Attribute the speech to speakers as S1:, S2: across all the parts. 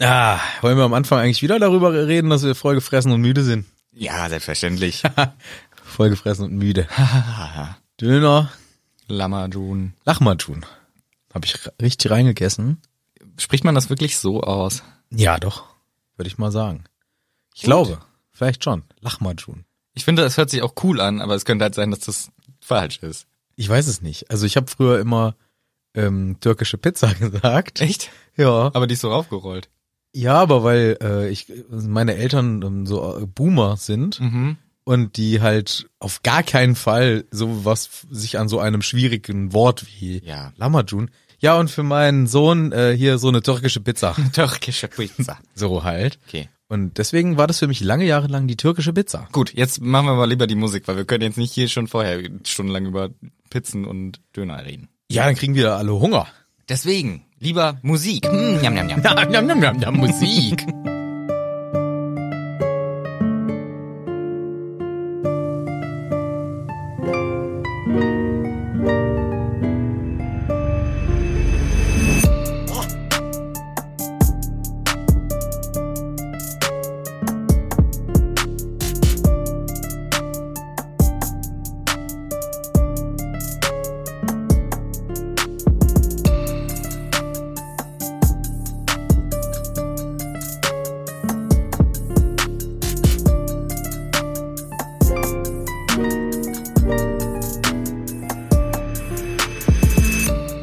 S1: Ah, wollen wir am Anfang eigentlich wieder darüber reden, dass wir vollgefressen und müde sind?
S2: Ja, selbstverständlich.
S1: Vollgefressen und müde. Döner,
S2: Lamajun.
S1: lach mal tun. Hab ich ra- richtig reingegessen?
S2: Spricht man das wirklich so aus?
S1: Ja, doch. Würde ich mal sagen. Ich
S2: Gut.
S1: glaube. Vielleicht schon. Lach mal tun.
S2: Ich finde, es hört sich auch cool an, aber es könnte halt sein, dass das falsch ist.
S1: Ich weiß es nicht. Also ich habe früher immer ähm, türkische Pizza gesagt.
S2: Echt?
S1: Ja.
S2: Aber die ist so raufgerollt.
S1: Ja, aber weil äh, ich meine Eltern ähm, so äh, Boomer sind
S2: Mhm.
S1: und die halt auf gar keinen Fall sowas f- sich an so einem schwierigen Wort wie
S2: Ja.
S1: Lamajun. Ja, und für meinen Sohn äh, hier so eine türkische Pizza.
S2: Türkische Pizza.
S1: so halt.
S2: Okay.
S1: Und deswegen war das für mich lange Jahre lang die türkische Pizza.
S2: Gut, jetzt machen wir mal lieber die Musik, weil wir können jetzt nicht hier schon vorher stundenlang über Pizzen und Döner reden.
S1: Ja, dann kriegen wir alle Hunger.
S2: Deswegen, lieber Musik. Hm, jam, jam, jam.
S1: Ja, ja, ja, ja, Musik.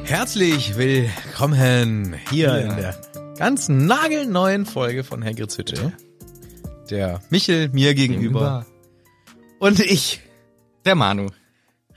S1: Herzlich willkommen hier
S2: Ja.
S1: in der ganzen nagelneuen Folge von Hagrids Hütte. Der Michel mir gegenüber und ich.
S2: Der Manu.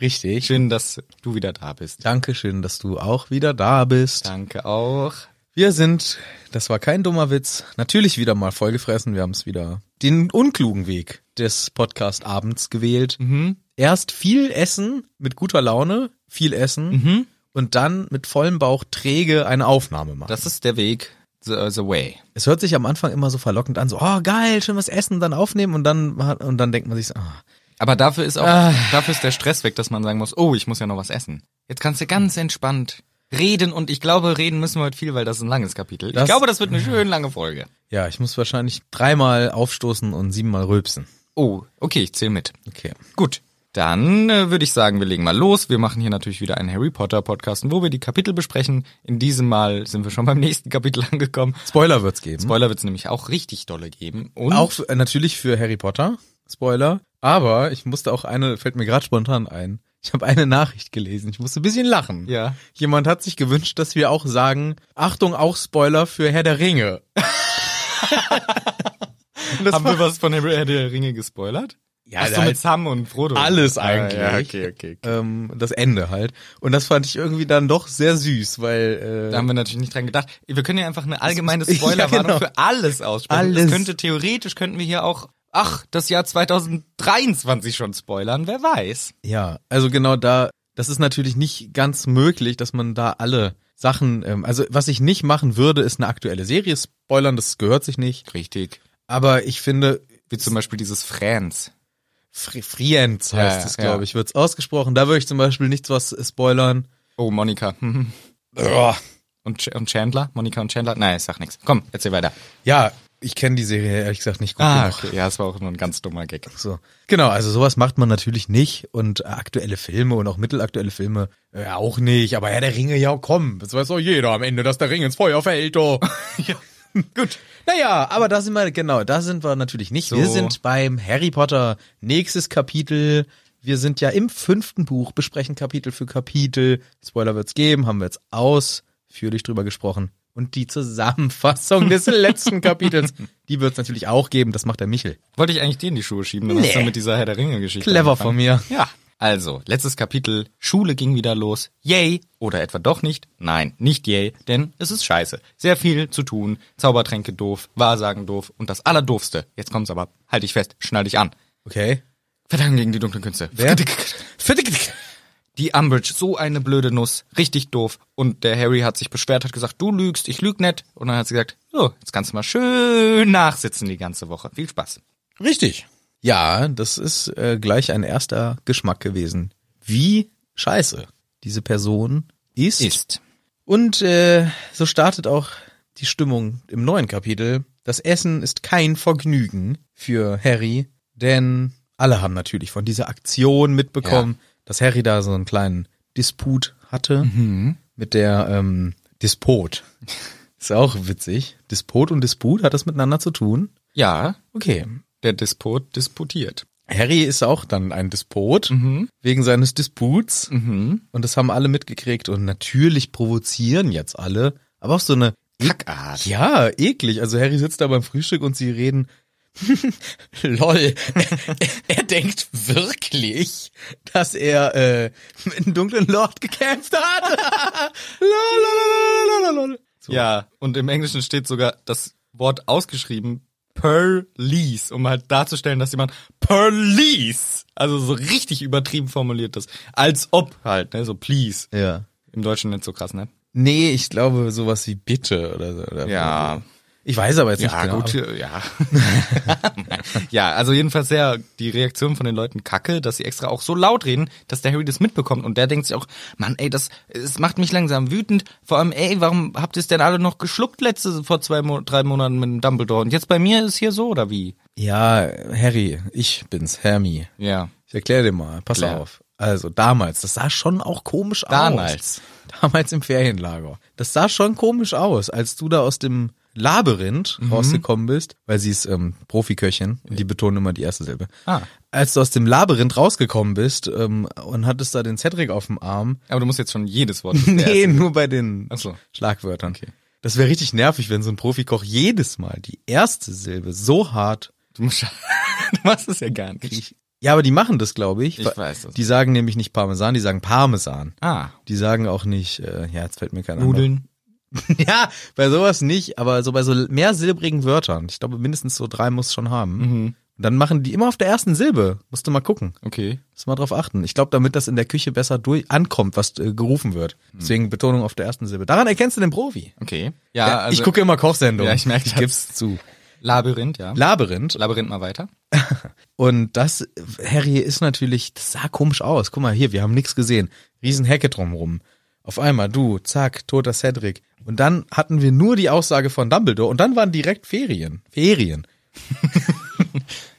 S1: Richtig.
S2: Schön, dass du wieder da bist.
S1: Dankeschön, dass du auch wieder da bist.
S2: Danke auch.
S1: Wir sind, das war kein dummer Witz, natürlich wieder mal vollgefressen. Wir haben es wieder den unklugen Weg des Podcast-Abends gewählt.
S2: Mhm.
S1: Erst viel essen mit guter Laune, viel essen
S2: Mhm.
S1: und dann mit vollem Bauch träge eine Aufnahme machen.
S2: Das ist der Weg, the, uh, the way.
S1: Es hört sich am Anfang immer so verlockend an, so, oh geil, schön was essen, dann aufnehmen und dann, und dann denkt man sich so, ah,
S2: Aber dafür ist auch,
S1: Ah.
S2: dafür ist der Stress weg, dass man sagen muss, oh, ich muss ja noch was essen. Jetzt kannst du ganz entspannt reden und ich glaube, reden müssen wir heute viel, weil das ist ein langes Kapitel.
S1: Das-
S2: ich glaube, das wird eine schön lange Folge.
S1: ja, ich muss wahrscheinlich dreimal aufstoßen und siebenmal rülpsen.
S2: Oh, okay, ich zähle mit.
S1: Okay.
S2: Gut. Dann äh, würde ich sagen, wir legen mal los. Wir machen hier natürlich wieder einen Harry Potter Podcast, wo wir die Kapitel besprechen. In diesem Mal sind wir schon beim nächsten Kapitel angekommen.
S1: Spoiler wird's geben.
S2: Spoiler wird es nämlich auch richtig dolle geben. Und
S1: Hm? Auch f- äh, natürlich für Harry Potter, Spoiler. Aber ich musste auch eine, fällt mir gerade spontan ein. Ich habe eine Nachricht gelesen. Ich musste ein bisschen lachen.
S2: Ja.
S1: Jemand hat sich gewünscht, dass wir auch sagen, Achtung, auch Spoiler für Herr der Ringe. das
S2: haben
S1: war-
S2: wir was von Harry Herr der Ringe gespoilert?
S1: Ja,
S2: Ach so,
S1: da-
S2: mit Sam und Frodo.
S1: Alles
S2: Ah,
S1: eigentlich.
S2: Ja, okay, okay. okay.
S1: ähm, das Ende halt. Und das fand ich irgendwie dann doch sehr süß, weil
S2: Da
S1: äh,
S2: haben wir natürlich nicht dran gedacht. Wir können ja einfach eine allgemeine
S1: Ja,
S2: Spoilerwarnung
S1: genau.
S2: für alles aussprechen.
S1: Alles.
S2: Das könnte theoretisch könnten wir hier auch, ach, das Jahr 2023 schon spoilern. Wer weiß?
S1: ja, also genau da, das ist natürlich nicht ganz möglich, dass man da alle Sachen, ähm, also was ich nicht machen würde, ist eine aktuelle Serie spoilern, das gehört sich nicht.
S2: Richtig.
S1: Aber ich finde,
S2: Wie zum Beispiel dieses Friends.
S1: Fri- Friends heißt
S2: Ja,
S1: es,
S2: ja.
S1: glaube ich, wird's ausgesprochen. Da würde ich zum Beispiel nichts was äh, spoilern.
S2: Oh, Monika. Mhm.
S1: Uah.
S2: Und, Ch- und Chandler? Monika und Chandler? Nein, ich sag nichts. Komm, erzähl weiter.
S1: Ja, ich kenne die Serie ehrlich gesagt nicht gut genug.
S2: Ah, okay. Ja, das war auch nur ein ganz dummer Gag.
S1: So. Genau, also sowas macht man natürlich nicht und äh, aktuelle Filme und auch mittelaktuelle Filme äh, auch nicht, aber Herr der Ringe, ja komm, das weiß doch jeder am Ende, dass der Ring ins Feuer fällt, oh. ja, gut. Naja, aber da sind wir, genau, da sind wir natürlich nicht. Wir
S2: So.
S1: sind beim Harry Potter, nächstes Kapitel. Wir sind ja im fünften Buch, besprechen Kapitel für Kapitel. Spoiler wird's geben, haben wir jetzt ausführlich drüber gesprochen. Und die Zusammenfassung des letzten Kapitels, die wird's natürlich auch geben, das macht der Michel.
S2: Wollte ich eigentlich dir in die Schuhe schieben, dann
S1: Nee.
S2: hast du mit dieser Herr der Ringe-Geschichte.
S1: Clever
S2: angefangen.
S1: von mir.
S2: Ja. Also, letztes Kapitel, Schule ging wieder los. Yay! Oder etwa doch nicht? Nein, nicht yay, denn es ist scheiße. Sehr viel zu tun, Zaubertränke doof, Wahrsagen doof und das Allerdoofste. Jetzt kommt's aber, halt dich fest, schnall dich an.
S1: Okay.
S2: Verdammt gegen die dunklen Künste.
S1: Wer?
S2: Die Umbridge, so eine blöde Nuss, richtig doof. Und der Harry hat sich beschwert, hat gesagt, du lügst, ich lüg nicht. Und dann hat sie gesagt, so, jetzt kannst du mal schön nachsitzen die ganze Woche. Viel Spaß.
S1: Richtig. Ja, das ist äh, gleich ein erster Geschmack gewesen. Wie scheiße diese Person ist.
S2: Ist.
S1: Und äh, so startet auch die Stimmung im neuen Kapitel. Das Essen ist kein Vergnügen für Harry, denn alle haben natürlich von dieser Aktion mitbekommen, dass Harry da so einen kleinen Disput hatte mit der ähm, Disput. Ist auch witzig. Disput und Disput hat das miteinander zu tun.
S2: Ja,
S1: Okay.
S2: der Despot disputiert.
S1: Harry ist auch dann ein Despot
S2: Mhm.
S1: wegen seines Disputs. Und das haben alle mitgekriegt und natürlich provozieren jetzt alle, aber auf so eine
S2: Kackart.
S1: ja, eklig. Also Harry sitzt da beim Frühstück und sie reden. Lol, er, er denkt wirklich, dass er äh, mit einem dunklen Lord gekämpft hat. Lolololololol. so.
S2: Ja, und im Englischen steht sogar das Wort ausgeschrieben Police, um halt darzustellen, dass jemand Police, also so richtig übertrieben formuliert ist. Als ob halt, ne, so please.
S1: ja.
S2: Im Deutschen nicht so krass, ne?
S1: Nee, ich glaube sowas wie bitte oder so. Oder
S2: Ja.
S1: Ich weiß aber jetzt nicht
S2: Ja,
S1: genau.
S2: gut, ja. ja, also jedenfalls sehr die Reaktion von den Leuten kacke, dass sie extra auch so laut reden, dass der Harry das mitbekommt und der denkt sich auch, Mann, ey, das, es macht mich langsam wütend. Vor allem, ey, warum habt ihr es denn alle noch geschluckt letzte, vor zwei, Mo drei Monaten mit dem Dumbledore und jetzt bei mir ist hier so oder wie?
S1: Ja, Harry, ich bin's, Hermie.
S2: Ja.
S1: Ich erkläre dir mal, pass
S2: Klar.
S1: auf. Also damals, das sah schon auch komisch
S2: Damals.
S1: aus. Damals im Ferienlager. Das sah schon komisch aus, als du da aus dem Labyrinth
S2: Mhm.
S1: rausgekommen bist, weil sie ist ähm, Profiköchin, die betonen immer die erste Silbe.
S2: Ah.
S1: Als du aus dem Labyrinth rausgekommen bist ähm, und hattest da den Cedric auf dem Arm,
S2: Aber du musst jetzt schon jedes Wort.
S1: Nee, nur bei den
S2: Ach so.
S1: Schlagwörtern. Das wäre richtig nervig, wenn so ein Profikoch jedes Mal die erste Silbe so hart.
S2: Du, musst, du machst es ja gar nicht.
S1: Ja, aber die machen das, glaube ich.
S2: Ich
S1: Wa-
S2: weiß das.
S1: Die sagen nämlich nicht Parmesan, die sagen Parmesan.
S2: Ah.
S1: Die sagen auch nicht, äh, ja, jetzt fällt mir kein
S2: Nudeln.
S1: anderer- Ja, bei sowas nicht, aber so bei so mehr silbrigen Wörtern. Ich glaube, mindestens so drei muss schon haben.
S2: Mhm.
S1: Und dann machen die immer auf der ersten Silbe. Musst du mal gucken.
S2: Okay.
S1: Musst du mal drauf achten. Ich glaube, damit das in der Küche besser durch ankommt, was äh, gerufen wird.
S2: Mhm.
S1: Deswegen Betonung auf der ersten Silbe. Daran erkennst du den Profi.
S2: Okay.
S1: Ja, ich gucke immer Kochsendungen.
S2: also Ja, ich merk
S1: Ich
S2: das.
S1: gib's zu.
S2: Labyrinth, ja.
S1: Labyrinth.
S2: Labyrinth mal weiter.
S1: Und das, Harry ist natürlich, das sah komisch aus. Guck mal hier, wir haben nichts gesehen. Riesen Hecke drumrum. Auf einmal, du, zack, toter Cedric. Und dann hatten wir nur die Aussage von Dumbledore und dann waren direkt Ferien. Ferien.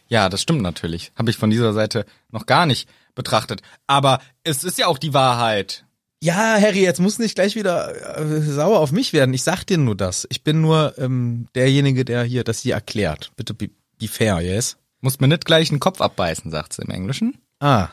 S2: Ja, das stimmt natürlich. Habe ich von dieser Seite noch gar nicht betrachtet. Aber es ist ja auch die Wahrheit.
S1: Ja, Harry, jetzt muss nicht gleich wieder äh, sauer auf mich werden. Ich sag dir nur das. Ich bin nur ähm, derjenige, der hier das hier erklärt. Bitte be, be fair, yes?
S2: Muss mir nicht gleich den Kopf abbeißen, sagt sie im Englischen.
S1: Ah,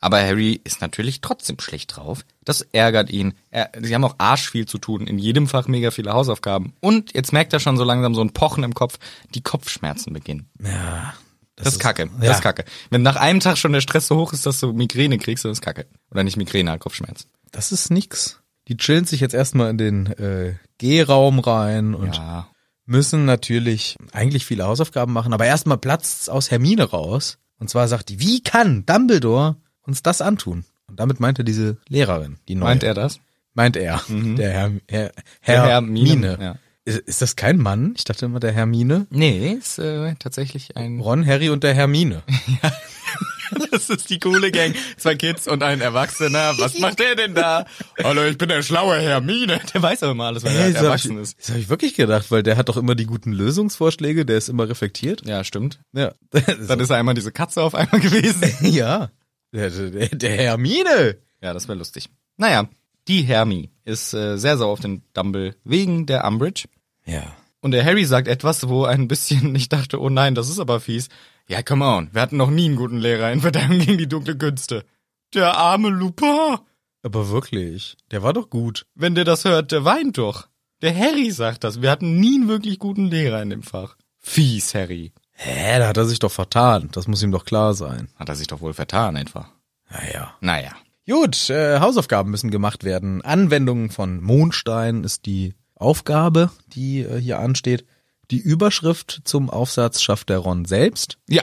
S2: Aber Harry ist natürlich trotzdem schlecht drauf. Das ärgert ihn. Er, sie haben auch arsch viel zu tun. In jedem Fach mega viele Hausaufgaben. Und jetzt merkt er schon so langsam so ein Pochen im Kopf. Die Kopfschmerzen beginnen.
S1: ja.
S2: Das, ist kacke.
S1: ja.
S2: Das ist kacke. Wenn nach einem Tag schon der Stress so hoch ist, dass du Migräne kriegst, dann ist kacke. Oder nicht Migräne, halt Kopfschmerzen.
S1: Das ist nix. Die chillen sich jetzt erstmal in den äh, Gehraum rein und
S2: Ja.
S1: müssen natürlich eigentlich viele Hausaufgaben machen, aber erstmal platzt's aus Hermine raus. Und zwar sagt die, wie kann Dumbledore uns das antun? Und damit meinte diese Lehrerin, die neue.
S2: Meint er das?
S1: Meint er, der Herr, Herr,
S2: Der
S1: Herr,
S2: Hermine,
S1: Hermine.
S2: ja.
S1: Ist, ist das kein Mann? Ich dachte immer der Hermine.
S2: Nee, ist äh, tatsächlich ein
S1: Ron, Harry und der Hermine.
S2: Das ist die coole Gang. Zwei Kids und ein Erwachsener. Was macht der denn da? Hallo, ich bin der schlaue Hermine. Der weiß aber immer alles, weil
S1: Hey,
S2: er
S1: das hab
S2: erwachsen
S1: ich,
S2: ist.
S1: das hab ich wirklich gedacht, weil der hat doch immer die guten Lösungsvorschläge, der ist immer reflektiert.
S2: Ja, stimmt.
S1: Ja,
S2: Dann ist er einmal diese Katze auf einmal gewesen.
S1: Ja. Der, der, der Hermine.
S2: Ja, das wäre lustig. Naja, die Hermie ist äh, sehr sauer auf den Dumble wegen der Umbridge.
S1: Ja.
S2: Und der Harry sagt etwas, wo ein bisschen ich dachte, oh nein, das ist aber fies. Ja, come on, wir hatten noch nie einen guten Lehrer in Verteidigung gegen die dunkle Künste. Der arme Lupin.
S1: Aber wirklich, der war doch gut.
S2: Wenn der das hört, der weint doch. Der Harry sagt das. Wir hatten nie einen wirklich guten Lehrer in dem Fach. Fies, Harry.
S1: Hä, Äh, da hat er sich doch vertan. Das muss ihm doch klar sein.
S2: Hat er sich doch wohl vertan, etwa.
S1: Naja.
S2: Naja.
S1: Gut, äh, Hausaufgaben müssen gemacht werden. Anwendung von Mondstein ist die Aufgabe, die äh, hier ansteht. Die Überschrift zum Aufsatz schafft der Ron selbst.
S2: Ja.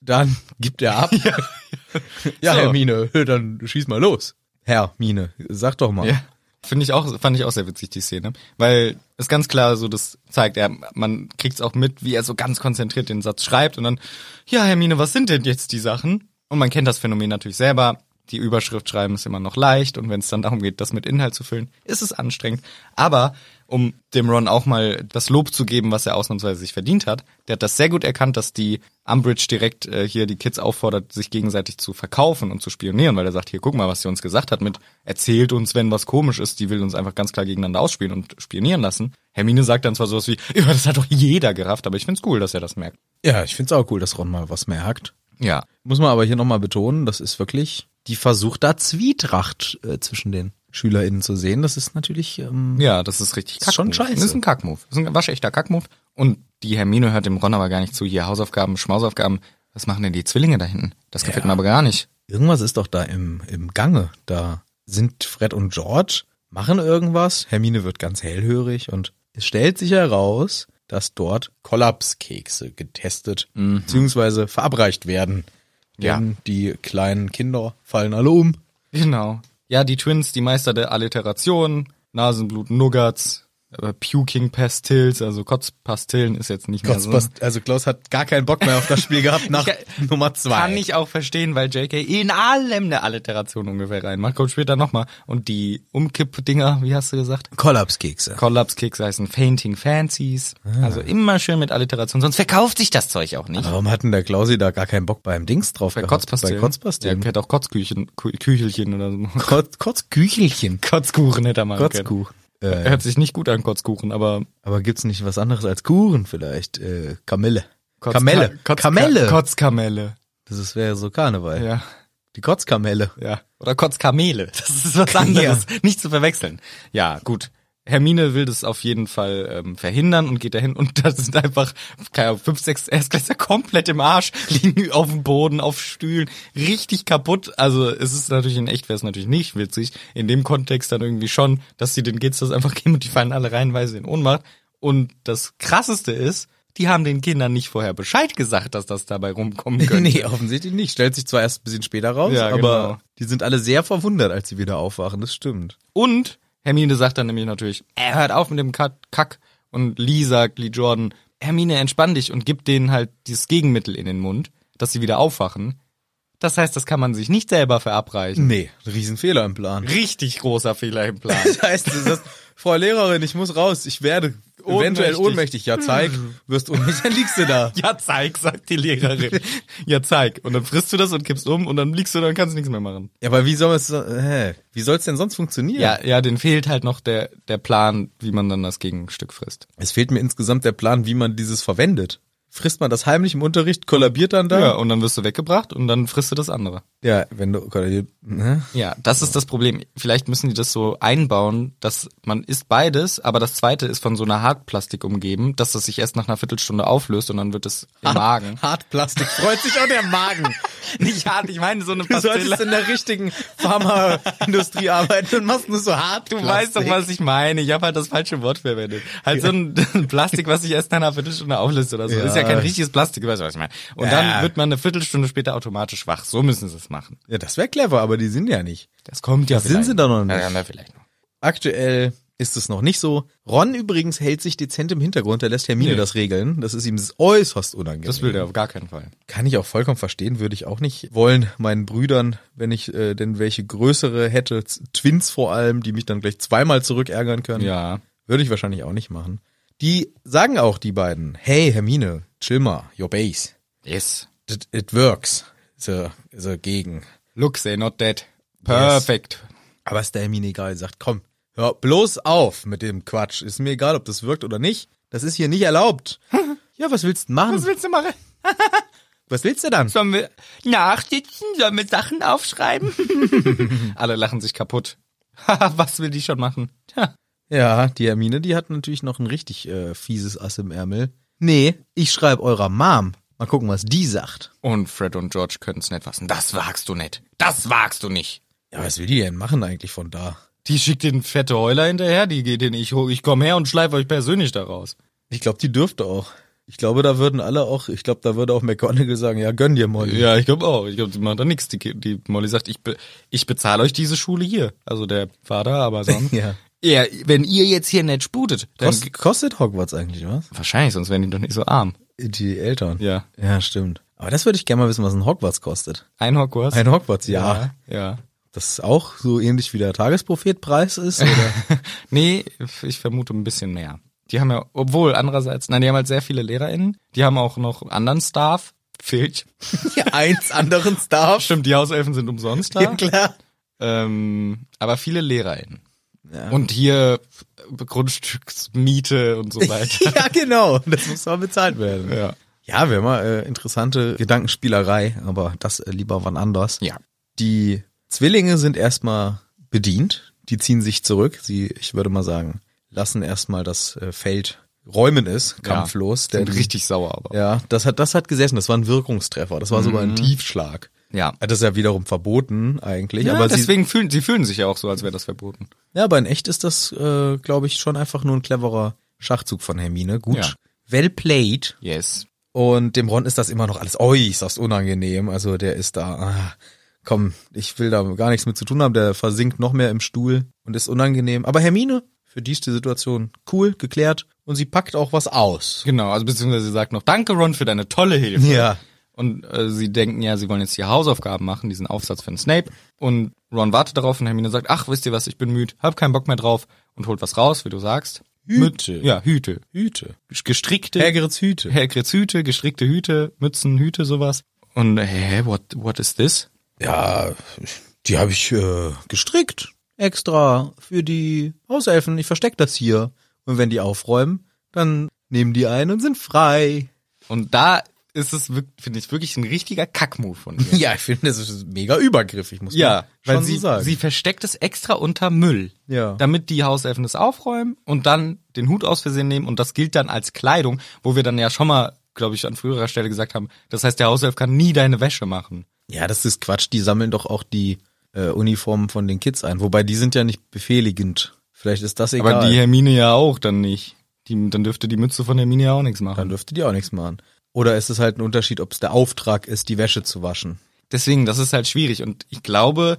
S1: Dann gibt er ab. ja,
S2: So.
S1: Hermine, dann schieß mal los. Hermine, sag doch mal.
S2: Ja. Finde ich auch, fand ich auch sehr witzig, die Szene. Weil es ganz klar so, das zeigt, er, man kriegt's auch mit, wie er so ganz konzentriert den Satz schreibt und dann, ja, Hermine, was sind denn jetzt die Sachen? Und man kennt das Phänomen natürlich selber. Die Überschrift schreiben ist immer noch leicht und wenn es dann darum geht, das mit Inhalt zu füllen, ist es anstrengend. Aber um dem Ron auch mal das Lob zu geben, was er ausnahmsweise sich verdient hat. Der hat das sehr gut erkannt, dass die Umbridge direkt äh, hier die Kids auffordert, sich gegenseitig zu verkaufen und zu spionieren, weil er sagt, hier guck mal, was sie uns gesagt hat mit erzählt uns, wenn was komisch ist, die will uns einfach ganz klar gegeneinander ausspielen und spionieren lassen. Hermine sagt dann zwar sowas wie, ja, das hat doch jeder gerafft, aber ich find's cool, dass er das merkt.
S1: Ja, ich find's auch cool, dass Ron mal was merkt.
S2: Ja.
S1: Muss man aber hier nochmal betonen, das ist wirklich, die versucht da Zwietracht äh, zwischen den SchülerInnen zu sehen. Das ist natürlich, ähm,
S2: Ja, das ist richtig
S1: Ist schon
S2: Kackmove.
S1: scheiße.
S2: Das ist ein Kackmove. Das ist ein waschechter Kackmove. Und die Hermine hört dem Ron aber gar nicht zu. Hier Hausaufgaben, Schmausaufgaben. Was machen denn die Zwillinge da hinten? Das gefällt mir aber gar nicht.
S1: irgendwas ist doch da im, im Gange. Da sind Fred und George, machen irgendwas, Hermine wird ganz hellhörig und es stellt sich heraus, dass dort Kollapskekse getestet bzw. verabreicht werden.
S2: Mhm. Ja.
S1: Denn die kleinen Kinder fallen alle um.
S2: Genau. Ja, die Twins, die Meister der Alliteration, Nasenblut, Nuggets, äh, Puking Pastils, also Kotzpastillen ist jetzt nicht mehr so.
S1: Kotzpast- Also Klaus hat gar keinen Bock mehr auf das Spiel gehabt nach
S2: Ich-
S1: Nummer zwei.
S2: Kann ich auch verstehen, weil JK in allem eine Alliteration ungefähr reinmacht. Kommt später nochmal. Und die Umkipp-Dinger, wie hast du gesagt?
S1: Kollapskekse.
S2: Collapse-Kicks heißen Fainting Fancies.
S1: Ah.
S2: Also immer schön mit Alliteration, sonst verkauft sich das Zeug auch nicht.
S1: Warum hatten der Klausi da gar keinen Bock beim Dings drauf
S2: Bei
S1: gehabt?
S2: Kotzpastillen.
S1: Also, Bei Kotzpastillen.
S2: Ja, hätte auch Kotzküchen, Kü- Küchelchen oder so.
S1: Kotz, Kotzküchelchen.
S2: Kotzkuchen hätte er mal können.
S1: Kotzkuchen. Äh,
S2: Hört sich nicht gut an, Kotzkuchen, aber...
S1: Aber gibt's nicht was anderes als Kuchen vielleicht? Äh, Kamelle.
S2: Kotz-
S1: Kamelle.
S2: Kotz-
S1: Kamelle.
S2: Kotzkamelle.
S1: das ist- wäre so Karneval.
S2: Ja,
S1: Die Kotzkamelle.
S2: ja. Oder Kotzkamele. Das ist was anderes. Nicht zu verwechseln. Ja, gut. Hermine will das auf jeden Fall ähm, verhindern und geht dahin und da sind einfach keine Ahnung, fünf, sechs Erstklässler komplett im Arsch, liegen auf dem Boden, auf Stühlen, richtig kaputt. Also es ist natürlich in echt wäre es natürlich nicht witzig. In dem Kontext dann irgendwie schon, dass sie den Kids das einfach geben und die fallen alle reihenweise in Ohnmacht. Und das Krasseste ist, die haben den Kindern nicht vorher Bescheid gesagt, dass das dabei rumkommen könnte.
S1: nee, offensichtlich nicht. Stellt sich zwar erst ein bisschen später raus,
S2: Ja,
S1: aber
S2: genau.
S1: die sind alle sehr verwundert, als sie wieder aufwachen. Das stimmt.
S2: Und Hermine sagt dann nämlich natürlich, er hört auf mit dem Kat- Kack. Und Lee sagt, Lee Jordan, Hermine, entspann dich und gib denen halt dieses Gegenmittel in den Mund, dass sie wieder aufwachen. Das heißt, das kann man sich nicht selber verabreichen.
S1: Nee, ein Riesenfehler im Plan.
S2: Richtig großer Fehler im Plan.
S1: Das heißt, du sagst, Frau Lehrerin, ich muss raus. Ich werde eventuell
S2: Ohnmächtig.
S1: ohnmächtig. Ja, zeig. Wirst ohnmächtig, dann liegst du da.
S2: ja, zeig, sagt die Lehrerin. ja, zeig. Und dann frisst du das und kippst um und dann liegst du da und kannst nichts mehr machen.
S1: Ja, aber wie soll es, hä? Wie soll es denn sonst funktionieren?
S2: Ja, ja, den fehlt halt noch der, der Plan, wie man dann das Gegenstück frisst.
S1: Es fehlt mir insgesamt der Plan, wie man dieses verwendet. Frisst man das heimlich im Unterricht, kollabiert dann da?
S2: Ja, und dann wirst du weggebracht und dann frisst du das andere.
S1: Ja, wenn du, ne?
S2: Ja, das ist das Problem. Vielleicht müssen die das so einbauen, dass man isst beides, aber das zweite ist von so einer Hartplastik umgeben, dass das sich erst nach einer Viertelstunde auflöst und dann wird es im Magen.
S1: Hartplastik freut sich auch der Magen.
S2: Nicht hart, ich meine so eine
S1: Du solltest in der richtigen Pharmaindustrie arbeiten und machst nur so hart.
S2: Du weißt doch, was ich meine. Ich habe halt das falsche Wort verwendet. Halt so ein Plastik, was sich erst nach einer Viertelstunde auflöst oder so.
S1: Ja.
S2: Ist ja kein richtiges Plastik, weißt du, was ich meine. Und dann
S1: Ja.
S2: wird man eine Viertelstunde später automatisch wach. So müssen sie es machen.
S1: Ja, das wäre clever, aber die sind ja nicht.
S2: Das kommt ja
S1: sind sie doch noch
S2: Ja,
S1: nicht.
S2: ja, ne. na, vielleicht noch.
S1: Aktuell ist es noch nicht so. Ron übrigens hält sich dezent im Hintergrund, er lässt Hermine
S2: Nee.
S1: das regeln. Das ist ihm äußerst unangenehm.
S2: Das will der auf gar keinen Fall.
S1: Kann ich auch vollkommen verstehen, würde ich auch nicht wollen, meinen Brüdern, wenn ich äh, denn welche größere hätte, Z- Twins vor allem, die mich dann gleich zweimal zurückärgern können,
S2: Ja.
S1: würde ich wahrscheinlich auch nicht machen. Die sagen auch die beiden, hey Hermine, chill mal, your base,
S2: Yes.
S1: it, it works, so, so gegen.
S2: Look, they're not dead. Perfect.
S1: Aber ist der Hermine egal, sagt, komm, hör bloß auf mit dem Quatsch, ist mir egal, ob das wirkt oder nicht, das ist hier nicht erlaubt. ja, was willst du denn machen?
S2: Was willst du machen?
S1: Was willst du dann?
S2: Sollen wir nachsitzen? Sollen wir Sachen aufschreiben? Alle lachen sich kaputt. Haha, was will die schon machen? Tja.
S1: Ja, die Hermine, die hat natürlich noch ein richtig äh, fieses Ass im Ärmel. Nee, ich schreibe eurer Mom. Mal gucken, was die sagt.
S2: Und Fred und George können es nicht fassen. Das wagst du nicht. Das wagst du nicht.
S1: Ja, was will die denn machen eigentlich von da?
S2: Die schickt den fette Heuler hinterher, die geht den ich hoch. Ich komm her und schleife euch persönlich da raus.
S1: Ich glaube, die dürfte auch. Ich glaube, da würden alle auch, ich glaube, da würde auch McGonagall sagen, ja, gönn dir Molly.
S2: Ja, ich glaube auch. Ich glaube, die machen da nichts. Die, Ki- die Molly sagt, ich, be, ich bezahle euch diese Schule hier. Also der Vater, aber sonst.
S1: Ja.
S2: ja. Wenn ihr jetzt hier nicht sputet, dann
S1: Kost, kostet Hogwarts eigentlich was?
S2: wahrscheinlich, sonst wären die doch nicht so arm.
S1: Die Eltern.
S2: Ja.
S1: Ja, stimmt. Aber das würde ich gerne mal wissen, was ein Hogwarts kostet.
S2: Ein Hogwarts.
S1: Ein Hogwarts, ja.
S2: Ja.
S1: das auch so ähnlich wie der Tagesprophetpreis ist? Oder?
S2: Nee, ich vermute ein bisschen mehr. Die haben ja, obwohl andererseits, nein, die haben halt sehr viele LehrerInnen, die haben auch noch anderen Staff, Filch.
S1: ja, eins anderen Starf.
S2: Stimmt, die Hauselfen sind umsonst da.
S1: Ja, klar.
S2: Ähm, aber viele LehrerInnen.
S1: Ja.
S2: Und hier äh, Grundstücksmiete und so weiter.
S1: ja, genau. Das muss mal bezahlt werden.
S2: ja.
S1: Ja, wäre mal äh, interessante Gedankenspielerei, aber das äh, lieber wann anders.
S2: Ja.
S1: Die Zwillinge sind erstmal bedient, die ziehen sich zurück. Sie, ich würde mal sagen, lassen erstmal das äh, Feld räumen ist, kampflos.
S2: Sind
S1: denn-
S2: richtig sauer, aber.
S1: Ja, das hat, das hat gesessen, das war ein Wirkungstreffer, das war sogar
S2: Mhm.
S1: ein Tiefschlag. Äh,
S2: Ja.
S1: Das ist ja wiederum verboten eigentlich,
S2: Ja,
S1: aber sie,
S2: deswegen fühlen sie fühlen sich ja auch so, als wäre das verboten.
S1: ja, aber in echt ist das, äh, glaube ich, schon einfach nur ein cleverer Schachzug von Hermine. Gut,
S2: Ja.
S1: well played.
S2: Yes.
S1: Und dem Ron ist das immer noch alles äußerst unangenehm. Also der ist da, ah, komm, ich will da gar nichts mit zu tun haben. Der versinkt noch mehr im Stuhl und ist unangenehm. Aber Hermine, für die ist die Situation cool, geklärt und sie packt auch was aus.
S2: Genau, also beziehungsweise sie sagt noch, danke Ron für deine tolle Hilfe.
S1: Ja.
S2: Und äh, sie denken ja, sie wollen jetzt hier Hausaufgaben machen, diesen Aufsatz von Snape. Und Ron wartet darauf und Hermine sagt, ach, wisst ihr was, ich bin müde, hab keinen Bock mehr drauf und holt was raus, wie du sagst.
S1: Hüte.
S2: Mit- ja, Hüte.
S1: Hüte.
S2: Gestrickte.
S1: Hergerits Hüte.
S2: Hagrids Hüte, gestrickte Hüte, Mützen, Hüte, sowas. Und hä, what, what is this?
S1: Ja, die habe ich äh, gestrickt. Extra für die Hauselfen. Ich versteck das hier. Und wenn die aufräumen, dann nehmen die ein und sind frei.
S2: Und da ist es, wirk- finde ich, wirklich ein richtiger Kackmove von ihr.
S1: Ja, ich finde, das ist mega übergriffig, muss
S2: Ja,
S1: man
S2: weil
S1: ne? schon
S2: sie,
S1: so sagen.
S2: sie versteckt es extra unter Müll.
S1: Ja.
S2: Damit die Hauselfen es aufräumen und dann den Hut aus Versehen nehmen und das gilt dann als Kleidung, wo wir dann ja schon mal, glaube ich, an früherer Stelle gesagt haben, das heißt, der Hauself kann nie deine Wäsche machen.
S1: Ja, das ist Quatsch. Die sammeln doch auch die äh, Uniformen von den Kids ein. Wobei die sind ja nicht befehligend. Vielleicht ist das egal.
S2: Aber die Hermine ja auch dann nicht. Die, dann dürfte die Mütze von Hermine ja auch nichts machen.
S1: Dann dürfte die auch nichts machen. Oder ist es halt ein Unterschied, ob es der Auftrag ist, die Wäsche zu waschen?
S2: Deswegen, das ist halt schwierig. Und ich glaube,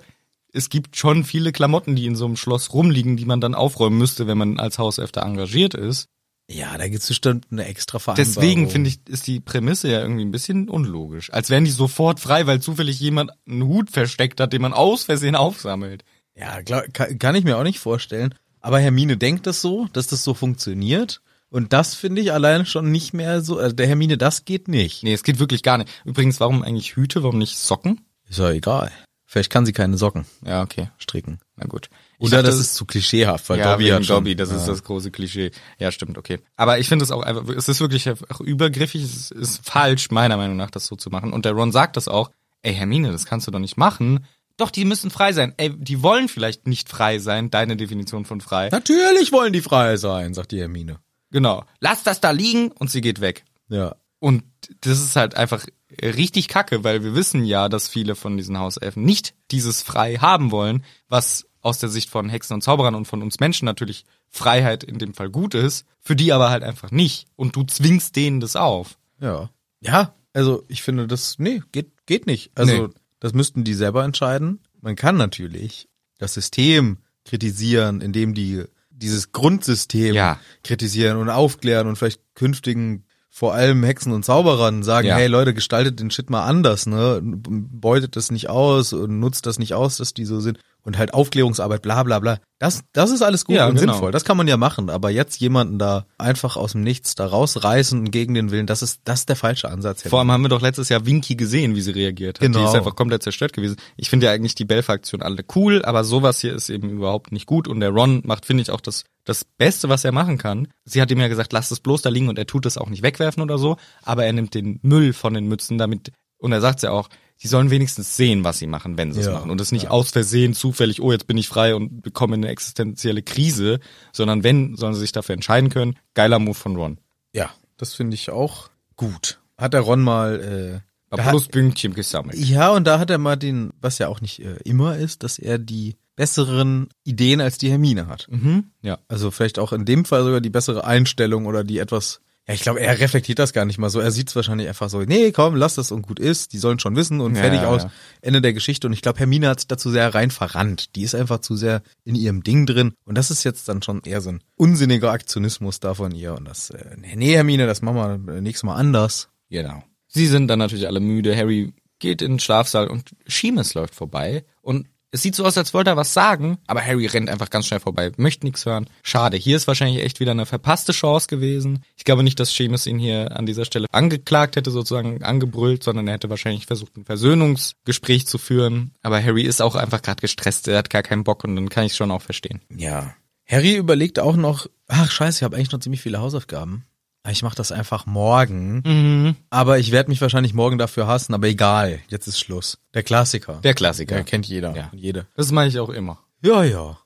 S2: es gibt schon viele Klamotten, die in so einem Schloss rumliegen, die man dann aufräumen müsste, wenn man als Hauself da engagiert ist.
S1: Ja, da gibt's bestimmt eine extra Vereinbarung.
S2: Deswegen finde ich, ist die Prämisse ja irgendwie ein bisschen unlogisch. Als wären die sofort frei, weil zufällig jemand einen Hut versteckt hat, den man aus Versehen aufsammelt.
S1: Ja, glaub, kann, kann ich mir auch nicht vorstellen. Aber Hermine denkt das so, dass das so funktioniert. Und das finde ich alleine schon nicht mehr so. Also der Hermine, das geht nicht.
S2: Nee, es geht wirklich gar nicht. Übrigens, warum eigentlich Hüte, warum nicht Socken?
S1: Ist ja egal. Vielleicht kann sie keine Socken
S2: Ja, okay.
S1: stricken.
S2: Na gut. Ich
S1: Oder
S2: dachte,
S1: das ist zu klischeehaft, weil
S2: ja,
S1: Dobby
S2: wegen
S1: hat schon,
S2: Dobby, das ist das große Klischee. Ja, stimmt, okay. Aber ich finde es auch einfach, es ist wirklich einfach übergriffig, es ist falsch, meiner Meinung nach, das so zu machen. Und der Ron sagt das auch, ey Hermine, das kannst du doch nicht machen. Doch, die müssen frei sein. Ey, die wollen vielleicht nicht frei sein, deine Definition von frei.
S1: Natürlich wollen die frei sein, sagt die Hermine.
S2: Genau. Lass das da liegen und sie geht weg.
S1: Ja.
S2: Und das ist halt einfach richtig kacke, weil wir wissen ja, dass viele von diesen Hauselfen nicht dieses Frei haben wollen, was aus der Sicht von Hexen und Zauberern und von uns Menschen natürlich Freiheit in dem Fall gut ist, für die aber halt einfach nicht. Und du zwingst denen das auf.
S1: Ja. Ja, also ich finde das, nee, geht, geht nicht. Also
S2: Nee.
S1: das müssten die selber entscheiden. Man kann natürlich das System kritisieren, indem die dieses Grundsystem
S2: Ja.
S1: kritisieren und aufklären und vielleicht künftigen vor allem Hexen und Zauberern sagen,
S2: Ja.
S1: hey Leute, gestaltet den Shit mal anders, ne? Beutet das nicht aus und nutzt das nicht aus, dass die so sind. Und halt Aufklärungsarbeit, bla bla bla. Das, das ist alles gut
S2: Ja,
S1: und
S2: genau.
S1: sinnvoll. Das kann man ja machen, aber jetzt jemanden da einfach aus dem Nichts da rausreißen und gegen den Willen, das ist, das ist der falsche Ansatz.
S2: Vor allem haben wir doch letztes Jahr Winky gesehen, wie sie reagiert hat. Die
S1: Genau.
S2: ist einfach komplett zerstört gewesen. Ich finde ja eigentlich die Belfer-Aktion alle cool, aber sowas hier ist eben überhaupt nicht gut. Und der Ron macht, finde ich, auch das, das Beste, was er machen kann. Sie hat ihm ja gesagt, lass es bloß da liegen und er tut es auch nicht wegwerfen oder so. Aber er nimmt den Müll von den Mützen damit, und er sagt ja auch, die sollen wenigstens sehen, was sie machen, wenn sie es
S1: Ja,
S2: machen. Und es nicht aus Versehen zufällig, oh, jetzt bin ich frei und bekomme eine existenzielle Krise, sondern wenn, sollen sie sich dafür entscheiden können. Geiler Move von Ron.
S1: Ja, das finde ich auch gut. Hat der Ron mal, äh,
S2: Aber
S1: da hat,
S2: plus Pünktchen gesammelt.
S1: ja, und da hat er mal den, was ja auch nicht äh, immer ist, dass er die besseren Ideen als die Hermine hat.
S2: Mhm. Ja.
S1: Also vielleicht auch in dem Fall sogar die bessere Einstellung oder die etwas. Ja, ich glaube, er reflektiert das gar nicht mal so. Er sieht es wahrscheinlich einfach so, nee, komm, lass das und gut ist. Die sollen schon wissen und
S2: Ja,
S1: fertig
S2: ja,
S1: aus.
S2: ja.
S1: Ende der Geschichte. Und ich glaube, Hermine hat sich dazu sehr rein verrannt. Die ist einfach zu sehr in ihrem Ding drin. Und das ist jetzt dann schon eher so ein unsinniger Aktionismus da von ihr. Und das, äh, nee, nee, Hermine, das machen wir äh, nächstes Mal anders.
S2: Genau. Sie sind dann natürlich alle müde. Harry geht in den Schlafsaal und Seamus läuft vorbei und Es sieht so aus, als wollte er was sagen, aber Harry rennt einfach ganz schnell vorbei, möchte nichts hören. Schade, hier ist wahrscheinlich echt wieder eine verpasste Chance gewesen. Ich glaube nicht, dass Seamus ihn hier an dieser Stelle angeklagt hätte, sozusagen angebrüllt, sondern er hätte wahrscheinlich versucht, ein Versöhnungsgespräch zu führen. Aber Harry ist auch einfach gerade gestresst, er hat gar keinen Bock und dann kann ich es schon auch verstehen.
S1: Ja. Harry überlegt auch noch, ach scheiße, ich habe eigentlich noch ziemlich viele Hausaufgaben. Ich mache das einfach morgen.
S2: Mhm.
S1: Aber ich werde mich wahrscheinlich morgen dafür hassen, aber egal, jetzt ist Schluss. Der Klassiker.
S2: Der Klassiker.
S1: Ja, kennt jeder.
S2: Ja.
S1: und Jede.
S2: Das mache ich auch immer.
S1: Ja, ja.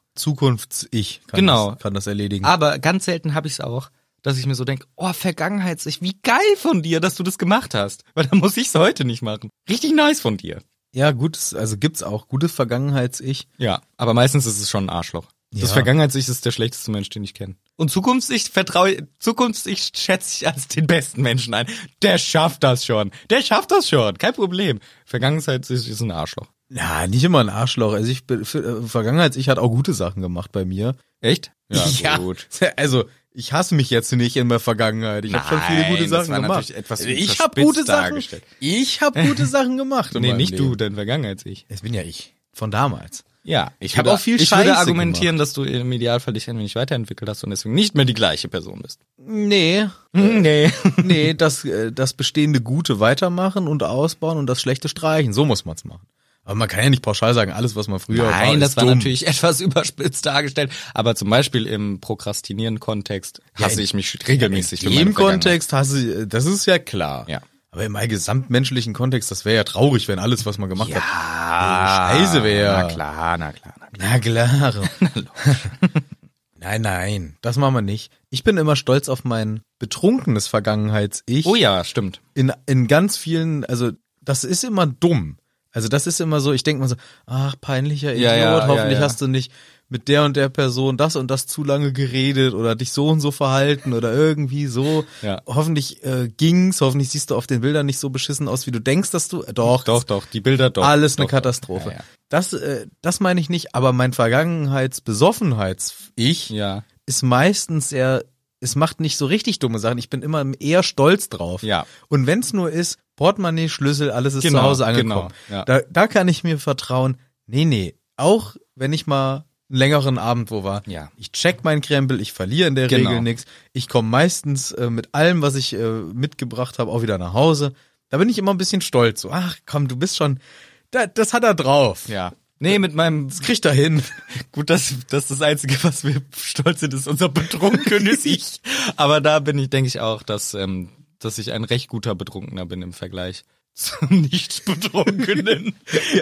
S1: Zukunfts-Ich kann,
S2: Genau.
S1: das, kann das erledigen.
S2: Aber ganz selten habe ich es auch, dass ich mir so denke, oh, Vergangenheits-Ich, wie geil von dir, dass du das gemacht hast. Weil dann muss ich es heute nicht machen. Richtig nice von dir.
S1: Ja, gutes, also gibt's auch gutes Vergangenheits-Ich.
S2: Ja, aber meistens ist es schon ein Arschloch. Das
S1: Ja.
S2: Vergangenheits-Ich ist der schlechteste Mensch, den ich kenne. Und Zukunfts-Ich vertraue, Zukunfts-Ich schätze ich als den besten Menschen ein. Der schafft das schon. Der schafft das schon. Kein Problem. Vergangenheits-Ich ist ein Arschloch.
S1: Na, nicht immer ein Arschloch. Also ich bin- für- äh, Vergangenheits-Ich hat auch gute Sachen gemacht bei mir.
S2: Echt?
S1: Also, ich hasse mich jetzt nicht in der Vergangenheit. Ich habe schon viele
S2: Nein,
S1: gute
S2: das
S1: Sachen
S2: war
S1: gemacht. Also,
S2: natürlich etwas
S1: ich
S2: überspitzt
S1: habe gute Sachen.
S2: dargestellt.
S1: Ich habe gute Sachen gemacht. in
S2: Nee,
S1: meinem
S2: nicht
S1: Leben.
S2: du, dein Vergangenheits-Ich.
S1: Es bin ja ich. Von damals.
S2: Ja, ich
S1: hab
S2: würde-
S1: auch viel
S2: Ich würde
S1: Scheiße
S2: argumentieren, dass du im Idealfall dich ein wenig weiterentwickelt hast und deswegen nicht mehr die gleiche Person bist. Hm,
S1: Nee.
S2: Nee.
S1: Nee, das, äh, das bestehende Gute weitermachen und ausbauen und das Schlechte streichen. So muss man's machen. Aber man kann ja nicht pauschal sagen, alles, was man früher war,
S2: Nein,
S1: ist
S2: das war
S1: dumm.
S2: natürlich etwas überspitzt dargestellt. Aber zum Beispiel im Prokrastinieren-Kontext hasse
S1: in-
S2: ich mich regelmäßig. für meine
S1: Im
S2: Vergangenheit.
S1: Kontext hast du, äh, das ist ja klar.
S2: Ja.
S1: Aber im gesamtmenschlichen Kontext, das wäre ja traurig, wenn alles, was man gemacht hat.
S2: Ja.
S1: Scheiße wär.
S2: Na klar, na klar, na
S1: Na
S2: klar.
S1: klar. nein, nein, das machen wir nicht. Ich bin immer stolz auf mein betrunkenes Vergangenheits-Ich.
S2: Oh ja, stimmt.
S1: in, in ganz vielen, also das ist immer dumm. Also das ist immer so, ich denke mal so, ach, peinlicher Idiot,
S2: Ja, ja,
S1: hoffentlich
S2: ja, ja.
S1: hast du nicht mit der und der Person das und das zu lange geredet oder dich so und so verhalten oder irgendwie so.
S2: Ja.
S1: Hoffentlich äh, ging's, hoffentlich siehst du auf den Bildern nicht so beschissen aus, wie du denkst, dass du. äh, Doch,
S2: Doch, doch, die Bilder doch.
S1: alles eine
S2: doch,
S1: Katastrophe.
S2: Ja, ja.
S1: Das, äh, das meine ich nicht, aber mein Vergangenheitsbesoffenheits-Ich
S2: Ja,
S1: ist meistens eher, es macht nicht so richtig dumme Sachen. Ich bin immer eher stolz drauf.
S2: Ja.
S1: Und wenn es nur ist, Portemonnaie, Schlüssel, alles ist
S2: Genau,
S1: zu Hause angekommen.
S2: genau, ja.
S1: da, da kann ich mir vertrauen. Nee, nee. Auch wenn ich mal einen längeren Abend wo war.
S2: Ja.
S1: Ich check meinen Krempel, ich verliere in der
S2: Genau.
S1: Regel nichts. Ich komme meistens äh, mit allem, was ich äh, mitgebracht habe, auch wieder nach Hause. Da bin ich immer ein bisschen stolz. So, ach komm, du bist schon, da, das hat er drauf.
S2: ja. Nee, mit meinem
S1: Das kriegt er hin.
S2: Gut, das, das ist das Einzige, was wir stolz sind, ist unser betrunkenes Ich. Aber da bin ich, denke ich auch, dass, ähm, dass ich ein recht guter Betrunkener bin im Vergleich zum Nicht-Betrunkenen.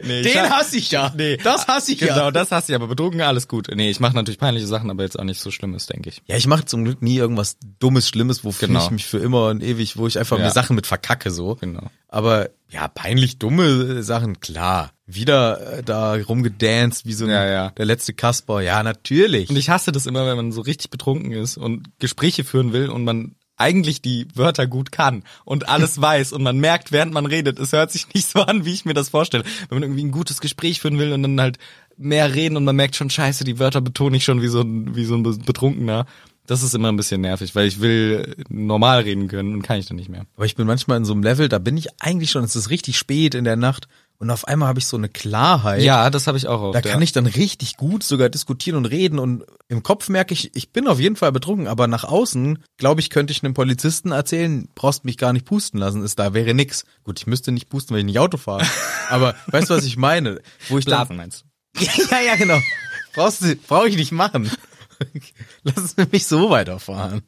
S2: Nee, ich hab-
S1: hasse ich ja.
S2: Nee,
S1: das hasse ich
S2: genau,
S1: ja.
S2: Genau, das hasse ich, aber betrunken alles gut. Nee, ich mache natürlich peinliche Sachen, aber jetzt auch nicht so Schlimmes, denke ich.
S1: Ja, ich mache zum Glück nie irgendwas Dummes, Schlimmes, wofür
S2: Genau.
S1: ich mich für immer und ewig, wo ich einfach
S2: Ja.
S1: mir Sachen mit verkacke so.
S2: Genau.
S1: Aber ja, peinlich dumme äh, Sachen, klar. Wieder äh, da rumgedanced wie so ein,
S2: Ja, ja.
S1: der letzte Kasper. Ja, natürlich.
S2: Und ich hasse das immer, wenn man so richtig betrunken ist und Gespräche führen will und man eigentlich die Wörter gut kann und alles weiß und man merkt, während man redet, es hört sich nicht so an, wie ich mir das vorstelle. Wenn man irgendwie ein gutes Gespräch führen will und dann halt mehr reden und man merkt schon, scheiße, die Wörter betone ich schon wie so ein, wie so ein Betrunkener. Das ist immer ein bisschen nervig, weil ich will normal reden können und kann ich dann nicht mehr.
S1: Aber ich bin manchmal in so einem Level, da bin ich eigentlich schon, es ist richtig spät in der Nacht und auf einmal habe ich so eine Klarheit.
S2: Ja, das habe ich auch oft.
S1: Da kann ich dann richtig gut sogar diskutieren und reden und im Kopf merke ich, ich bin auf jeden Fall betrunken, aber nach außen, glaube ich, könnte ich einem Polizisten erzählen, brauchst mich gar nicht pusten lassen, ist da wäre nix. Gut, ich müsste nicht pusten, weil ich nicht Auto fahre, aber weißt du, was ich meine? Wo ich dann,
S2: Blasen meinst du?
S1: ja, ja, ja, genau. Brauchst du, brauche ich nicht machen. Lass es mich so weiterfahren.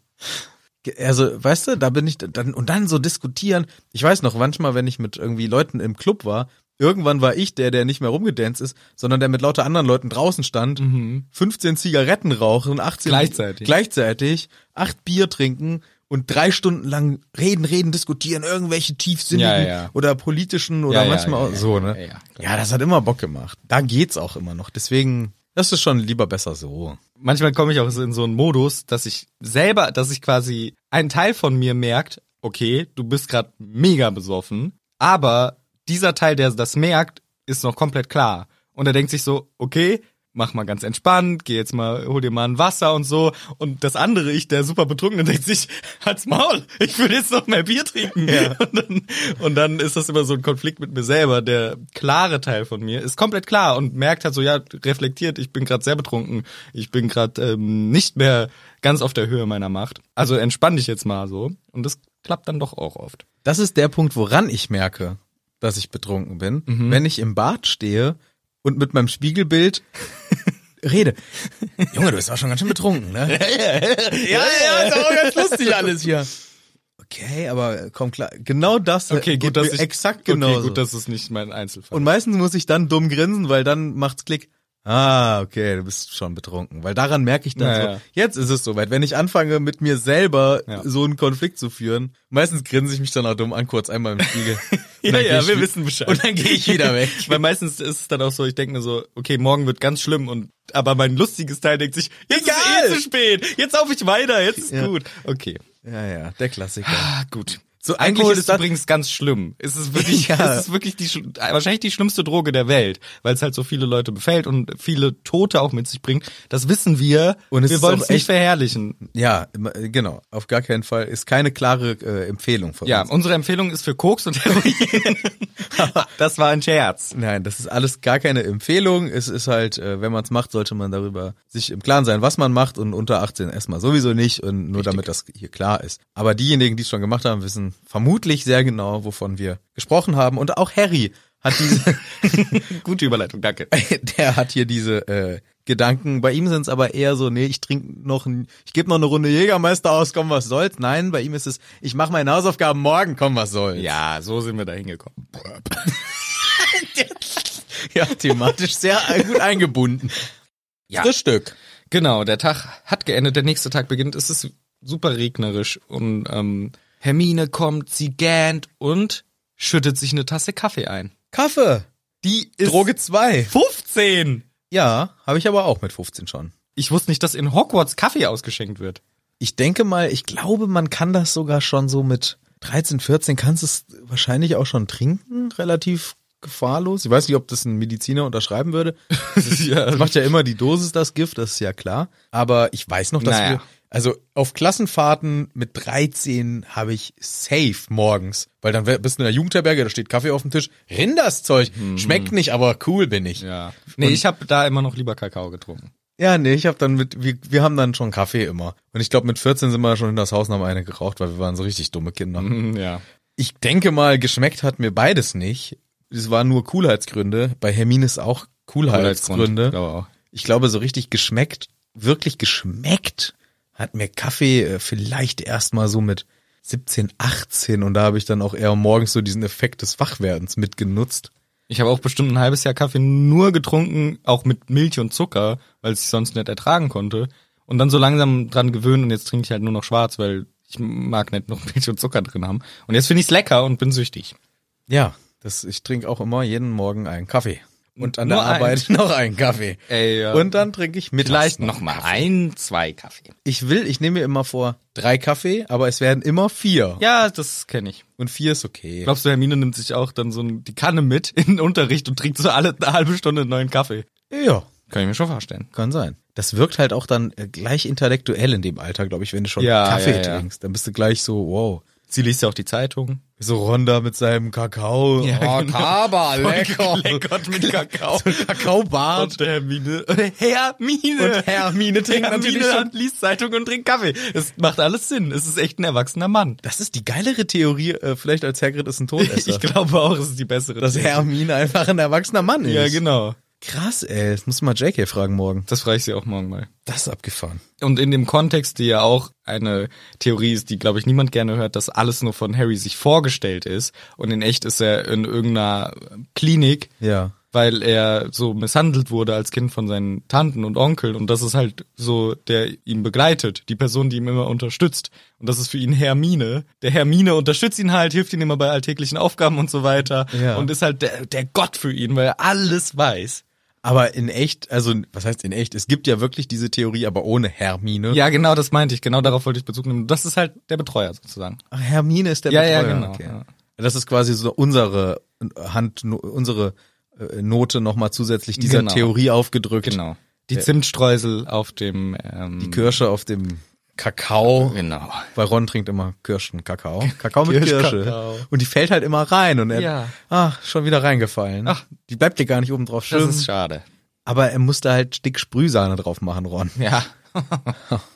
S1: Ge- Also, weißt du, da bin ich dann und dann so diskutieren. Ich weiß noch, manchmal, wenn ich mit irgendwie Leuten im Club war, irgendwann war ich der, der nicht mehr rumgedanced ist, sondern der mit lauter anderen Leuten draußen stand, 15 Zigaretten rauchen, 18
S2: Mhm. Gleichzeitig.
S1: gleichzeitig, acht Bier trinken und drei Stunden lang reden, reden, diskutieren, irgendwelche tiefsinnigen
S2: Ja, ja.
S1: oder politischen oder
S2: Ja, ja,
S1: manchmal
S2: ja,
S1: auch
S2: ja,
S1: so,
S2: ja,
S1: ne?
S2: ja, ja, klar.
S1: Ja, das hat immer Bock gemacht. Da geht's auch immer noch. Deswegen, das ist schon lieber besser so.
S2: manchmal komme ich auch so in so einen Modus, dass ich selber, dass ich quasi ein Teil von mir merkt, okay, du bist gerade mega besoffen, aber dieser Teil, der das merkt, ist noch komplett klar. Und er denkt sich so, okay, mach mal ganz entspannt, geh jetzt mal, hol dir mal ein Wasser und so. Und das andere Ich, der super betrunkene, denkt sich, halt's Maul, ich will jetzt noch mehr Bier trinken. Und, dann, und dann ist das immer so ein Konflikt mit mir selber. Der klare Teil von mir ist komplett klar und merkt halt so, ja, reflektiert, ich bin gerade sehr betrunken, ich bin gerade ähm, nicht mehr ganz auf der Höhe meiner Macht. Also entspann dich jetzt mal so. Und das klappt dann doch auch oft.
S1: Das ist der Punkt, woran ich merke, dass ich betrunken bin, wenn ich im Bad stehe und mit meinem Spiegelbild rede. Junge, du bist auch schon ganz schön betrunken, ne?
S2: Ja, ja, ist auch ganz lustig
S1: alles hier. Okay, aber komm klar. Genau das. äh,
S2: Okay,
S1: geht
S2: gut, dass
S1: mir
S2: ich,
S1: exakt
S2: genau.
S1: genau.
S2: Okay, gut, das ist nicht mein Einzelfall.
S1: und meistens muss ich dann dumm grinsen, weil dann macht's Klick. Ah, okay, du bist schon betrunken. Weil daran merke ich dann
S2: Ja,
S1: so,
S2: ja.
S1: jetzt ist es soweit. Wenn ich anfange, mit mir selber
S2: Ja.
S1: so einen Konflikt zu führen, meistens grinse ich mich dann auch dumm an, kurz einmal im Spiegel. Und
S2: Ja,
S1: dann geh
S2: ja,
S1: ich
S2: wir
S1: wi-
S2: wissen Bescheid.
S1: Und dann gehe ich wieder weg.
S2: Weil meistens ist es dann auch so, ich denke mir so, okay, morgen wird ganz schlimm und aber mein lustiges Teil denkt sich, jetzt
S1: Egal.
S2: ist eh zu spät, jetzt auf ich weiter, jetzt ist
S1: Ja.
S2: gut. Okay.
S1: Ja, ja, der Klassiker.
S2: Ah, gut.
S1: So,
S2: Eigentlich
S1: Alkohol
S2: ist
S1: ist
S2: es
S1: dann-
S2: übrigens ganz schlimm. Es ist wirklich,
S1: Ja.
S2: es ist wirklich die, schl- wahrscheinlich die schlimmste Droge der Welt, weil es halt so viele Leute befällt und viele Tote auch mit sich bringt. Das wissen wir.
S1: Und es
S2: wir
S1: ist
S2: wollen
S1: auch
S2: es nicht
S1: echt-
S2: verherrlichen.
S1: Ja, immer, äh, genau. Auf gar keinen Fall. Ist keine klare äh, Empfehlung von
S2: Ja,
S1: uns.
S2: unsere Empfehlung ist für Koks und Heroin. das war ein Scherz.
S1: Nein, das ist alles gar keine Empfehlung. Es ist halt, äh, wenn man es macht, sollte man darüber sich im Klaren sein, was man macht und unter 18 erstmal sowieso nicht und nur damit das hier klar ist. Aber diejenigen, die es schon gemacht haben, wissen vermutlich sehr genau, wovon wir gesprochen haben. Und auch Harry hat diese,
S2: Gute Überleitung, danke.
S1: der hat hier diese äh, Gedanken. Bei ihm sind es aber eher so, nee, ich trinke noch, ein, ich gebe noch eine Runde Jägermeister aus, komm, was soll's. Nein, bei ihm ist es, ich mache meine Hausaufgaben morgen, komm, was soll's.
S2: Ja, so sind wir da hingekommen.
S1: ja thematisch sehr gut eingebunden.
S2: Ja.
S1: Frühstück.
S2: Genau, der Tag hat geendet, der nächste Tag beginnt, es ist super regnerisch und ähm, Hermine kommt, sie gähnt und schüttet sich eine Tasse Kaffee ein.
S1: Kaffee. Die
S2: ist-
S1: Droge 2.
S2: 15!
S1: Ja, habe ich aber auch mit 15 schon.
S2: Ich wusste nicht, dass in Hogwarts Kaffee ausgeschenkt wird.
S1: Ich denke mal, ich glaube, man kann das sogar schon so mit 13, 14 kannst es wahrscheinlich auch schon trinken, relativ gefahrlos. Ich weiß nicht, ob das ein Mediziner unterschreiben würde.
S2: ja.
S1: Das macht ja immer die Dosis das Gift, das ist ja klar. Aber ich weiß noch, dass
S2: Naja.
S1: wir, also auf Klassenfahrten mit 13 habe ich safe morgens, weil dann wär- bist du in der Jugendherberge, da steht Kaffee auf dem Tisch, rinn das Zeug,
S2: Hm.
S1: schmeckt nicht, aber cool bin ich.
S2: ja. Nee, ich habe da immer noch lieber Kakao getrunken.
S1: Ja, nee, ich habe dann mit, wir, wir haben dann schon Kaffee immer. Und ich glaube, mit 14 sind wir schon in das Haus und haben eine geraucht, weil wir waren so richtig dumme Kinder.
S2: Mhm, Ja.
S1: Ich denke mal, geschmeckt hat mir beides nicht. Es waren nur Coolheitsgründe. Bei Hermine ist auch Coolheitsgründe.
S2: Glaube auch.
S1: Ich glaube, so richtig geschmeckt, wirklich geschmeckt hat mir Kaffee äh, vielleicht erst mal so mit 17, 18 und da habe ich dann auch eher morgens so diesen Effekt des Wachwerdens mitgenutzt.
S2: Ich habe auch bestimmt ein halbes Jahr Kaffee nur getrunken, auch mit Milch und Zucker, weil ich sonst nicht ertragen konnte. Und dann so langsam dran gewöhnen und jetzt trinke ich halt nur noch schwarz, weil ich mag nicht noch Milch und Zucker drin haben. Und jetzt finde ich es lecker und bin süchtig.
S1: Ja, das, ich trinke auch immer jeden Morgen einen Kaffee. Und an
S2: Nur
S1: der Arbeit noch einen Kaffee.
S2: Ey, ja.
S1: Und dann trinke ich mittags
S2: Vielleicht
S1: noch.
S2: noch mal ein, zwei Kaffee.
S1: Ich will, ich nehme mir immer vor, drei Kaffee, aber es werden immer vier.
S2: Ja, das kenne ich.
S1: Und vier ist okay.
S2: Glaubst du, Hermine nimmt sich auch dann so ein- die Kanne mit in den Unterricht und trinkt so alle eine halbe Stunde einen neuen Kaffee?
S1: ja,
S2: Kann ich mir schon vorstellen.
S1: kann sein. Das wirkt halt auch dann äh, gleich intellektuell in dem Alter, glaube ich, wenn du schon
S2: Ja,
S1: Kaffee
S2: ja, ja.
S1: trinkst. Dann bist du gleich so, wow.
S2: Sie liest ja auch die Zeitung.
S1: So Ronda mit seinem Kakao. Oh,
S2: Ja, genau.
S1: Kaba,
S2: Leckert mit Kakao.
S1: Kakaobart.
S2: Und der Hermine. Und Hermine.
S1: Und Hermine trinkt natürlich schon-
S2: und liest Zeitung und trinkt Kaffee. Es macht alles Sinn. Es ist echt ein erwachsener Mann.
S1: Das ist die geilere Theorie, äh, vielleicht als Hagrid ist ein Todesser.
S2: Ich glaube auch, es ist die bessere.
S1: dass Hermine einfach ein erwachsener Mann ist.
S2: ja, genau.
S1: Krass, ey. Das muss man JK fragen morgen.
S2: Das frage ich sie auch morgen mal.
S1: Das ist abgefahren.
S2: Und in dem Kontext, die ja auch eine Theorie ist, die, glaube ich, niemand gerne hört, dass alles nur von Harry sich vorgestellt ist. Und in echt ist er in irgendeiner Klinik.
S1: Ja.
S2: weil er so misshandelt wurde als Kind von seinen Tanten und Onkeln und das ist halt so der ihn begleitet, die Person, die ihm immer unterstützt und das ist für ihn Hermine. Der Hermine unterstützt ihn halt, hilft ihm immer bei alltäglichen Aufgaben und so weiter
S1: Ja.
S2: und ist halt der, der Gott für ihn, weil er alles weiß.
S1: Aber in echt, also was heißt in echt? Es gibt ja wirklich diese Theorie, aber ohne Hermine.
S2: Ja, genau, das meinte ich, genau darauf wollte ich Bezug nehmen. Das ist halt der Betreuer sozusagen.
S1: Ach, Hermine ist der
S2: Ja, ja,
S1: Betreuer.
S2: genau,
S1: okay.
S2: ja.
S1: Das ist quasi so unsere Hand, unsere äh, Note nochmal zusätzlich dieser
S2: Genau.
S1: Theorie aufgedrückt.
S2: Genau. Die Zimtstreusel auf dem ähm,
S1: Die Kirsche auf dem Kakao.
S2: Genau.
S1: Weil Ron trinkt immer Kirschen, Kakao. Kakao mit
S2: Kirsch-
S1: Kirsche.
S2: Kakao.
S1: Und die fällt halt immer rein und er,
S2: Ja.
S1: ach, schon wieder reingefallen.
S2: Ach.
S1: Die bleibt dir gar nicht oben drauf
S2: Das
S1: schwimmen.
S2: ist schade.
S1: Aber er musste halt dick Sprühsahne drauf machen, Ron.
S2: Ja.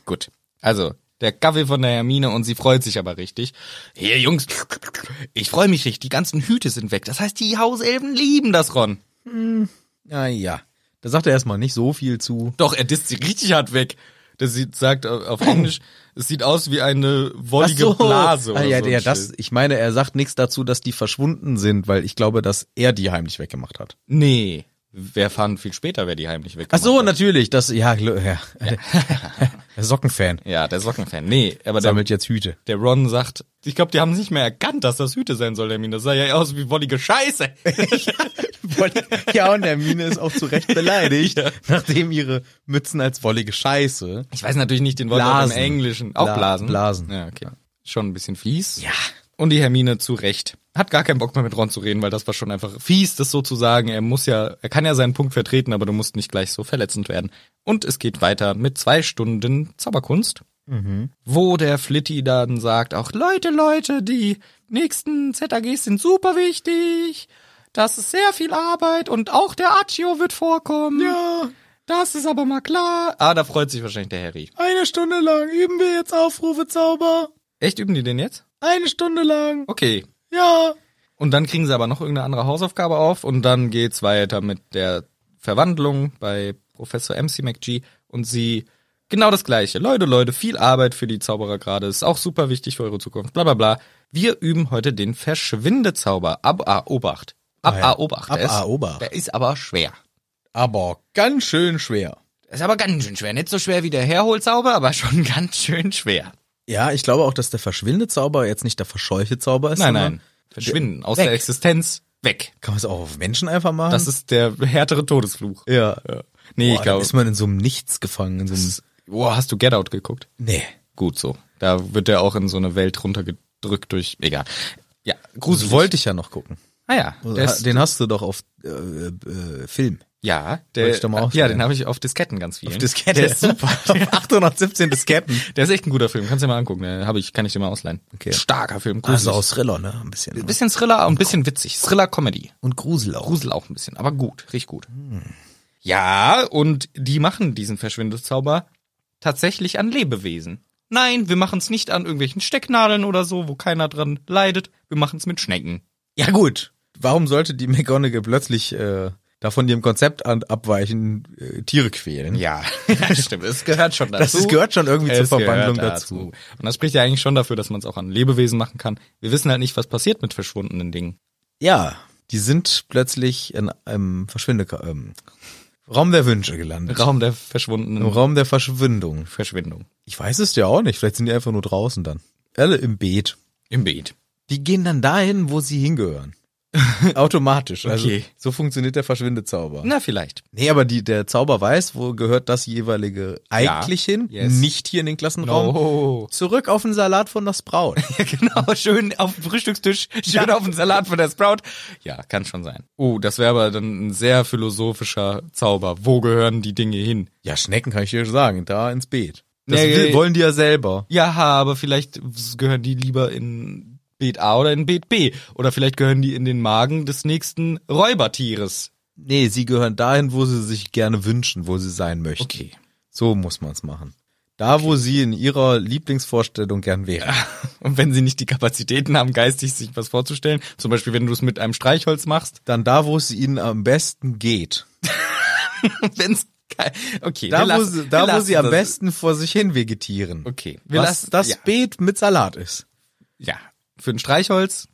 S2: Gut. Also, der Kaffee von der Hermine und sie freut sich aber richtig. Hier, Jungs, ich freue mich richtig. Die ganzen Hüte sind weg. Das heißt, die Hauselfen lieben das, Ron.
S1: Ja, Ah, ja. Da sagt er erstmal nicht so viel zu.
S2: Doch, er disst sie richtig hart weg. Das sieht, sagt au- auf Englisch, es sieht aus wie eine wollige Blase.
S1: ah,
S2: Oder
S1: ja,
S2: so
S1: ja,
S2: ein Schild.
S1: das, ich meine, er sagt nichts dazu, dass die verschwunden sind, weil ich glaube, dass er die heimlich weggemacht hat.
S2: Nee. Wer fand viel später, wer die heimlich weg
S1: Ach so, natürlich, das, ja, gl- ja. der Sockenfan
S2: Ja, der Sockenfan. Nee, aber der,
S1: sammelt jetzt Hüte.
S2: der Ron sagt, ich glaube, die haben nicht mehr erkannt, dass das Hüte sein soll, Hermine. Das sah ja aus wie wollige Scheiße.
S1: Ja, und Hermine ist auch zu Recht beleidigt, nachdem ihre Mützen als wollige Scheiße.
S2: Ich weiß natürlich nicht den Wortlaut im
S1: Blasen.
S2: Englischen. Auch
S1: Bla-
S2: Blasen.
S1: Blasen.
S2: Ja, okay. Schon ein bisschen fies. Ja. Und die Hermine zu Recht. Hat gar keinen Bock mehr mit Ron zu reden, weil das war schon einfach fies, das so zu sagen. Er muss ja, er kann ja seinen Punkt vertreten, aber du musst nicht gleich so verletzend werden. Und es geht weiter mit zwei Stunden Zauberkunst.
S1: Mhm.
S2: Wo der Flitti dann sagt, auch Leute, Leute, die nächsten ZAGs sind super wichtig. Das ist sehr viel Arbeit und auch der Accio wird vorkommen. Ja. Das ist aber mal klar. Ah, da freut sich wahrscheinlich der Harry.
S1: Eine Stunde lang üben wir jetzt Aufrufe Zauber.
S2: Echt üben die den jetzt?
S1: Eine Stunde lang.
S2: Okay.
S1: Ja.
S2: Und dann kriegen sie aber noch irgendeine andere Hausaufgabe auf und dann geht's weiter mit der Verwandlung bei Professor MC McGee und sie genau das gleiche. Leute, Leute, viel Arbeit für die Zauberer gerade, ist auch super wichtig für eure Zukunft, bla bla bla. Wir üben heute den Verschwindezauber. Ab A Obacht. Ab
S1: Ah ja.
S2: A Obacht.
S1: Ab
S2: Der ist-
S1: A, Obacht.
S2: Der ist aber schwer.
S1: Aber ganz schön schwer.
S2: Der ist aber ganz schön schwer. Nicht so schwer wie der Herholzauber, aber schon ganz schön schwer.
S1: Ja, ich glaube auch, dass der verschwindende Zauber jetzt nicht der verscheuchte Zauber ist.
S2: Nein,
S1: sondern-
S2: nein. Verschwinden. Aus
S1: Weg.
S2: der Existenz. Weg.
S1: Kann man es auch auf Menschen einfach machen?
S2: Das ist der härtere Todesfluch.
S1: ja.
S2: Nee,
S1: Boah,
S2: ich glaube.
S1: Dann ist man in so einem Nichts gefangen. In so einem,
S2: Boah, hast du Get Out geguckt?
S1: nee.
S2: Gut so. Da wird er auch in so eine Welt runtergedrückt durch. Egal. Ja, gruselig.
S1: Das wollte Also ich ja noch gucken.
S2: Ah ja. Der
S1: Ha-
S2: ist,
S1: Den hast du doch auf äh, äh, Film.
S2: ja,
S1: Wollte
S2: der, ah,
S1: ich doch mal
S2: ja,
S1: ausprobieren.
S2: den habe ich auf Disketten ganz viel. Auf
S1: Diskette.
S2: Der ist super.
S1: Auf 817 Disketten.
S2: der ist echt ein guter Film. Kannst du dir mal angucken. Der Hab ich, kann ich dir mal ausleihen.
S1: Okay.
S2: Starker Film.
S1: Also
S2: gruselig.
S1: aus Thriller, ne? Ein bisschen.
S2: Ein bisschen Thriller und ein bisschen witzig. Thriller-Comedy.
S1: Und Grusel auch.
S2: Grusel auch ein bisschen, aber gut, richtig gut.
S1: Hm.
S2: Ja, und die machen diesen Verschwindezauber tatsächlich an Lebewesen. Nein, wir machen es nicht an irgendwelchen Stecknadeln oder so, wo keiner dran leidet. Wir machen es mit Schnecken.
S1: Ja gut. Warum sollte die McGonagall plötzlich äh, da von ihrem Konzept an, abweichen, äh, Tiere quälen?
S2: Ja, stimmt. Es gehört schon
S1: Das
S2: dazu.
S1: ist, gehört schon irgendwie zur
S2: Es gehört
S1: Verwandlung dazu.
S2: Und das spricht ja eigentlich schon dafür, dass man es auch an Lebewesen machen kann. Wir wissen halt nicht, was passiert mit verschwundenen Dingen.
S1: Ja, die sind plötzlich in einem Verschwinde ähm, Raum der Wünsche gelandet.
S2: Raum der verschwundenen
S1: Im Raum der Verschwindung.
S2: Verschwindung.
S1: Ich weiß es ja auch nicht. Vielleicht sind die einfach nur draußen dann. Alle im Beet.
S2: Im Beet.
S1: Die gehen dann dahin, wo sie hingehören. Automatisch. Also
S2: Okay.
S1: so funktioniert der Verschwindezauber.
S2: Na, vielleicht.
S1: Nee, aber die, der Zauber weiß, wo gehört das jeweilige eigentlich hin.
S2: Yes.
S1: Nicht hier in den Klassenraum.
S2: No.
S1: Zurück auf den Salat von das Braut.
S2: Ja, genau, schön auf dem Frühstückstisch, schön auf dem Salat von der Sprout. Ja, kann schon sein. Oh, das wäre aber dann ein sehr philosophischer Zauber. Wo gehören die Dinge hin?
S1: ja, Schnecken kann ich dir sagen. Da ins Beet. Das
S2: Nee,
S1: will,
S2: nee.
S1: wollen die ja selber.
S2: Ja, aber vielleicht gehören die lieber in Beet A oder in Beet B. Oder vielleicht gehören die in den Magen des nächsten Räubertieres.
S1: Nee, sie gehören dahin, wo sie sich gerne wünschen, wo sie sein möchten. So muss man es machen. Da, wo sie in ihrer Lieblingsvorstellung gern wäre.
S2: Und wenn sie nicht die Kapazitäten haben, geistig sich was vorzustellen, zum Beispiel wenn du es mit einem Streichholz machst,
S1: Dann da, wo es ihnen am besten geht.
S2: wenn es okay,
S1: Da,
S2: wir lassen-
S1: wo sie,
S2: wir
S1: da, wo
S2: lassen
S1: sie am
S2: das.
S1: besten vor sich hin vegetieren.
S2: Okay, wir
S1: Was
S2: lassen
S1: das
S2: ja,
S1: Beet mit Salat ist.
S2: ja für ein Streichholz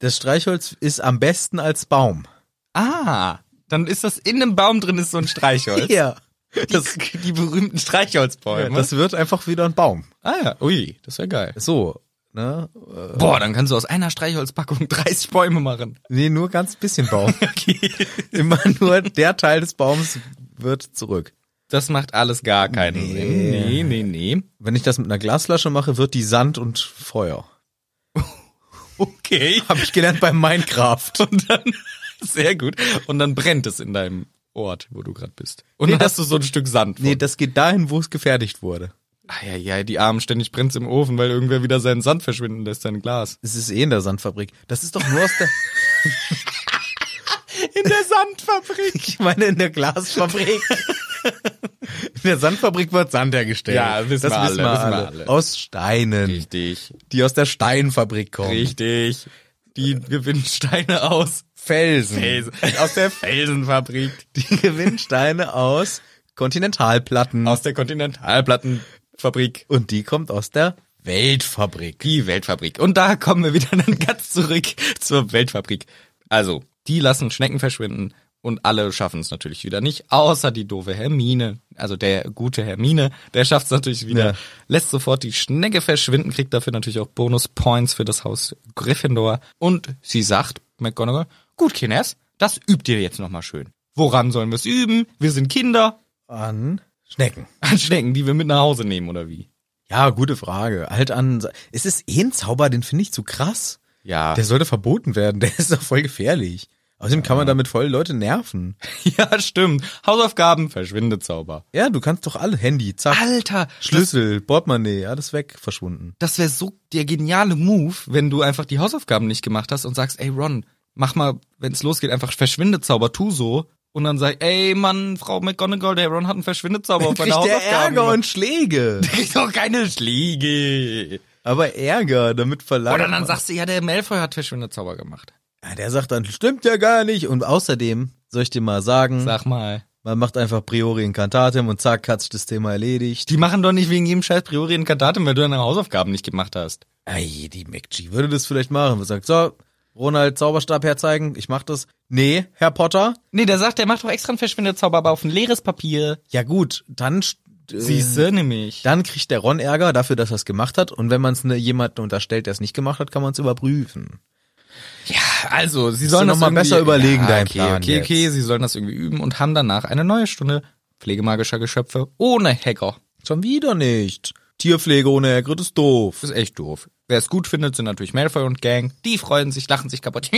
S1: Das Streichholz ist am besten als Baum.
S2: Ah, dann ist das in einem Baum drin, ist so ein Streichholz.
S1: Ja.
S2: Das, die berühmten Streichholzbäume.
S1: Das wird einfach wieder ein Baum.
S2: ah ja, ui, das wäre geil.
S1: So. Ne?
S2: Boah, dann kannst du aus einer Streichholzpackung 30 Bäume machen.
S1: Nee, nur ganz bisschen Baum. Immer nur der Teil des Baums wird zurück.
S2: Das macht alles gar keinen
S1: Nee.
S2: Sinn. Nee, nee, nee.
S1: Wenn ich das mit einer Glasflasche mache, wird die Sand und Feuer.
S2: Okay.
S1: Habe ich gelernt bei Minecraft.
S2: Und dann Sehr gut. Und dann brennt es in deinem Ort, wo du gerade bist. Und
S1: Nee,
S2: dann
S1: das-
S2: hast du so ein Stück Sand.
S1: Nee, das geht dahin, wo es gefertigt wurde.
S2: ja, ja, die Armen ständig brennt's im Ofen, weil irgendwer wieder seinen Sand verschwinden lässt, sein Glas.
S1: Es ist eh in der Sandfabrik. Das ist doch nur aus der,
S2: In der Sandfabrik.
S1: ich meine in der Glasfabrik. In der Sandfabrik wird Sand hergestellt.
S2: Ja, wissen
S1: das
S2: wir
S1: wissen
S2: alle,
S1: wir
S2: wissen wir
S1: alle.
S2: alle.
S1: Aus Steinen,
S2: Richtig.
S1: die aus der Steinfabrik kommen.
S2: Richtig. Die gewinnen Steine aus
S1: Felsen.
S2: Felsen. Aus der Felsenfabrik.
S1: Die gewinnen Steine aus Kontinentalplatten.
S2: Aus der Kontinentalplattenfabrik.
S1: Und die kommt aus der Weltfabrik.
S2: Die Weltfabrik. Und da kommen wir wieder dann ganz zurück zur Weltfabrik. Also, die lassen Schnecken verschwinden und alle schaffen es natürlich wieder nicht, außer die doofe Hermine. Also der gute Hermine, der schafft es natürlich wieder.
S1: Ja.
S2: Lässt sofort die Schnecke verschwinden, kriegt dafür natürlich auch Bonus-Points für das Haus Gryffindor. Und sie sagt, McGonagall, gut, Kines, das übt ihr jetzt nochmal schön. Woran sollen wir es üben? Wir sind Kinder
S1: An Schnecken.
S2: an Schnecken, die wir mit nach Hause nehmen, oder wie?
S1: Ja, gute Frage. Halt an. Es ist eh ein Zauber, den finde ich zu krass.
S2: Ja.
S1: Der sollte verboten werden. Der ist doch voll gefährlich. Außerdem kann man damit voll Leute nerven.
S2: ja, stimmt. Hausaufgaben, verschwinde Zauber.
S1: Ja, du kannst doch alle Handy, zack,
S2: Alter,
S1: Schlüssel, Portemonnaie, alles weg, verschwunden.
S2: das wäre so der geniale Move, wenn du einfach die Hausaufgaben nicht gemacht hast und sagst, ey Ron, mach mal, wenn's losgeht, einfach Verschwindezauber, tu so. Und dann sag, ey Mann, Frau McGonagall, der Ron hat einen Verschwindezauber auf meine
S1: Kriegt der
S2: Hausaufgaben.
S1: Ärger und Schläge.
S2: Kriegt doch keine Schläge.
S1: Aber Ärger, damit verlangt.
S2: Oder dann
S1: man-
S2: sagst du, ja, der Malfoy hat Verschwindezauber gemacht.
S1: Ja, der sagt dann, stimmt ja gar nicht. Und außerdem, soll ich dir mal sagen,
S2: Sag mal.
S1: man macht einfach Priori Incantatem und zack, hat sich das Thema erledigt.
S2: Die machen doch nicht wegen jedem scheiß Priori ein Kantatem, weil du deine Hausaufgaben nicht gemacht hast.
S1: Ey, die McG würde das vielleicht machen. Und sagt, so, Ronald, Zauberstab herzeigen, ich mach das. Nee, Herr Potter.
S2: Nee, der sagt, der macht doch extra einen Verschwindezauber, aber auf ein leeres Papier.
S1: Ja gut, dann... st- äh,
S2: Siehste nämlich.
S1: Dann kriegt der Ron Ärger dafür, dass er es gemacht hat. Und wenn man es ne, jemandem unterstellt, der es nicht gemacht hat, kann man es überprüfen.
S2: Also, sie sollen
S1: du
S2: das
S1: noch mal
S2: irgendwie-
S1: besser überlegen,
S2: ja,
S1: deinen
S2: okay,
S1: Plan
S2: Okay, okay, sie sollen das irgendwie üben und haben danach eine neue Stunde pflegemagischer Geschöpfe ohne Hacker.
S1: Schon wieder nicht. Tierpflege ohne Ärger, das ist doof.
S2: Das ist echt doof. Wer es gut findet, sind natürlich Malfoy und Gang. Die freuen sich, lachen sich kaputt.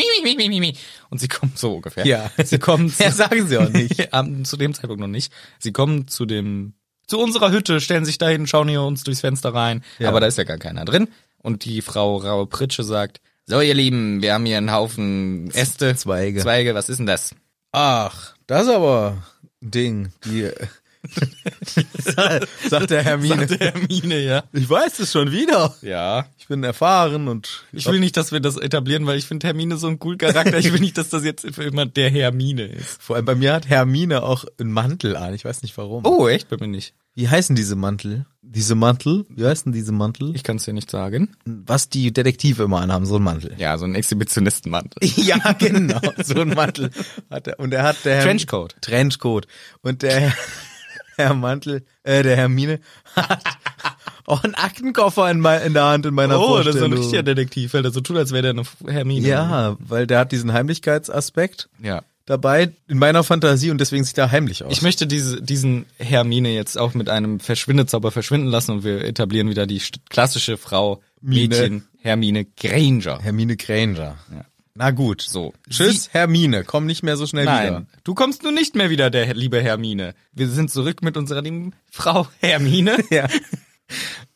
S2: Und sie kommen so ungefähr.
S1: Ja.
S2: Sie kommen zu,
S1: Mehr sagen sie auch nicht.
S2: Ähm, zu dem Zeitpunkt noch nicht. Sie kommen zu dem zu unserer Hütte, stellen sich dahin, schauen hier uns durchs Fenster rein,
S1: Ja.
S2: aber da ist ja gar keiner drin und die Frau Raue Pritsche sagt: "So ihr Lieben, wir haben hier einen Haufen Äste,
S1: Zweige.
S2: Zweige, was ist denn das?"
S1: Ach, das ist aber ein Ding. Die, äh, sagt der Hermine.
S2: Sagt der Hermine, ja.
S1: ich weiß es schon wieder.
S2: Ja.
S1: Ich bin erfahren und
S2: Ich will nicht, dass wir das etablieren, weil ich finde Hermine so einen coolen Charakter. Ich will nicht, dass das jetzt für immer der Hermine ist.
S1: vor allem bei mir hat Hermine auch einen Mantel an. Ich weiß nicht warum.
S2: Oh, echt? Bei mir nicht.
S1: Wie heißen diese Mantel? Diese Mantel? Wie heißen diese Mantel?
S2: Ich kann es dir nicht sagen.
S1: was die Detektive immer anhaben, so ein Mantel.
S2: Ja, so ein Exhibitionistenmantel.
S1: Ja, genau, so ein Mantel hat er. Und er hat der Herr-
S2: Trenchcoat.
S1: Trenchcoat. Und der Herr- Herr Mantel, äh, der Hermine hat auch einen Aktenkoffer in, mein, in der Hand in meiner
S2: Oh, das ist so
S1: Vorstellung.
S2: ein richtiger Detektiv, weil der so tut, als wäre der eine Hermine.
S1: ja, weil der hat diesen Heimlichkeitsaspekt
S2: Ja.
S1: dabei in meiner Fantasie und deswegen sieht er heimlich aus.
S2: Ich möchte diese, diesen Hermine jetzt auch mit einem Verschwindezauber verschwinden lassen und wir etablieren wieder die st- klassische Frau,
S1: Mine.
S2: Mädchen, Hermine Granger.
S1: Hermine Granger.
S2: Ja.
S1: Na gut.
S2: So.
S1: Tschüss, Hermine. Komm nicht mehr so schnell wieder.
S2: Nein, du kommst nun nicht mehr wieder, der liebe Hermine. Wir sind zurück mit unserer lieben Frau Hermine.
S1: Ja.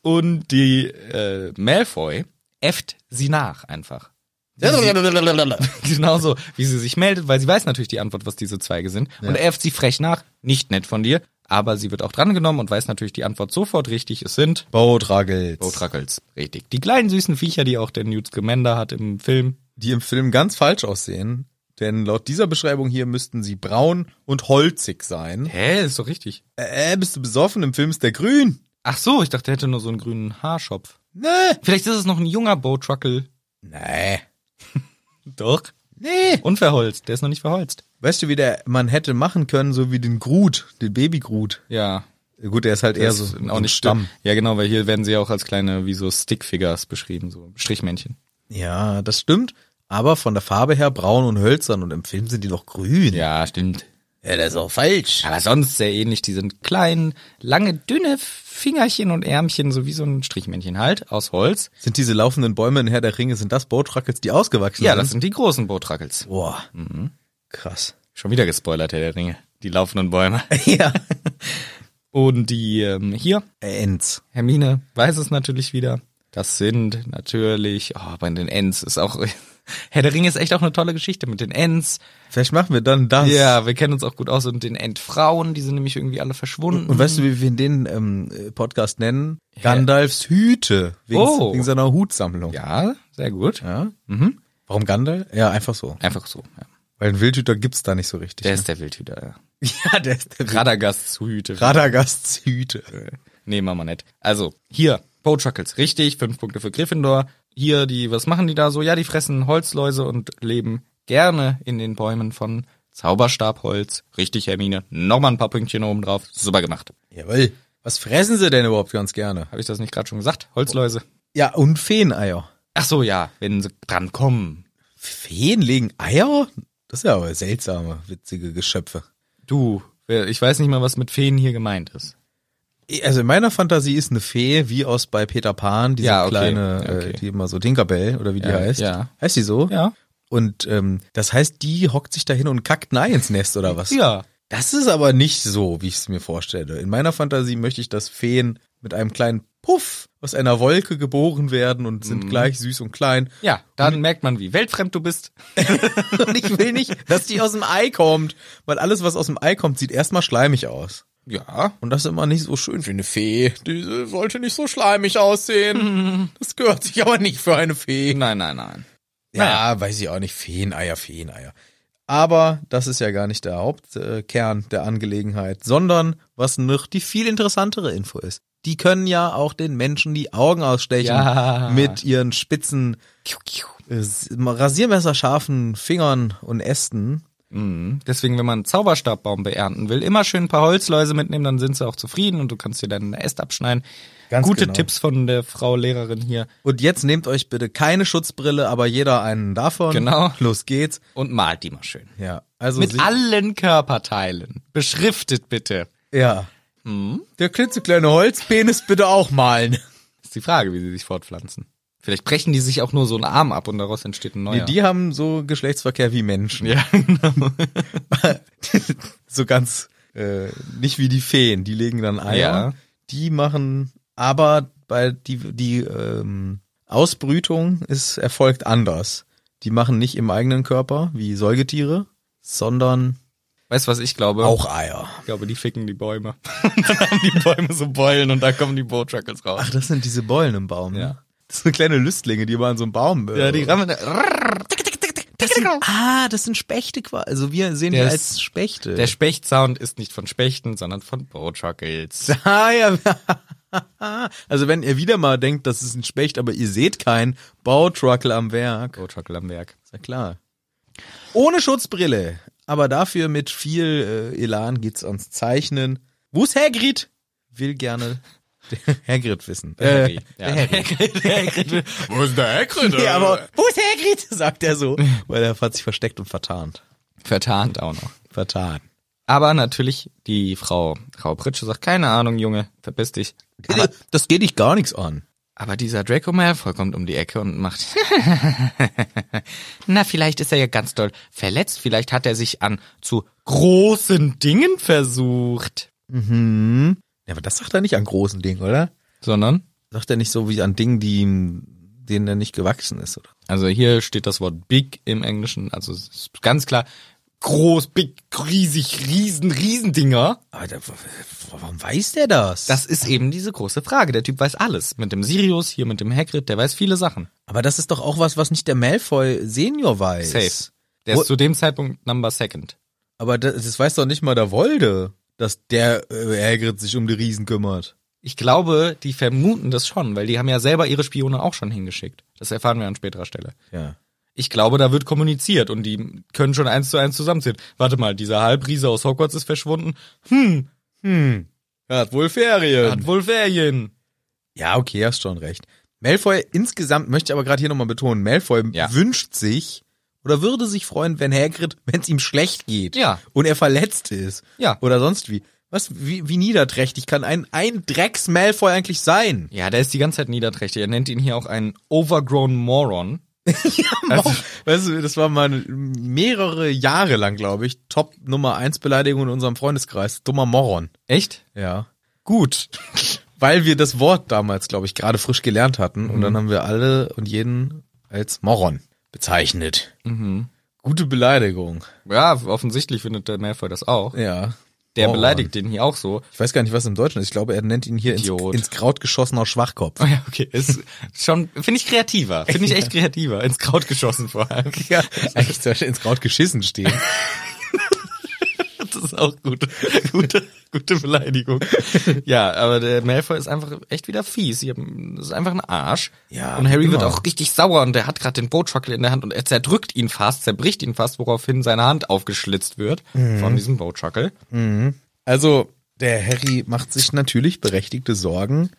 S2: Und die äh, Malfoy äfft sie nach einfach. Genauso, wie sie sich meldet, weil sie weiß natürlich die Antwort, was diese Zweige sind. Und äfft sie frech nach. Nicht nett von dir, aber sie wird auch drangenommen und weiß natürlich die Antwort sofort richtig. Es sind
S1: Bautraggels.
S2: Bowtruckles. Richtig. Die kleinen süßen Viecher, die auch der Newt Scamander hat im Film.
S1: die im Film ganz falsch aussehen, denn laut dieser Beschreibung hier müssten sie braun und holzig sein.
S2: Hä, ist doch richtig.
S1: Äh, äh, bist du besoffen? Im Film ist der grün.
S2: Ach so, ich dachte, der hätte nur so einen grünen Haarschopf.
S1: Nee.
S2: Vielleicht ist es noch ein junger Bowtruckle.
S1: Nee.
S2: Doch.
S1: Nee.
S2: Unverholzt, der ist noch nicht verholzt.
S1: Weißt du, wie der man hätte machen können, so wie den Groot, den Baby Groot.
S2: Ja.
S1: Gut, der ist halt eher
S2: Das
S1: so
S2: ist
S1: so
S2: auch
S1: ein
S2: nicht Stamm. Ja, genau, weil hier werden sie ja auch als kleine, wie so Stickfigures beschrieben, so Strichmännchen.
S1: Ja, das stimmt. Aber von der Farbe her braun und hölzern und im Film sind die doch grün.
S2: Ja, stimmt.
S1: ja das ist auch falsch.
S2: Aber sonst sehr ähnlich. Die sind klein, lange, dünne Fingerchen und Ärmchen, so wie so ein Strichmännchen halt, aus Holz.
S1: Sind diese
S2: Mhm.
S1: laufenden Bäume in Herr der Ringe, sind das Bowtruckles, die ausgewachsen
S2: Ja,
S1: sind? Mhm.
S2: das sind die großen Bowtruckles.
S1: Boah. Krass.
S2: Schon wieder gespoilert, Herr der Ringe. Die laufenden Bäume.
S1: ja.
S2: Und die ähm, hier,
S1: Ends.
S2: Hermine weiß es natürlich wieder. Das sind natürlich, oh, bei den Ents ist auch, Herr der Ringe ist echt auch eine tolle Geschichte mit den Ents.
S1: Vielleicht machen wir dann das.
S2: Ja, wir kennen uns auch gut aus und den Entfrauen, die sind nämlich irgendwie alle verschwunden.
S1: Und weißt du, wie wir den ähm, äh, Podcast nennen? Gandalfs Hüte. Wegen,
S2: Oh.
S1: wegen seiner Hutsammlung.
S2: ja, Mhm. sehr gut.
S1: Ja? Warum Gandalf? Ja, einfach so.
S2: Einfach so. Ja.
S1: Weil einen Wildhüter gibt's da nicht so richtig.
S2: Der ist der Wildhüter. Ja.
S1: ne? ja, der ist der
S2: Radagasts Hüte.
S1: Radagasts
S2: Äh,
S1: Hüte.
S2: nee, machen wir nicht. Also, hier, Bo Chuckles, richtig, fünf Punkte für Gryffindor. Hier, die, was machen die da so? Ja, die fressen Holzläuse und leben gerne in den Bäumen von Zauberstabholz. Richtig, Hermine. Nochmal ein paar Pünktchen oben drauf. Super gemacht.
S1: Jawohl. Was fressen sie denn überhaupt ganz gerne?
S2: Habe ich das nicht gerade schon gesagt? Holzläuse.
S1: Ja, und Feeneier.
S2: Ach so, ja, wenn sie dran kommen.
S1: Feen legen Eier? Das ist ja aber seltsame, witzige Geschöpfe.
S2: Du, wer- ich weiß nicht mal, was mit Feen hier gemeint ist.
S1: Also in meiner Fantasie ist eine Fee wie aus bei Peter Pan, diese
S2: Ja, okay,
S1: kleine,
S2: okay.
S1: Äh, die immer so Tinkerbell oder wie die
S2: Ja,
S1: heißt.
S2: ja.
S1: Heißt die so?
S2: Ja.
S1: Und ähm, das heißt, die hockt sich dahin und kackt ein Ei ins Nest oder was?
S2: Ja.
S1: Das ist aber nicht so, wie ich es mir vorstelle. In meiner Fantasie möchte ich, dass Feen mit einem kleinen Puff aus einer Wolke geboren werden und sind gleich süß und klein.
S2: Ja, dann merkt man, wie weltfremd du bist.
S1: Und ich will nicht, dass die aus dem Ei kommt, weil alles, was aus dem Ei kommt, sieht erstmal schleimig aus.
S2: Ja,
S1: Und das ist immer nicht so schön für eine Fee. Die sollte nicht so schleimig aussehen. Das gehört sich aber nicht für eine Fee.
S2: Nein, nein, nein.
S1: Ja, weiß ich auch nicht. Feeneier, Feeneier. Aber das ist ja gar nicht der Hauptkern der Angelegenheit, sondern was noch die viel interessantere Info ist. Die können ja auch den Menschen die Augen ausstechen
S2: Ja.
S1: mit ihren spitzen, äh, rasiermesserscharfen Fingern und Ästen.
S2: Mhm. Deswegen, wenn man einen Zauberstabbaum beernten will, immer schön ein paar Holzläuse mitnehmen, dann sind sie auch zufrieden und du kannst dir deinen Äst abschneiden.
S1: Ganz
S2: Gute
S1: genau.
S2: Tipps von der Frau Lehrerin hier.
S1: Und jetzt nehmt euch bitte keine Schutzbrille, aber jeder einen davon.
S2: Genau.
S1: Los geht's.
S2: Und malt die mal schön.
S1: Ja, also
S2: Mit
S1: sie-
S2: allen Körperteilen. Beschriftet bitte.
S1: ja.
S2: Mhm.
S1: Der klitzekleine Holzpenis bitte auch malen.
S2: Ist die Frage, wie sie sich fortpflanzen. Vielleicht brechen die sich auch nur so einen Arm ab und daraus entsteht ein
S1: Nee,
S2: neuer.
S1: die haben so Geschlechtsverkehr wie Menschen.
S2: ja.
S1: genau. So ganz äh, nicht wie die Feen, die legen dann Eier.
S2: Ja.
S1: Die machen, aber bei die die ähm, Ausbrütung ist erfolgt anders. Die machen nicht im eigenen Körper wie Säugetiere, sondern
S2: Weißt du, was ich glaube?
S1: Eier.
S2: Ich glaube, die ficken die Bäume. und dann haben die Bäume so Beulen und da kommen die Boatruckles raus.
S1: Ach, das sind diese Beulen im Baum. ne?
S2: Ja.
S1: Das sind kleine Lüstlinge, die immer an so einem Baum. äh,
S2: Ja, die rammen.
S1: Das sind, ah, das sind Spechte quasi. Also wir sehen
S2: Der
S1: die
S2: ist-
S1: als Spechte.
S2: Der Spechtsound ist nicht von Spechten, sondern von Boatruckles.
S1: ah, ja. also wenn ihr wieder mal denkt, das ist ein Specht, aber ihr seht keinen Bautruckel am Werk.
S2: Boatruckle am Werk.
S1: Ist ja klar. Ohne Schutzbrille, aber dafür mit viel äh, Elan geht's ans Zeichnen. Wo ist Hagrid? Will gerne Hagrid wissen.
S2: Der
S1: Äh,
S2: Harry. Ja.
S1: der Harry.
S2: Der Hagrid. Wo ist der Hagrid?
S1: Ja, aber wo ist Hagrid? sagt er so, weil er hat sich versteckt und vertarnt.
S2: Vertarnt auch noch.
S1: Vertan.
S2: Aber natürlich, die Frau Raubritsch sagt, keine Ahnung, Junge, verpiss dich. Aber,
S1: das geht dich gar nichts an.
S2: aber dieser Draco Malfoy kommt um die Ecke und macht Na, vielleicht ist er ja ganz doll verletzt. Vielleicht hat er sich an zu großen Dingen versucht.
S1: Mhm. Ja, aber das sagt er nicht an großen Dingen, oder?
S2: Sondern?
S1: Sagt er nicht so wie an Dingen, die ihm, denen er nicht gewachsen ist, oder?
S2: Also hier steht das Wort big im Englischen, also es ist ganz klar groß, big, riesig, riesen, riesendinger.
S1: Aber da, w- w- warum weiß der das?
S2: Das ist eben diese große Frage. Der Typ weiß alles. Mit dem Sirius, hier mit dem Hagrid, der weiß viele Sachen.
S1: Aber das ist doch auch was, was nicht der Malfoy Senior weiß.
S2: Safe. Der
S1: Wo-
S2: ist zu dem Zeitpunkt number second.
S1: Aber das, das weiß doch nicht mal der Wolde, dass der äh, Hagrid sich um die Riesen kümmert.
S2: Ich glaube, die vermuten das schon, weil die haben ja selber ihre Spione auch schon hingeschickt. Das erfahren wir an späterer Stelle.
S1: Ja.
S2: Ich glaube, da wird kommuniziert und die können schon eins zu eins zusammenziehen. Warte mal, dieser Halbriese aus Hogwarts ist verschwunden. Hm,
S1: Hm. Er hat wohl Ferien.
S2: er hat wohl Ferien.
S1: Ja, okay, hast schon recht. Malfoy insgesamt möchte ich aber gerade hier nochmal betonen, Malfoy
S2: Ja.
S1: wünscht sich oder würde sich freuen, wenn Hagrid, wenn es ihm schlecht geht
S2: Ja.
S1: und er verletzt ist
S2: Ja.
S1: oder sonst wie. Was, wie, wie niederträchtig kann ein, ein Drecks Malfoy eigentlich sein?
S2: Ja, der ist die ganze Zeit niederträchtig. Er nennt ihn hier auch einen overgrown Moron. Also-
S1: Weißt du, das war mal mehrere Jahre lang, glaube ich, Top Nummer eins Beleidigung in unserem Freundeskreis. Dummer Moron.
S2: Echt?
S1: Ja. Gut. Weil wir das Wort damals, glaube ich, gerade frisch gelernt hatten
S2: Mhm.
S1: und dann haben wir alle und jeden als Moron bezeichnet.
S2: Mhm.
S1: Gute Beleidigung.
S2: Ja, offensichtlich findet der Malfoy das auch.
S1: Ja.
S2: Der
S1: Moron.
S2: beleidigt den hier auch so.
S1: Ich weiß gar nicht, was im Deutschen ist. Ich glaube, er nennt ihn hier ins,
S2: Idiot.
S1: ins Kraut geschossener Schwachkopf.
S2: Oh Ja, okay. Ist schon, finde ich kreativer. Finde ich echt kreativer. Ins Kraut geschossen vor allem.
S1: Ja, eigentlich sollte ins Kraut geschissen stehen.
S2: Das ist auch gut. Gute, gute Beleidigung. Ja, aber der Malfoy ist einfach echt wieder fies. Ihr- Das ist einfach ein Arsch.
S1: Ja,
S2: und Harry wird
S1: immer.
S2: auch richtig sauer und der hat gerade den Boatschockel in der Hand und er zerdrückt ihn fast, zerbricht ihn fast, woraufhin seine Hand aufgeschlitzt wird von diesem Boatschockel.
S1: Also, der Harry macht sich natürlich berechtigte Sorgen.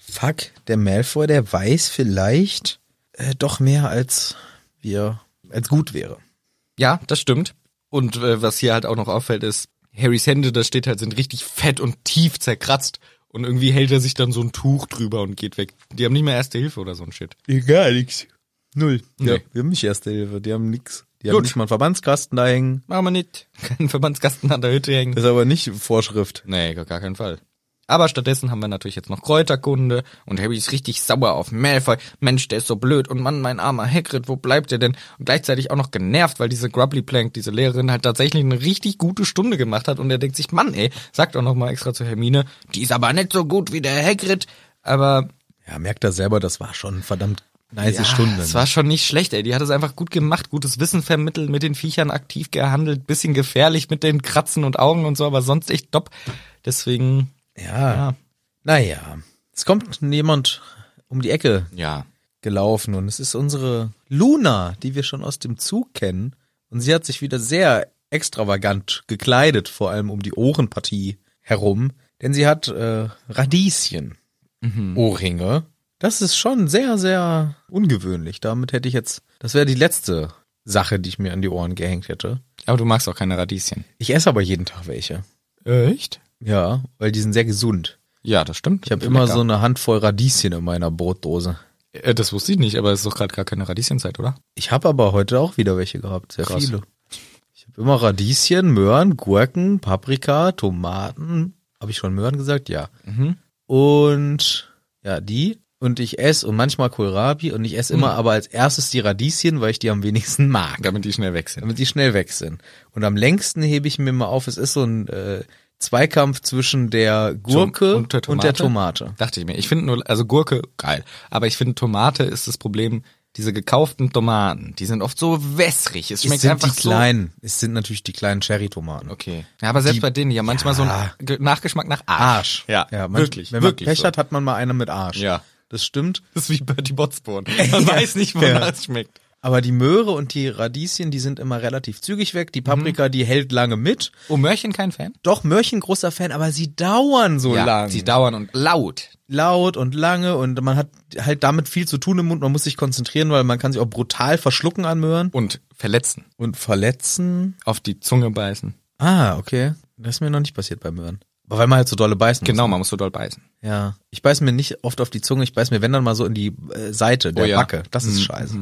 S1: Fuck, der Malfoy, der weiß vielleicht äh, doch mehr als wir, als gut wäre.
S2: Ja, das stimmt. Und äh, was hier halt auch noch auffällt, ist, Harrys Hände, da steht halt, sind richtig fett und tief zerkratzt. Und irgendwie hält er sich dann so ein Tuch drüber und geht weg. Die haben nicht mehr Erste Hilfe oder so ein Shit.
S1: Egal, nix. Null. Ja,
S2: Nee.
S1: wir haben nicht erste Hilfe, die haben nix. Die haben
S2: Gut.
S1: nicht mal einen Verbandskasten da hängen.
S2: Machen wir nicht. Keinen Verbandskasten an der Hütte hängen.
S1: Das ist aber nicht Vorschrift.
S2: Nee, gar gar keinen Fall. Aber stattdessen haben wir natürlich jetzt noch Kräuterkunde und Harry ist richtig sauer auf Malfoy. Mensch, der ist so blöd und Mann, mein armer Hagrid, wo bleibt der denn? Und gleichzeitig auch noch genervt, weil diese Grubbly Plank, diese Lehrerin, halt tatsächlich eine richtig gute Stunde gemacht hat und er denkt sich, Mann, ey, sagt auch noch mal extra zu Hermine, die ist aber nicht so gut wie der Hagrid. Aber
S1: Ja, merkt er selber, das war schon verdammt nice
S2: ja,
S1: Stunde.
S2: Es
S1: ne?
S2: war schon nicht schlecht, ey. Die hat es einfach gut gemacht, gutes Wissen vermittelt, mit den Viechern aktiv gehandelt, bisschen gefährlich mit den Kratzen und Augen und so, aber sonst echt top. Deswegen,
S1: ja. Naja. Es kommt jemand um die Ecke
S2: ja.
S1: gelaufen und es ist unsere Luna, die wir schon aus dem Zug kennen. Und sie hat sich wieder sehr extravagant gekleidet, vor allem um die Ohrenpartie herum, denn sie hat äh, Radieschen, Ohrringe. Das ist schon sehr, sehr ungewöhnlich. Damit hätte ich jetzt, das wäre die letzte Sache, die ich mir an die Ohren gehängt hätte.
S2: Aber du magst auch keine Radieschen.
S1: Ich esse aber jeden Tag welche.
S2: Echt?
S1: Ja, weil die sind sehr gesund.
S2: Ja, das stimmt.
S1: Ich habe immer so eine Handvoll Radieschen in meiner Brotdose.
S2: Äh, das wusste ich nicht, aber es ist doch gerade gar keine Radieschenzeit, oder?
S1: Ich habe aber heute auch wieder welche gehabt, sehr
S2: Krass.
S1: viele. Ich habe immer Radieschen, Möhren, Gurken, Paprika, Tomaten. Habe ich schon Möhren gesagt? Ja.
S2: Mhm.
S1: Und ja, die. Und ich esse und manchmal Kohlrabi und ich
S2: Mhm.
S1: esse immer aber als erstes die Radieschen, weil ich die am wenigsten mag
S2: Damit die schnell weg sind.
S1: damit die schnell weg sind. Und am längsten hebe ich mir mal auf, es ist so ein äh, Zweikampf zwischen der Gurke
S2: Und der Tomate?
S1: und der Tomate.
S2: Dachte ich mir. Ich finde nur, also Gurke, geil. Aber ich finde Tomate ist das Problem, diese gekauften Tomaten, die sind oft so wässrig. Es
S1: Es
S2: schmeckt
S1: sind die
S2: einfach
S1: kleinen, es sind natürlich die kleinen Cherry-Tomaten.
S2: so. Okay. Ja, aber selbst
S1: Die-
S2: bei denen, die haben manchmal so einen
S1: Ja.
S2: Ge- Nachgeschmack nach Arsch.
S1: Arsch.
S2: Ja,
S1: man,
S2: wirklich,
S1: Wenn
S2: wirklich
S1: man Pech
S2: so.
S1: hat, hat man mal eine mit Arsch.
S2: Ja.
S1: Das stimmt.
S2: Das ist wie Bertie Botsborn. Man
S1: Ja.
S2: weiß nicht, wonach
S1: Ja.
S2: es schmeckt.
S1: Aber die Möhre und die Radieschen, die sind immer relativ zügig weg. Die Paprika,
S2: Mhm.
S1: die hält lange mit.
S2: Oh, Möhrchen kein Fan?
S1: Doch, Möhrchen großer Fan, aber sie dauern so lang.
S2: Sie dauern und laut.
S1: laut und lange und man hat halt damit viel zu tun im Mund. Man muss sich konzentrieren, weil man kann sich auch brutal verschlucken an Möhren
S2: Und verletzen.
S1: und verletzen.
S2: Auf die Zunge beißen.
S1: Ah, okay. Das ist mir noch nicht passiert bei Möhren. Aber weil man halt so dolle beißen
S2: Genau, man muss so doll beißen.
S1: muss. Ja. Ich beiß mir nicht oft auf die Zunge, ich beiß mir, wenn dann mal so in die äh, Seite der
S2: Oh ja. Mhm.
S1: Backe. Das ist scheiße.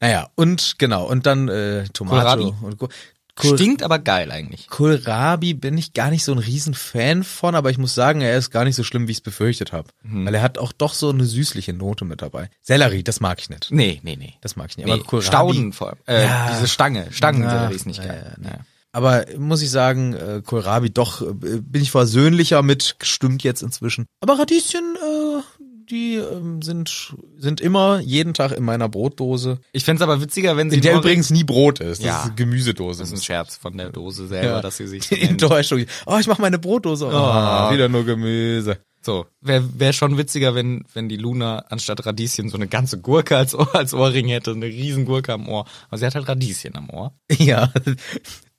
S1: Naja, und genau, und dann äh, Tomate
S2: Kohlrabi?
S1: und Kohl- Kohl
S2: Stinkt aber geil eigentlich.
S1: Kohlrabi bin ich gar nicht so ein Riesenfan von, aber ich muss sagen, er ist gar nicht so schlimm, wie ich es befürchtet habe.
S2: Mhm.
S1: Weil er hat auch doch so eine süßliche Note mit dabei. Sellerie, das mag ich nicht.
S2: Nee, nee, nee.
S1: Das mag ich nicht.
S2: nee.
S1: Aber Kohlrabi.
S2: Stauden vor allem. Äh,
S1: Ja.
S2: Diese Stange. Stangen
S1: Ja.
S2: ja. ist nicht geil.
S1: Ja, ja, Aber muss ich sagen, äh, Kohlrabi doch, äh, bin ich versöhnlicher mit, stimmt jetzt inzwischen. Aber Radieschen, äh, die ähm, sind, sind immer jeden Tag in meiner Brotdose.
S2: Ich fänd's aber witziger, wenn sie
S1: In der
S2: nur-
S1: übrigens nie Brot ist. Das
S2: Ja.
S1: ist eine Gemüsedose.
S2: Das ist ein Scherz von der Dose selber, dass sie sich so nennt.
S1: Enttäuschung. Oh, ich mache meine Brotdose. Oh,
S2: Oh.
S1: Wieder nur Gemüse.
S2: So, wäre wär schon witziger, wenn wenn die Luna anstatt Radieschen so eine ganze Gurke als Ohr, als Ohrring hätte, eine riesen Gurke am Ohr. Aber sie hat halt Radieschen am Ohr.
S1: Ja,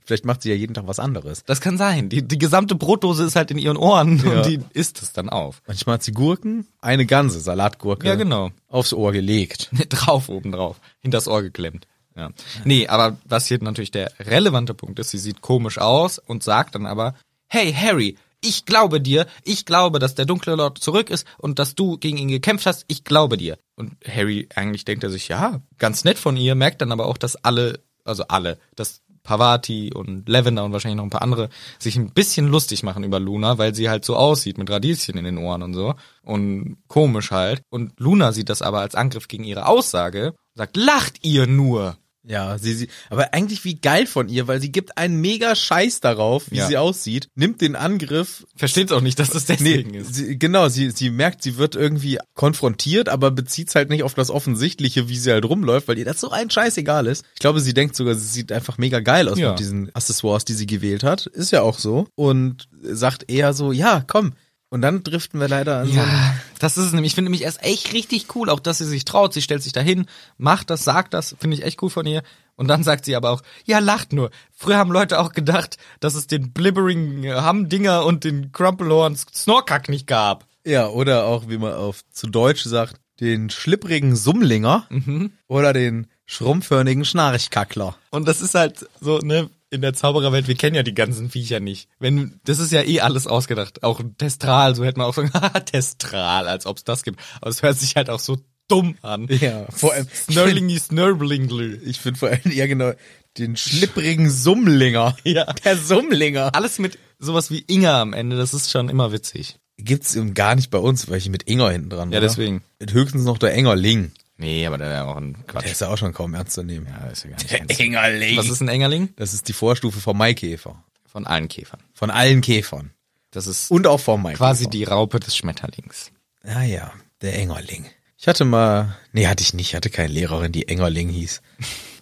S1: vielleicht macht sie ja jeden Tag was anderes.
S2: Das kann sein. Die die gesamte Brotdose ist halt in ihren Ohren
S1: Ja.
S2: und die isst es dann auf.
S1: Manchmal hat sie Gurken, eine ganze Salatgurke
S2: Ja, genau.
S1: aufs Ohr gelegt.
S2: drauf oben drauf, hinters Ohr geklemmt. Ja. Nee, aber was hier natürlich der relevante Punkt ist, sie sieht komisch aus und sagt dann aber, hey Harry, Ich glaube dir, ich glaube, dass der dunkle Lord zurück ist und dass du gegen ihn gekämpft hast, ich glaube dir. Und Harry eigentlich denkt er sich, ja, ganz nett von ihr, merkt dann aber auch, dass alle, also alle, dass Pavati und Lavender und wahrscheinlich noch ein paar andere sich ein bisschen lustig machen über Luna, weil sie halt so aussieht mit Radieschen in den Ohren und so und komisch halt. Und Luna sieht das aber als Angriff gegen ihre Aussage und sagt, lacht ihr nur.
S1: Ja, sie, sie, aber eigentlich wie geil von ihr, weil sie gibt einen mega Scheiß darauf, wie
S2: Ja.
S1: sie aussieht, nimmt den Angriff.
S2: Versteht auch nicht, dass das
S1: Nee,
S2: deswegen ist.
S1: sie, genau, sie, sie merkt, sie wird irgendwie konfrontiert, aber bezieht's halt nicht auf das Offensichtliche, wie sie halt rumläuft, weil ihr das so ein Scheiß egal ist. Ich glaube, sie denkt sogar, sie sieht einfach mega geil aus
S2: Ja.
S1: mit diesen Accessoires, die sie gewählt hat. Ist ja auch so. Und sagt eher so, ja, komm. Und dann driften wir leider an so einen
S2: Ja, das ist es nämlich. Ich finde nämlich erst echt richtig cool, auch dass sie sich traut. Sie stellt sich dahin, macht das, sagt das, finde ich echt cool von ihr. Und dann sagt sie aber auch, ja, lacht nur. Früher haben Leute auch gedacht, dass es den blibbering äh, Hamdinger und den Crumplehorn Snorkack nicht gab.
S1: Ja, oder auch, wie man auf zu Deutsch sagt, den schlipprigen Summlinger
S2: Mhm.
S1: oder den schrumpfhörnigen Schnarchkackler.
S2: Und das ist halt so, ne, in der Zaubererwelt, wir kennen ja die ganzen Viecher nicht. Wenn, das ist ja eh alles ausgedacht. Auch Testral, so hätte man auch sagen, haha, Testral, als ob's das gibt. Aber es hört sich halt auch so dumm an.
S1: Ja, vor allem-
S2: Snurlingy, Snurblingly.
S1: Ich finde vor allem eher genau den schlipprigen Summlinger.
S2: Ja.
S1: Der Summlinger.
S2: Alles mit sowas wie Inga am Ende, das ist schon immer witzig.
S1: Gibt's eben gar nicht bei uns, weil ich mit Inger hinten dran
S2: Ja,
S1: oder?
S2: deswegen.
S1: Höchstens noch der Engerling.
S2: Nee, aber der wäre auch ein
S1: Der
S2: Quatsch.
S1: ist ja auch schon kaum ernst zu nehmen.
S2: Ja, ist ja gar nicht ganz-
S1: Engerling.
S2: Was ist ein Engerling?
S1: das ist die Vorstufe vom Maikäfer.
S2: Von allen Käfern.
S1: Von allen Käfern.
S2: Das ist
S1: Und auch vom Maikäfer.
S2: quasi die Raupe des Schmetterlings.
S1: Ah ja, der Engerling. Ich hatte mal, nee, hatte ich nicht, Ich hatte keine Lehrerin, die Engerling hieß.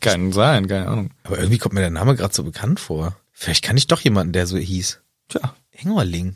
S2: Kann sein, keine Ahnung.
S1: Aber irgendwie kommt mir der Name gerade so bekannt vor. Vielleicht kann ich doch jemanden, der so hieß.
S2: Tja.
S1: Engerling.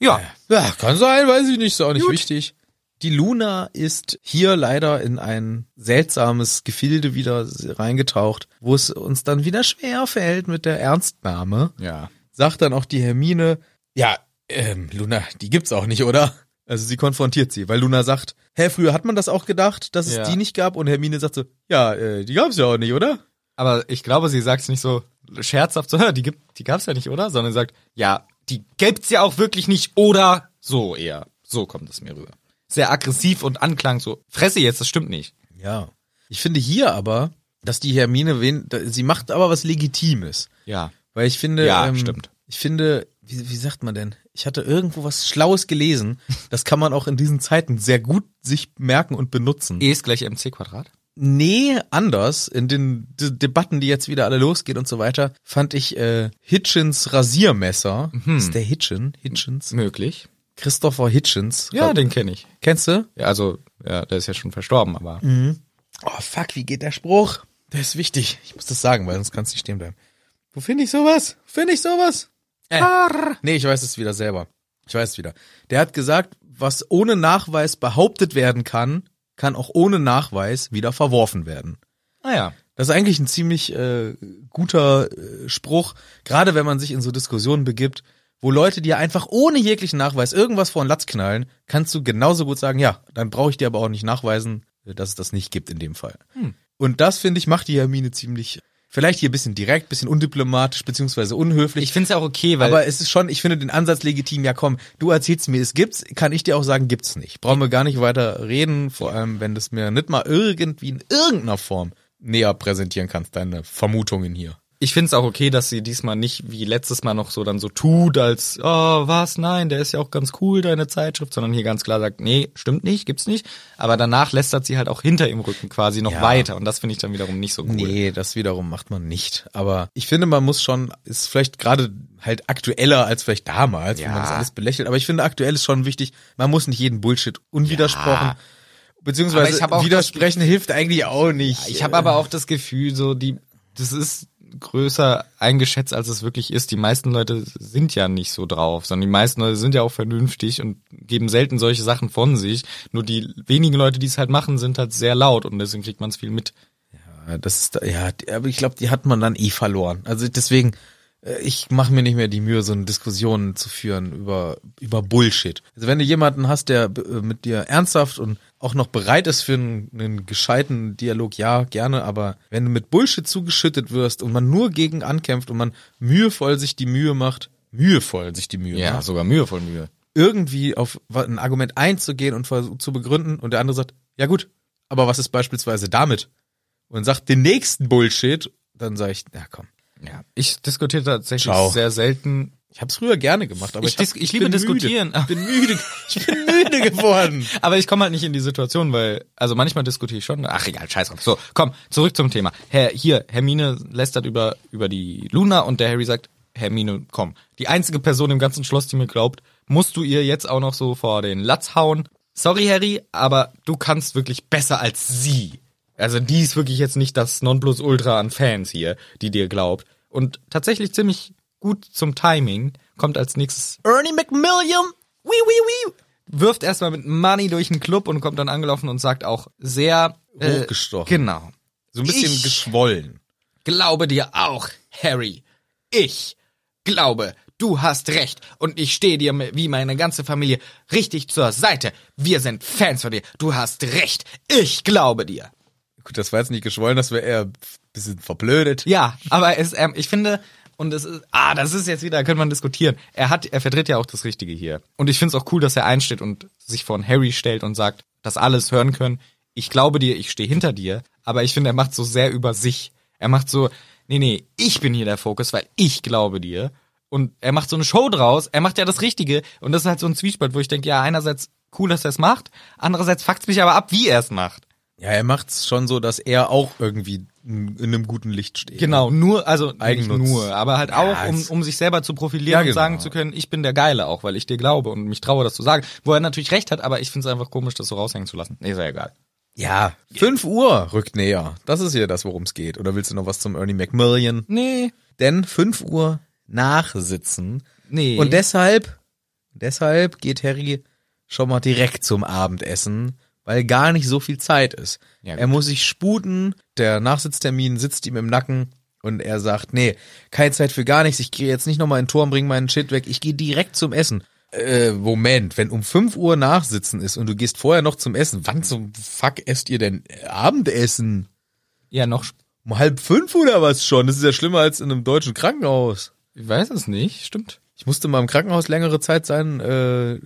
S2: Ja.
S1: Ja, kann sein, weiß ich nicht, ist auch nicht
S2: Gut.
S1: wichtig. Die Luna ist hier leider in ein seltsames Gefilde wieder reingetaucht, wo es uns dann wieder schwer fällt mit der Ernstnahme.
S2: Ja.
S1: Sagt dann auch die Hermine, ja, ähm, Luna, die gibt's auch nicht, oder? Also sie konfrontiert sie, weil Luna sagt, hä, früher hat man das auch gedacht, dass es
S2: Ja.
S1: die nicht gab und Hermine sagt so, ja, äh, die gab's ja auch nicht, oder?
S2: Aber ich glaube, sie sagt es nicht so scherzhaft, so, "Hä, die, gibt, die gab's ja nicht, oder? Sondern sagt, ja, die gibt's ja auch wirklich nicht, oder? So eher. So kommt es mir rüber. Sehr aggressiv und anklang, so, fresse jetzt, das stimmt nicht.
S1: Ja. Ich finde hier aber, dass die Hermine, wen, da- sie macht aber was Legitimes.
S2: Ja.
S1: Weil ich finde, ähm,
S2: Ja, stimmt.
S1: ich finde, wie, wie sagt man denn? Ich hatte irgendwo was Schlaues gelesen. Das kann man auch in diesen Zeiten sehr gut sich merken und benutzen.
S2: E ist gleich MC Quadrat.
S1: Nee, anders. In den D Debatten, die jetzt wieder alle losgehen und so weiter, fand ich äh, Hitchens Rasiermesser.
S2: Mhm.
S1: Ist der Hitchen? Hitchens?
S2: Möglich.
S1: Christopher Hitchens.
S2: Ja, den kenne ich.
S1: Kennst du?
S2: Ja, also, ja, der ist ja schon verstorben, aber.
S1: Oh fuck, wie geht der Spruch? Der ist wichtig. Ich muss das sagen, weil sonst kannst du nicht stehen bleiben. Wo finde ich sowas? Finde ich sowas? Äh. Nee, ich weiß es wieder selber. Ich weiß es wieder. Der hat gesagt, was ohne Nachweis behauptet werden kann, kann auch ohne Nachweis wieder verworfen werden.
S2: Ah ja.
S1: Das ist eigentlich ein ziemlich äh, guter äh, Spruch, gerade wenn man sich in so Diskussionen begibt, wo Leute dir einfach ohne jeglichen Nachweis irgendwas vor den Latz knallen, kannst du genauso gut sagen, ja, dann brauche ich dir aber auch nicht nachweisen, äh, dass es das nicht gibt in dem Fall. Und das, finde ich, macht die Hermine ziemlich, vielleicht hier ein bisschen direkt, bisschen undiplomatisch, beziehungsweise unhöflich.
S2: Ich finde es ja auch okay, weil.
S1: aber es ist schon, ich finde den Ansatz legitim, ja komm, du erzählst mir, es gibt's, kann ich dir auch sagen, gibt's nicht. Brauchen wir gar nicht weiter reden, vor allem wenn du es mir nicht mal irgendwie in irgendeiner Form näher präsentieren kannst, deine Vermutungen hier.
S2: ich finde es auch okay, dass sie diesmal nicht wie letztes Mal noch so dann so tut, als, oh, was, nein, der ist ja auch ganz cool, deine Zeitschrift, sondern hier ganz klar sagt, nee, stimmt nicht, gibt's nicht. Aber danach lästert sie halt auch hinter ihrem Rücken quasi noch
S1: Ja.
S2: weiter und das finde ich dann wiederum nicht so cool.
S1: Nee, das wiederum macht man nicht. Aber ich finde, man muss schon, ist vielleicht gerade halt aktueller als vielleicht damals, wenn man
S2: Ja.
S1: das alles belächelt. Aber ich finde, aktuell ist schon wichtig, man muss nicht jeden Bullshit unwidersprochen.
S2: Ja. Aber
S1: Beziehungsweise
S2: ich hab auch das
S1: widersprechen hilft eigentlich auch nicht.
S2: Ich habe aber auch das Gefühl, so die, das ist größer eingeschätzt, als es wirklich ist. Die meisten Leute sind ja nicht so drauf, sondern die meisten Leute sind ja auch vernünftig und geben selten solche Sachen von sich. Nur die wenigen Leute, die es halt machen, sind halt sehr laut und deswegen kriegt man es viel mit.
S1: Ja, Das ist, ja, die- aber ich glaube, die hat man dann eh verloren. Also deswegen, äh, ich mache mir nicht mehr die Mühe, so eine Diskussion zu führen über, über Bullshit. Also wenn du jemanden hast, der äh, mit dir ernsthaft und auch noch bereit ist für einen, einen gescheiten Dialog, ja, gerne, aber wenn du mit Bullshit zugeschüttet wirst und man nur gegen ankämpft und man mühevoll sich die Mühe macht, mühevoll sich die Mühe
S2: Ja,
S1: macht,
S2: sogar mühevoll Mühe.
S1: irgendwie auf wa- ein Argument einzugehen und versucht zu begründen und der andere sagt, ja gut, aber was ist beispielsweise damit? Und sagt den nächsten Bullshit, dann sage ich, na komm.
S2: Ja, ich diskutiere tatsächlich
S1: Ciao.
S2: sehr selten
S1: Ich habe es früher gerne gemacht, aber
S2: Ich
S1: ich,
S2: dis-
S1: hab,
S2: ich liebe
S1: bin
S2: diskutieren.
S1: Müde. Ich bin müde, ich bin müde geworden.
S2: Aber ich komme halt nicht in die Situation, weil, also manchmal diskutiere ich schon. Ach egal, scheiß drauf. So, komm, zurück zum Thema. Herr, hier, Hermine lästert über, über die Luna und der Harry sagt, Hermine, komm. Die einzige Person im ganzen Schloss, die mir glaubt, musst du ihr jetzt auch noch so vor den Latz hauen. Sorry, Harry, aber du kannst wirklich besser als sie. Also die ist wirklich jetzt nicht das Nonplusultra an Fans hier, die dir glaubt. Und tatsächlich ziemlich gut zum Timing kommt als nächstes
S1: Ernie McMilliam, wii wii wii.
S2: wirft erstmal mit Money durch den Club und kommt dann angelaufen und sagt auch sehr äh,
S1: Hochgestochen.
S2: Genau.
S1: So ein bisschen
S2: Ich-
S1: geschwollen.
S2: Glaube dir auch, Harry. Ich glaube, du hast recht und ich stehe dir mi- wie meine ganze Familie richtig zur Seite. Wir sind Fans von dir. Du hast recht. Ich glaube dir.
S1: Gut, das war jetzt nicht geschwollen, das wäre eher ein bisschen verblödet.
S2: Ja, aber es, ähm, ich finde, und es ist, ah, das ist jetzt wieder, könnte man diskutieren. Er hat, er vertritt ja auch das Richtige hier. Und ich finde es auch cool, dass er einsteht und sich vor einen Harry stellt und sagt, dass alles hören können. Ich glaube dir, ich stehe hinter dir. Aber ich finde, er macht so sehr über sich. Er macht so, nee, nee, ich bin hier der Fokus, weil ich glaube dir. Und er macht so eine Show draus. Er macht ja das Richtige. Und das ist halt so ein Zwiespalt, wo ich denke, ja, einerseits cool, dass er es macht. Andererseits fuckt's mich aber ab, wie er es macht.
S1: Ja, er macht's schon so, dass er auch irgendwie in, in einem guten Licht steht.
S2: Genau, nur, also
S1: Eigennutz.
S2: nicht nur, aber halt auch, um,
S1: es-
S2: um sich selber zu profilieren
S1: Ja,
S2: und
S1: genau.
S2: sagen zu können, ich bin der Geile auch, weil ich dir glaube und mich traue, das zu sagen. Wo er natürlich recht hat, aber ich find's einfach komisch, das so raushängen zu lassen. Nee, ist ja egal.
S1: Ja. 5 Uhr rückt näher. Das ist hier das, worum es geht. Oder willst du noch was zum Ernie McMillian?
S2: Nee.
S1: Denn 5 Uhr nachsitzen.
S2: Nee.
S1: Und deshalb, deshalb geht Harry schon mal direkt zum Abendessen, weil gar nicht so viel Zeit ist.
S2: Ja, gut.
S1: er muss sich sputen, der Nachsitztermin sitzt ihm im Nacken und er sagt, nee, keine Zeit für gar nichts, ich gehe jetzt nicht nochmal in den Turm, bring meinen Shit weg, ich gehe direkt zum Essen. Äh, Moment, wenn um 5 Uhr Nachsitzen ist und du gehst vorher noch zum Essen, wann zum Fuck esst ihr denn Abendessen?
S2: Ja, noch, sp-
S1: Um halb fünf oder was schon? Das ist ja schlimmer als in einem deutschen Krankenhaus.
S2: ich weiß es nicht, stimmt.
S1: Ich musste mal im Krankenhaus längere Zeit sein, äh,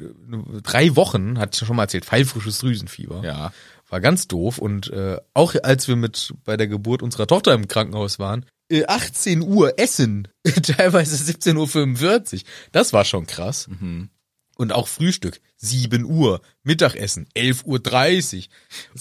S1: drei Wochen, hatte ich schon mal erzählt, pfeilfrisches Drüsenfieber.
S2: Ja.
S1: War ganz doof und äh, auch als wir mit bei der Geburt unserer Tochter im Krankenhaus waren, äh, 18 Uhr Essen, teilweise 17.45 Uhr, das war schon krass.
S2: Mhm.
S1: Und auch Frühstück, 7 Uhr, Mittagessen, 11.30 Uhr.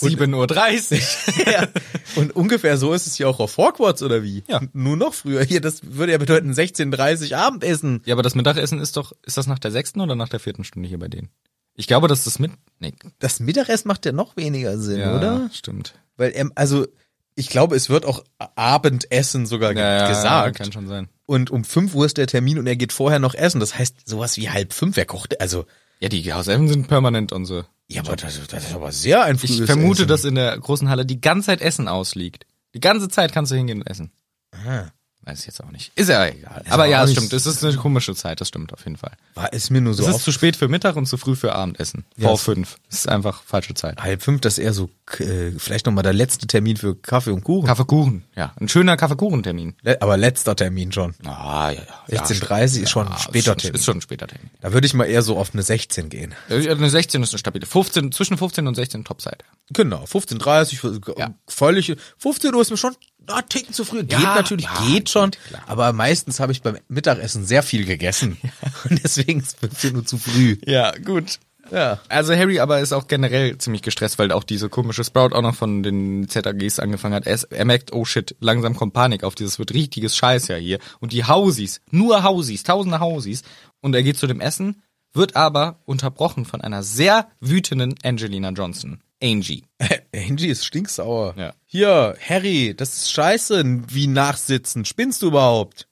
S2: 7.30 Uhr.
S1: Ja. Und ungefähr so ist es ja auch auf Hogwarts oder wie?
S2: Ja.
S1: Nur noch früher. Hier, das würde ja bedeuten 16.30 Uhr Abendessen.
S2: ja, aber das Mittagessen ist doch, ist das nach der sechsten oder nach der vierten Stunde hier bei denen? Ich glaube, dass das mit, nee,
S1: Das Mittagessen macht ja noch weniger Sinn, oder?
S2: Stimmt.
S1: Weil, ähm, also, ich glaube, es wird auch A- Abendessen sogar ge- gesagt.
S2: Kann schon sein.
S1: und um 5 Uhr ist der Termin und er geht vorher noch essen. Das heißt, sowas wie halb fünf, wer kocht? Also,
S2: Ja, die Hauselfen sind permanent unsere.
S1: ja, aber das, das ist aber sehr ein
S2: Ich
S1: frühes
S2: vermute,
S1: Essen.
S2: dass in der großen Halle die ganze Zeit Essen ausliegt. Die ganze Zeit kannst du hingehen und essen.
S1: Ah,
S2: Weiß ich jetzt auch nicht. Ist ja egal.
S1: Ist
S2: aber
S1: aber
S2: ja,
S1: auch
S2: es
S1: nicht-
S2: stimmt. Es ist eine komische Zeit, das stimmt auf jeden Fall.
S1: war es mir nur so
S2: es ist
S1: oft-
S2: zu spät für Mittag und zu früh für Abendessen.
S1: Ja,
S2: Vor
S1: es-
S2: fünf. Es ist einfach falsche Zeit.
S1: halb fünf, dass er so, k- äh, vielleicht nochmal der letzte Termin für Kaffee und Kuchen.
S2: Kaffeekuchen. Ja, ein schöner Kaffeekuchentermin.
S1: Le- aber letzter Termin schon.
S2: Ah, ja, ja.
S1: 16.30 ist schon ein
S2: Ah,
S1: später
S2: ist schon,
S1: Termin.
S2: ist schon ein später Termin.
S1: Da würde ich mal eher so auf eine 16 gehen.
S2: Äh, Eine 16 ist eine stabile. 15, zwischen 15 und 16 Topseite.
S1: Genau, 15.30
S2: Ja.
S1: völlig, 15 Uhr ist mir schon na, Ticken zu früh. Geht
S2: Ja,
S1: natürlich,
S2: ja,
S1: geht schon,
S2: geht, klar.
S1: aber meistens habe ich beim Mittagessen sehr viel gegessen und deswegen ist 15 Uhr zu früh.
S2: Ja, gut.
S1: Ja.
S2: Also Harry aber ist auch generell ziemlich gestresst, weil auch diese komische Sprout auch noch von den ZAGs angefangen hat. Er, ist, er merkt, oh shit, langsam kommt Panik auf, dieses wird richtiges Scheiß ja hier. Und die Hausies, nur Hausies, tausende Hausies. Und er geht zu dem Essen, wird aber unterbrochen von einer sehr wütenden Angelina Johnson. Angie.
S1: Äh, Angie ist stinksauer.
S2: Ja.
S1: Hier, Harry, das ist scheiße, wie nachsitzen. Spinnst du überhaupt?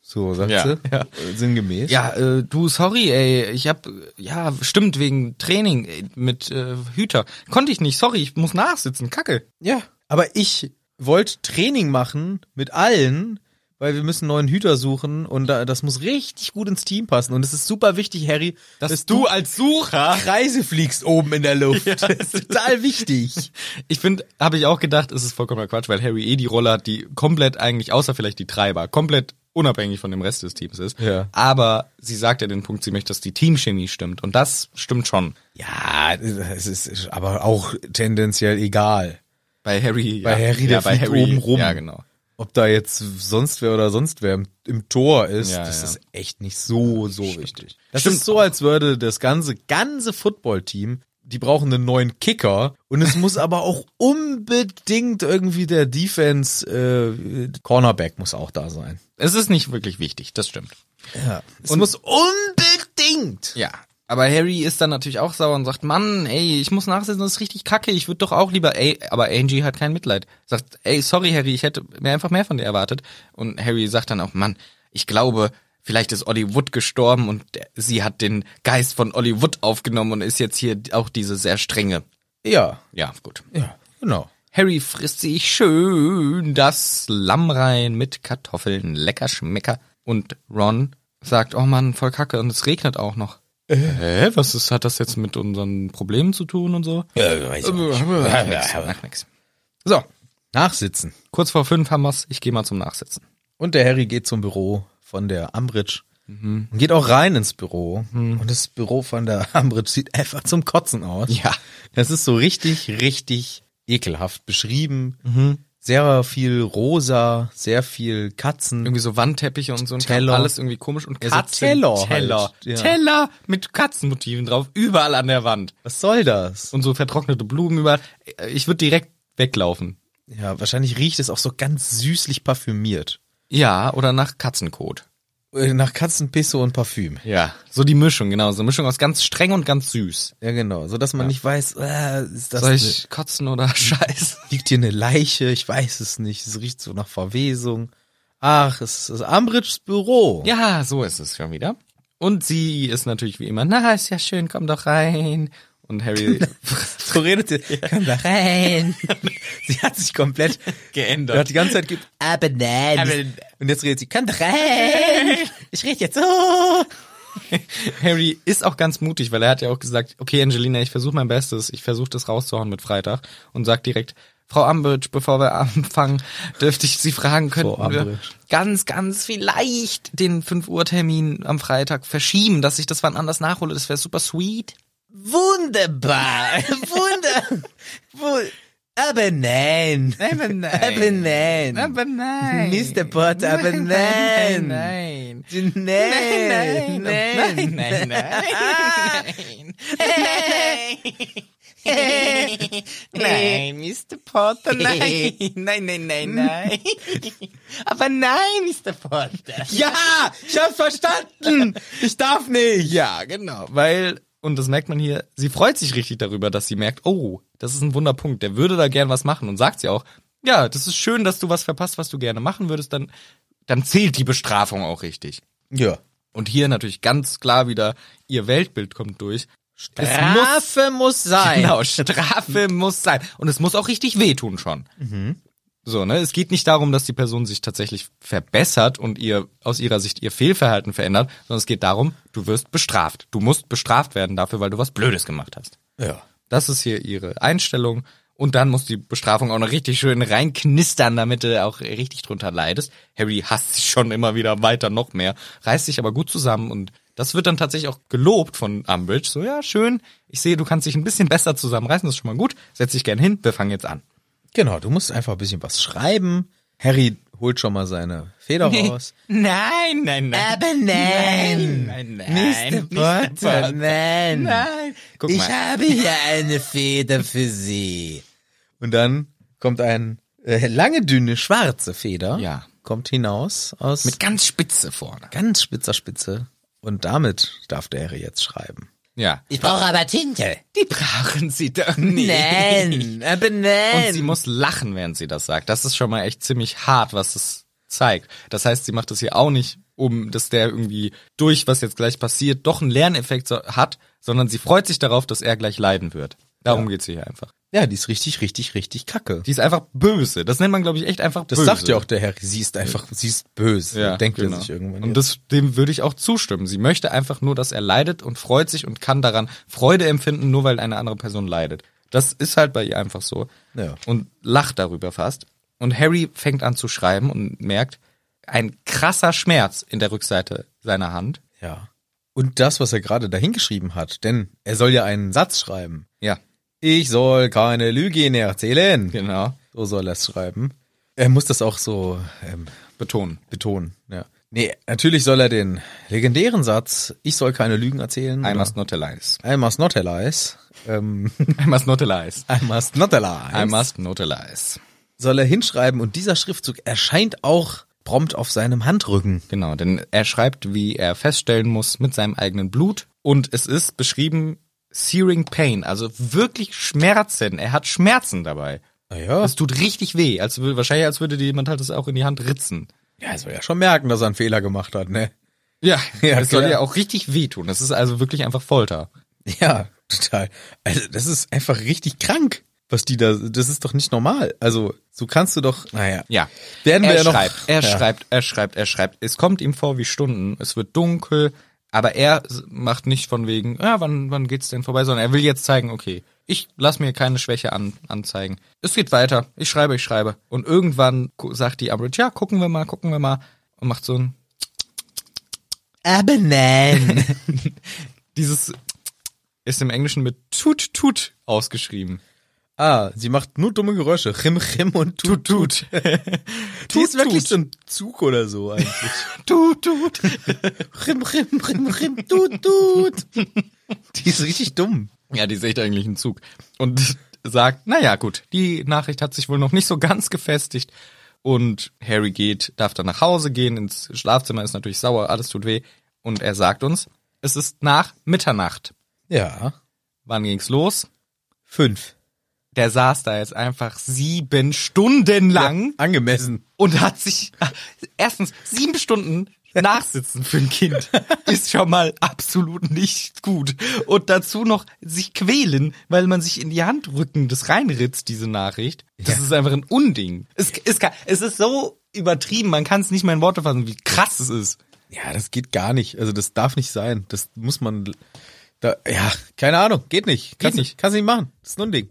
S1: So, sagt
S2: Ja,
S1: sie.
S2: ja.
S1: äh, Sinngemäß.
S2: Ja, äh, du, sorry, ey, ich hab, äh, ja, stimmt, wegen Training äh, mit äh, Hüter. Konnte ich nicht, sorry, ich muss nachsitzen, kacke.
S1: Ja. Aber ich wollte Training machen mit allen, weil wir müssen neuen Hüter suchen und da, das muss richtig gut ins Team passen. Und es ist super wichtig, Harry,
S2: als Sucher
S1: Kreise fliegst oben in der Luft. Das ist total wichtig.
S2: Ich finde, habe ich auch gedacht, es ist vollkommener Quatsch, weil Harry eh die Rolle hat, die komplett eigentlich, außer vielleicht die Treiber, komplett unabhängig von dem Rest des Teams ist.
S1: Ja.
S2: Aber sie sagt ja den Punkt, sie möchte, dass die Teamchemie stimmt. Und das stimmt schon.
S1: Ja, es ist aber auch tendenziell egal,
S2: Bei Harry.
S1: Bei
S2: ja.
S1: Harry, der
S2: ja, bei
S1: fliegt
S2: Harry
S1: oben rum.
S2: Ja, genau.
S1: ob da jetzt sonst wer oder sonst wer im, im Tor ist.
S2: Ja,
S1: das
S2: ja.
S1: ist echt nicht so, so wichtig. Das
S2: Stimmt
S1: ist so, als würde das ganze, ganze Footballteam, die brauchen einen neuen Kicker und es muss aber auch unbedingt irgendwie der Defense, äh, Cornerback muss auch da sein.
S2: Es ist nicht wirklich wichtig, das stimmt.
S1: Ja. Es muss unbedingt.
S2: Ja. Aber Harry ist dann natürlich auch sauer und sagt, Mann, ey, ich muss nachsitzen, das ist richtig kacke, ich würde doch auch lieber, ey, aber Angie hat kein Mitleid. Sagt, ey, sorry Harry, ich hätte mir einfach mehr von dir erwartet. Und Harry sagt dann auch, Mann, ich glaube, vielleicht ist Ollie Wood gestorben und der- sie hat den Geist von Ollie Wood aufgenommen und ist jetzt hier auch diese sehr strenge.
S1: Ja.
S2: Ja, gut.
S1: Ja, genau.
S2: Harry frisst sich schön das Lamm rein mit Kartoffeln, lecker schmecker. Und Ron sagt, oh Mann, voll kacke und es regnet auch noch.
S1: Äh?
S2: Hä, was ist, hat das jetzt mit unseren Problemen zu tun und so?
S1: Äh, Also,
S2: Macht nix, macht nix.
S1: halt So, nachsitzen.
S2: Kurz vor fünf haben wir's, ich gehe mal zum Nachsitzen.
S1: Und der Harry geht zum Büro von der Ambridge
S2: Mhm.
S1: und geht auch rein ins Büro. Und das Büro von der Ambridge sieht einfach zum Kotzen aus.
S2: Ja.
S1: Das ist so richtig, richtig ekelhaft beschrieben.
S2: Mhm.
S1: Sehr viel rosa, sehr viel Katzen.
S2: Irgendwie so Wandteppiche und so ein
S1: Teller.
S2: alles irgendwie komisch und
S1: Ja, so
S2: Katzen.
S1: Teller halt,
S2: Teller.
S1: ja.
S2: Teller mit Katzenmotiven drauf, überall an der Wand.
S1: Was soll das?
S2: Und so vertrocknete Blumen überall. Ich würde direkt weglaufen.
S1: Ja, wahrscheinlich riecht es auch so ganz süßlich parfümiert.
S2: Ja, oder nach Katzenkot.
S1: Äh, Nach Katzenpisse und Parfüm.
S2: Ja, so die Mischung, genau. So eine Mischung aus ganz streng und ganz süß.
S1: Ja, genau. So dass man nicht weiß, äh, ist das
S2: Soll
S1: eine-
S2: ich kotzen oder scheiß?
S1: liegt hier eine Leiche, ich weiß es nicht, es riecht so nach Verwesung. Ach, es ist Ambridges Büro.
S2: Ja, so ist es schon wieder. Und sie ist natürlich wie immer, na, ist ja schön, komm doch rein. Und Harry
S1: so redet sie. Komm da rein. sie hat sich komplett
S2: geändert.
S1: hat die ganze Zeit gibt, aber nein.
S2: Aber-
S1: Und jetzt redet sie, komm da rein. Ich rede jetzt so.
S2: Harry ist auch ganz mutig, weil er hat ja auch gesagt, okay, Angelina, ich versuche mein Bestes, ich versuche das rauszuhauen mit Freitag und sagt direkt, Frau Ambridge, bevor wir anfangen, dürfte ich Sie fragen, könnten wir
S1: Ambridge.
S2: ganz, ganz vielleicht den 5 Uhr Termin am Freitag verschieben, dass ich das wann anders nachhole, das wäre super sweet.
S1: Wunderbar. Wunder. Wu- Aber nein.
S2: Aber nein.
S1: Aber nein.
S2: Aber nein.
S1: Mr. Potter, aber nein.
S2: Nein.
S1: Nein.
S2: Nein, nein, nein, nein, nein. Nein, Mr. Potter, nein. Nein, nein,
S1: Hm.
S2: nein, nein. Aber nein, Mr. Potter.
S1: Ja, ich hab's verstanden. Ich darf nicht.
S2: Ja, genau, weil, und das merkt man hier, sie freut sich richtig darüber, dass sie merkt, oh, das ist ein Wunderpunkt, der würde da gern was machen und sagt sie auch, ja, das ist schön, dass du was verpasst, was du gerne machen würdest, dann, dann zählt die Bestrafung auch richtig.
S1: Ja.
S2: Und hier natürlich ganz klar wieder, ihr Weltbild kommt durch. Es muss,
S1: Strafe muss sein.
S2: genau, Strafe muss sein. Und es muss auch richtig wehtun schon. So, ne? Es geht nicht darum, dass die Person sich tatsächlich verbessert und ihr aus ihrer Sicht ihr Fehlverhalten verändert, sondern es geht darum, du wirst bestraft. Du musst bestraft werden dafür, weil du was Blödes gemacht hast.
S1: Ja.
S2: Das ist hier ihre Einstellung. Und dann muss die Bestrafung auch noch richtig schön reinknistern, damit du auch richtig drunter leidest. Harry hasst sich schon immer wieder weiter noch mehr, reißt sich aber gut zusammen und das wird dann tatsächlich auch gelobt von Umbridge. So, ja, schön. Ich sehe, du kannst dich ein bisschen besser zusammenreißen, das ist schon mal gut. Setz dich gern hin, wir fangen jetzt an.
S1: Genau, du musst einfach ein bisschen was schreiben. Harry holt schon mal seine Feder raus.
S2: Nein, nein, nein.
S1: Aber nein.
S2: Nein, nein, nein.
S1: nein.
S2: Nein. Guck mal.
S1: habe hier eine Feder für Sie. Und dann kommt ein äh, lange, dünne, schwarze Feder.
S2: Ja.
S1: Kommt hinaus aus
S2: Mit ganz spitze vorne.
S1: ganz spitzer Spitze. Und damit darf der Harry jetzt schreiben.
S2: Ja.
S1: Ich brauche aber Tinte.
S2: Die brauchen sie doch nicht.
S1: aber nein.
S2: Und sie muss lachen, während sie das sagt. Das ist schon mal echt ziemlich hart, was es zeigt. Das heißt, sie macht das hier auch nicht, um, dass der irgendwie durch, was jetzt gleich passiert, doch einen Lerneffekt so, hat, sondern sie freut sich darauf, dass er gleich leiden wird. Darum geht's hier einfach.
S1: ja, die ist richtig, richtig, richtig kacke.
S2: Die ist einfach böse. Das nennt man, glaube ich, echt einfach
S1: Das
S2: böse.
S1: sagt ja auch der Harry, sie ist einfach, sie ist böse,
S2: Ja,
S1: denkt
S2: genau.
S1: er sich irgendwann.
S2: Und das, dem würde ich auch zustimmen. Sie möchte einfach nur, dass er leidet und freut sich und kann daran Freude empfinden, nur weil eine andere Person leidet. Das ist halt bei ihr einfach so.
S1: Ja.
S2: Und lacht darüber fast. Und Harry fängt an zu schreiben und merkt, ein krasser Schmerz in der Rückseite seiner Hand.
S1: Ja. Und das, was er gerade dahingeschrieben hat, denn er soll ja einen Satz schreiben.
S2: Ja,
S1: Ich soll keine Lügen erzählen.
S2: genau.
S1: So soll er es schreiben. Er muss das auch so ähm,
S2: Betonen.
S1: betonen. Ja. Nee, natürlich soll er den legendären Satz, ich soll keine Lügen erzählen.
S2: I
S1: oder
S2: must not lies.
S1: I must not tell lies. Ähm,
S2: I must not lies.
S1: I must not tell lies.
S2: I must not lies.
S1: soll er hinschreiben und dieser Schriftzug erscheint auch prompt auf seinem Handrücken.
S2: Genau, denn er schreibt, wie er feststellen muss, mit seinem eigenen Blut. Und es ist beschrieben searing pain, also wirklich Schmerzen. Er hat Schmerzen dabei.
S1: Naja,
S2: Es tut richtig weh, als würde, wahrscheinlich als würde dir jemand halt das auch in die Hand ritzen.
S1: ja, er soll ja schon merken, dass er einen Fehler gemacht hat, ne?
S2: Ja,
S1: ja,
S2: es soll
S1: klar.
S2: ja auch richtig wehtun. Das ist also wirklich einfach Folter.
S1: Ja, total. Also, das ist einfach richtig krank, was die da, das ist doch nicht normal. Also, so kannst du doch, naja.
S2: Ja.
S1: Werden
S2: er
S1: wir ja noch-
S2: schreibt, er
S1: ja.
S2: schreibt, er schreibt, er schreibt. Es kommt ihm vor wie Stunden. Es wird dunkel, aber er s- macht nicht von wegen, ja, wann, wann geht's denn vorbei, sondern er will jetzt zeigen, okay, ich lass mir keine Schwäche an, anzeigen. Es geht weiter. Ich schreibe, ich schreibe. Und irgendwann gu- sagt die Umbridge, ja, gucken wir mal, gucken wir mal. Und macht so ein,
S1: Aber nein.
S2: dieses ist im Englischen mit tut, tut ausgeschrieben.
S1: ah, sie macht nur dumme Geräusche. Chim, chim und tut, tut. Die
S2: Tut,
S1: ist wirklich
S2: tut.
S1: so ein Zug oder so eigentlich.
S2: Tut, tut.
S1: chim, chim, chim, chim, tut, tut. Die ist richtig dumm.
S2: Ja, die ist echt eigentlich ein Zug. Und sagt, naja, gut, die Nachricht hat sich wohl noch nicht so ganz gefestigt. Und Harry geht, darf dann nach Hause gehen, ins Schlafzimmer ist natürlich sauer, alles tut weh. Und er sagt uns, es ist nach Mitternacht.
S1: Ja.
S2: Wann ging's los?
S1: Fünf.
S2: Der saß da jetzt einfach sieben Stunden lang
S1: Angemessen.
S2: und hat sich, erstens, sieben Stunden nachsitzen für ein Kind ist schon mal absolut nicht gut. Und dazu noch sich quälen, weil man sich in die Hand rücken, das reinritzt, diese Nachricht. Das ist einfach ein Unding. Es, es, kann, es ist so übertrieben, man kann es nicht mal in Worte fassen, wie krass es ist.
S1: Ja, das geht gar nicht. Also das darf nicht sein. Das muss man. Da, ja, keine Ahnung. Geht nicht. kannst
S2: nicht.
S1: Kannst nicht machen. Das ist nur ein Ding.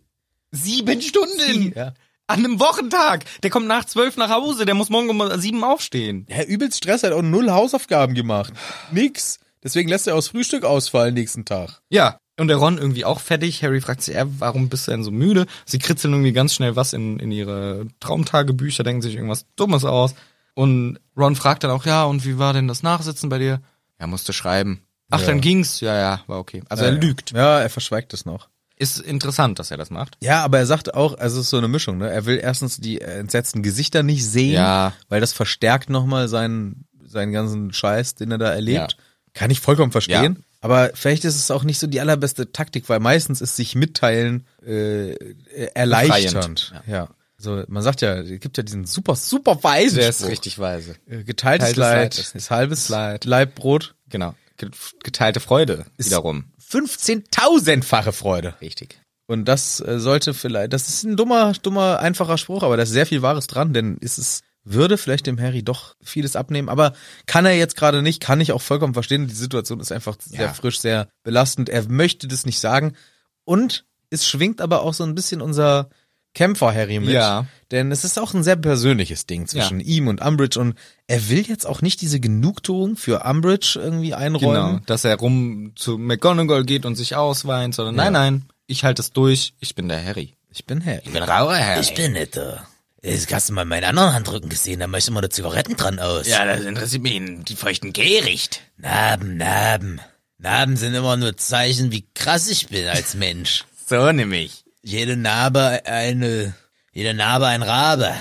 S2: Sieben Stunden!
S1: Ja.
S2: An einem Wochentag! Der kommt nach zwölf nach Hause, der muss morgen um sieben aufstehen.
S1: Ja, übelst Stress hat auch null Hausaufgaben gemacht. Nix. Deswegen lässt er aus Frühstück ausfallen nächsten Tag.
S2: Ja. Und der Ron irgendwie auch fertig. Harry fragt sie, "Äh, warum bist du denn so müde? Sie kritzeln irgendwie ganz schnell was in, in ihre Traumtagebücher, denken sich irgendwas Dummes aus. Und Ron fragt dann auch, ja, und wie war denn das Nachsitzen bei dir? Er musste schreiben. Ach,
S1: Ja.
S2: dann ging's. Ja, ja, war okay. Also er
S1: Ja,
S2: lügt.
S1: Ja, Ja, er verschweigt es noch.
S2: Ist interessant, dass er das macht.
S1: Ja, aber er sagt auch, also es ist so eine Mischung, ne? Er will erstens die äh, entsetzten Gesichter nicht sehen,
S2: Ja.
S1: weil das verstärkt nochmal seinen, seinen ganzen Scheiß, den er da erlebt.
S2: Ja.
S1: Kann ich vollkommen verstehen.
S2: Ja.
S1: Aber vielleicht ist es auch nicht so die allerbeste Taktik, weil meistens ist sich mitteilen äh, äh, erleichternd.
S2: Befreiend,
S1: Ja. Also man sagt ja, es gibt ja diesen super, super weisen Spruch.
S2: weise.
S1: Äh, Geteiltes
S2: Geteiltes
S1: Leid
S2: Leid
S1: ist halbes
S2: Leid.
S1: Leibbrot.
S2: Genau. Ge- Geteilte Freude wiederum.
S1: 15.000-fache Freude.
S2: Richtig.
S1: Und das äh, sollte vielleicht, das ist ein dummer, dummer, einfacher Spruch, aber da ist sehr viel Wahres dran, denn ist es würde vielleicht dem Harry doch vieles abnehmen, aber kann er jetzt gerade nicht, kann ich auch vollkommen verstehen. Die Situation ist einfach sehr
S2: Ja.
S1: frisch, sehr belastend. Er möchte das nicht sagen. Und es schwingt aber auch so ein bisschen unser Kämpfer-Harry mit.
S2: Ja.
S1: Denn es ist auch ein sehr persönliches Ding zwischen ihm und Umbridge und er will jetzt auch nicht diese Genugtuung für Umbridge irgendwie einräumen.
S2: Genau. Dass er rum zu McGonagall geht und sich ausweint, sondern nein, nein, ich halte es durch. Ich bin der Harry.
S1: Ich bin Harry.
S2: bin rauer Harry.
S1: bin nicht da. Hast du mal meinen anderen Handrücken gesehen? Da mache ich immer nur Zigaretten dran aus.
S2: das interessiert mich in die feuchten Kehricht.
S1: Narben, Narben. Narben sind immer nur Zeichen, wie krass ich bin als Mensch.
S2: So nämlich.
S1: Jede Narbe eine, jede Narbe ein Rabe.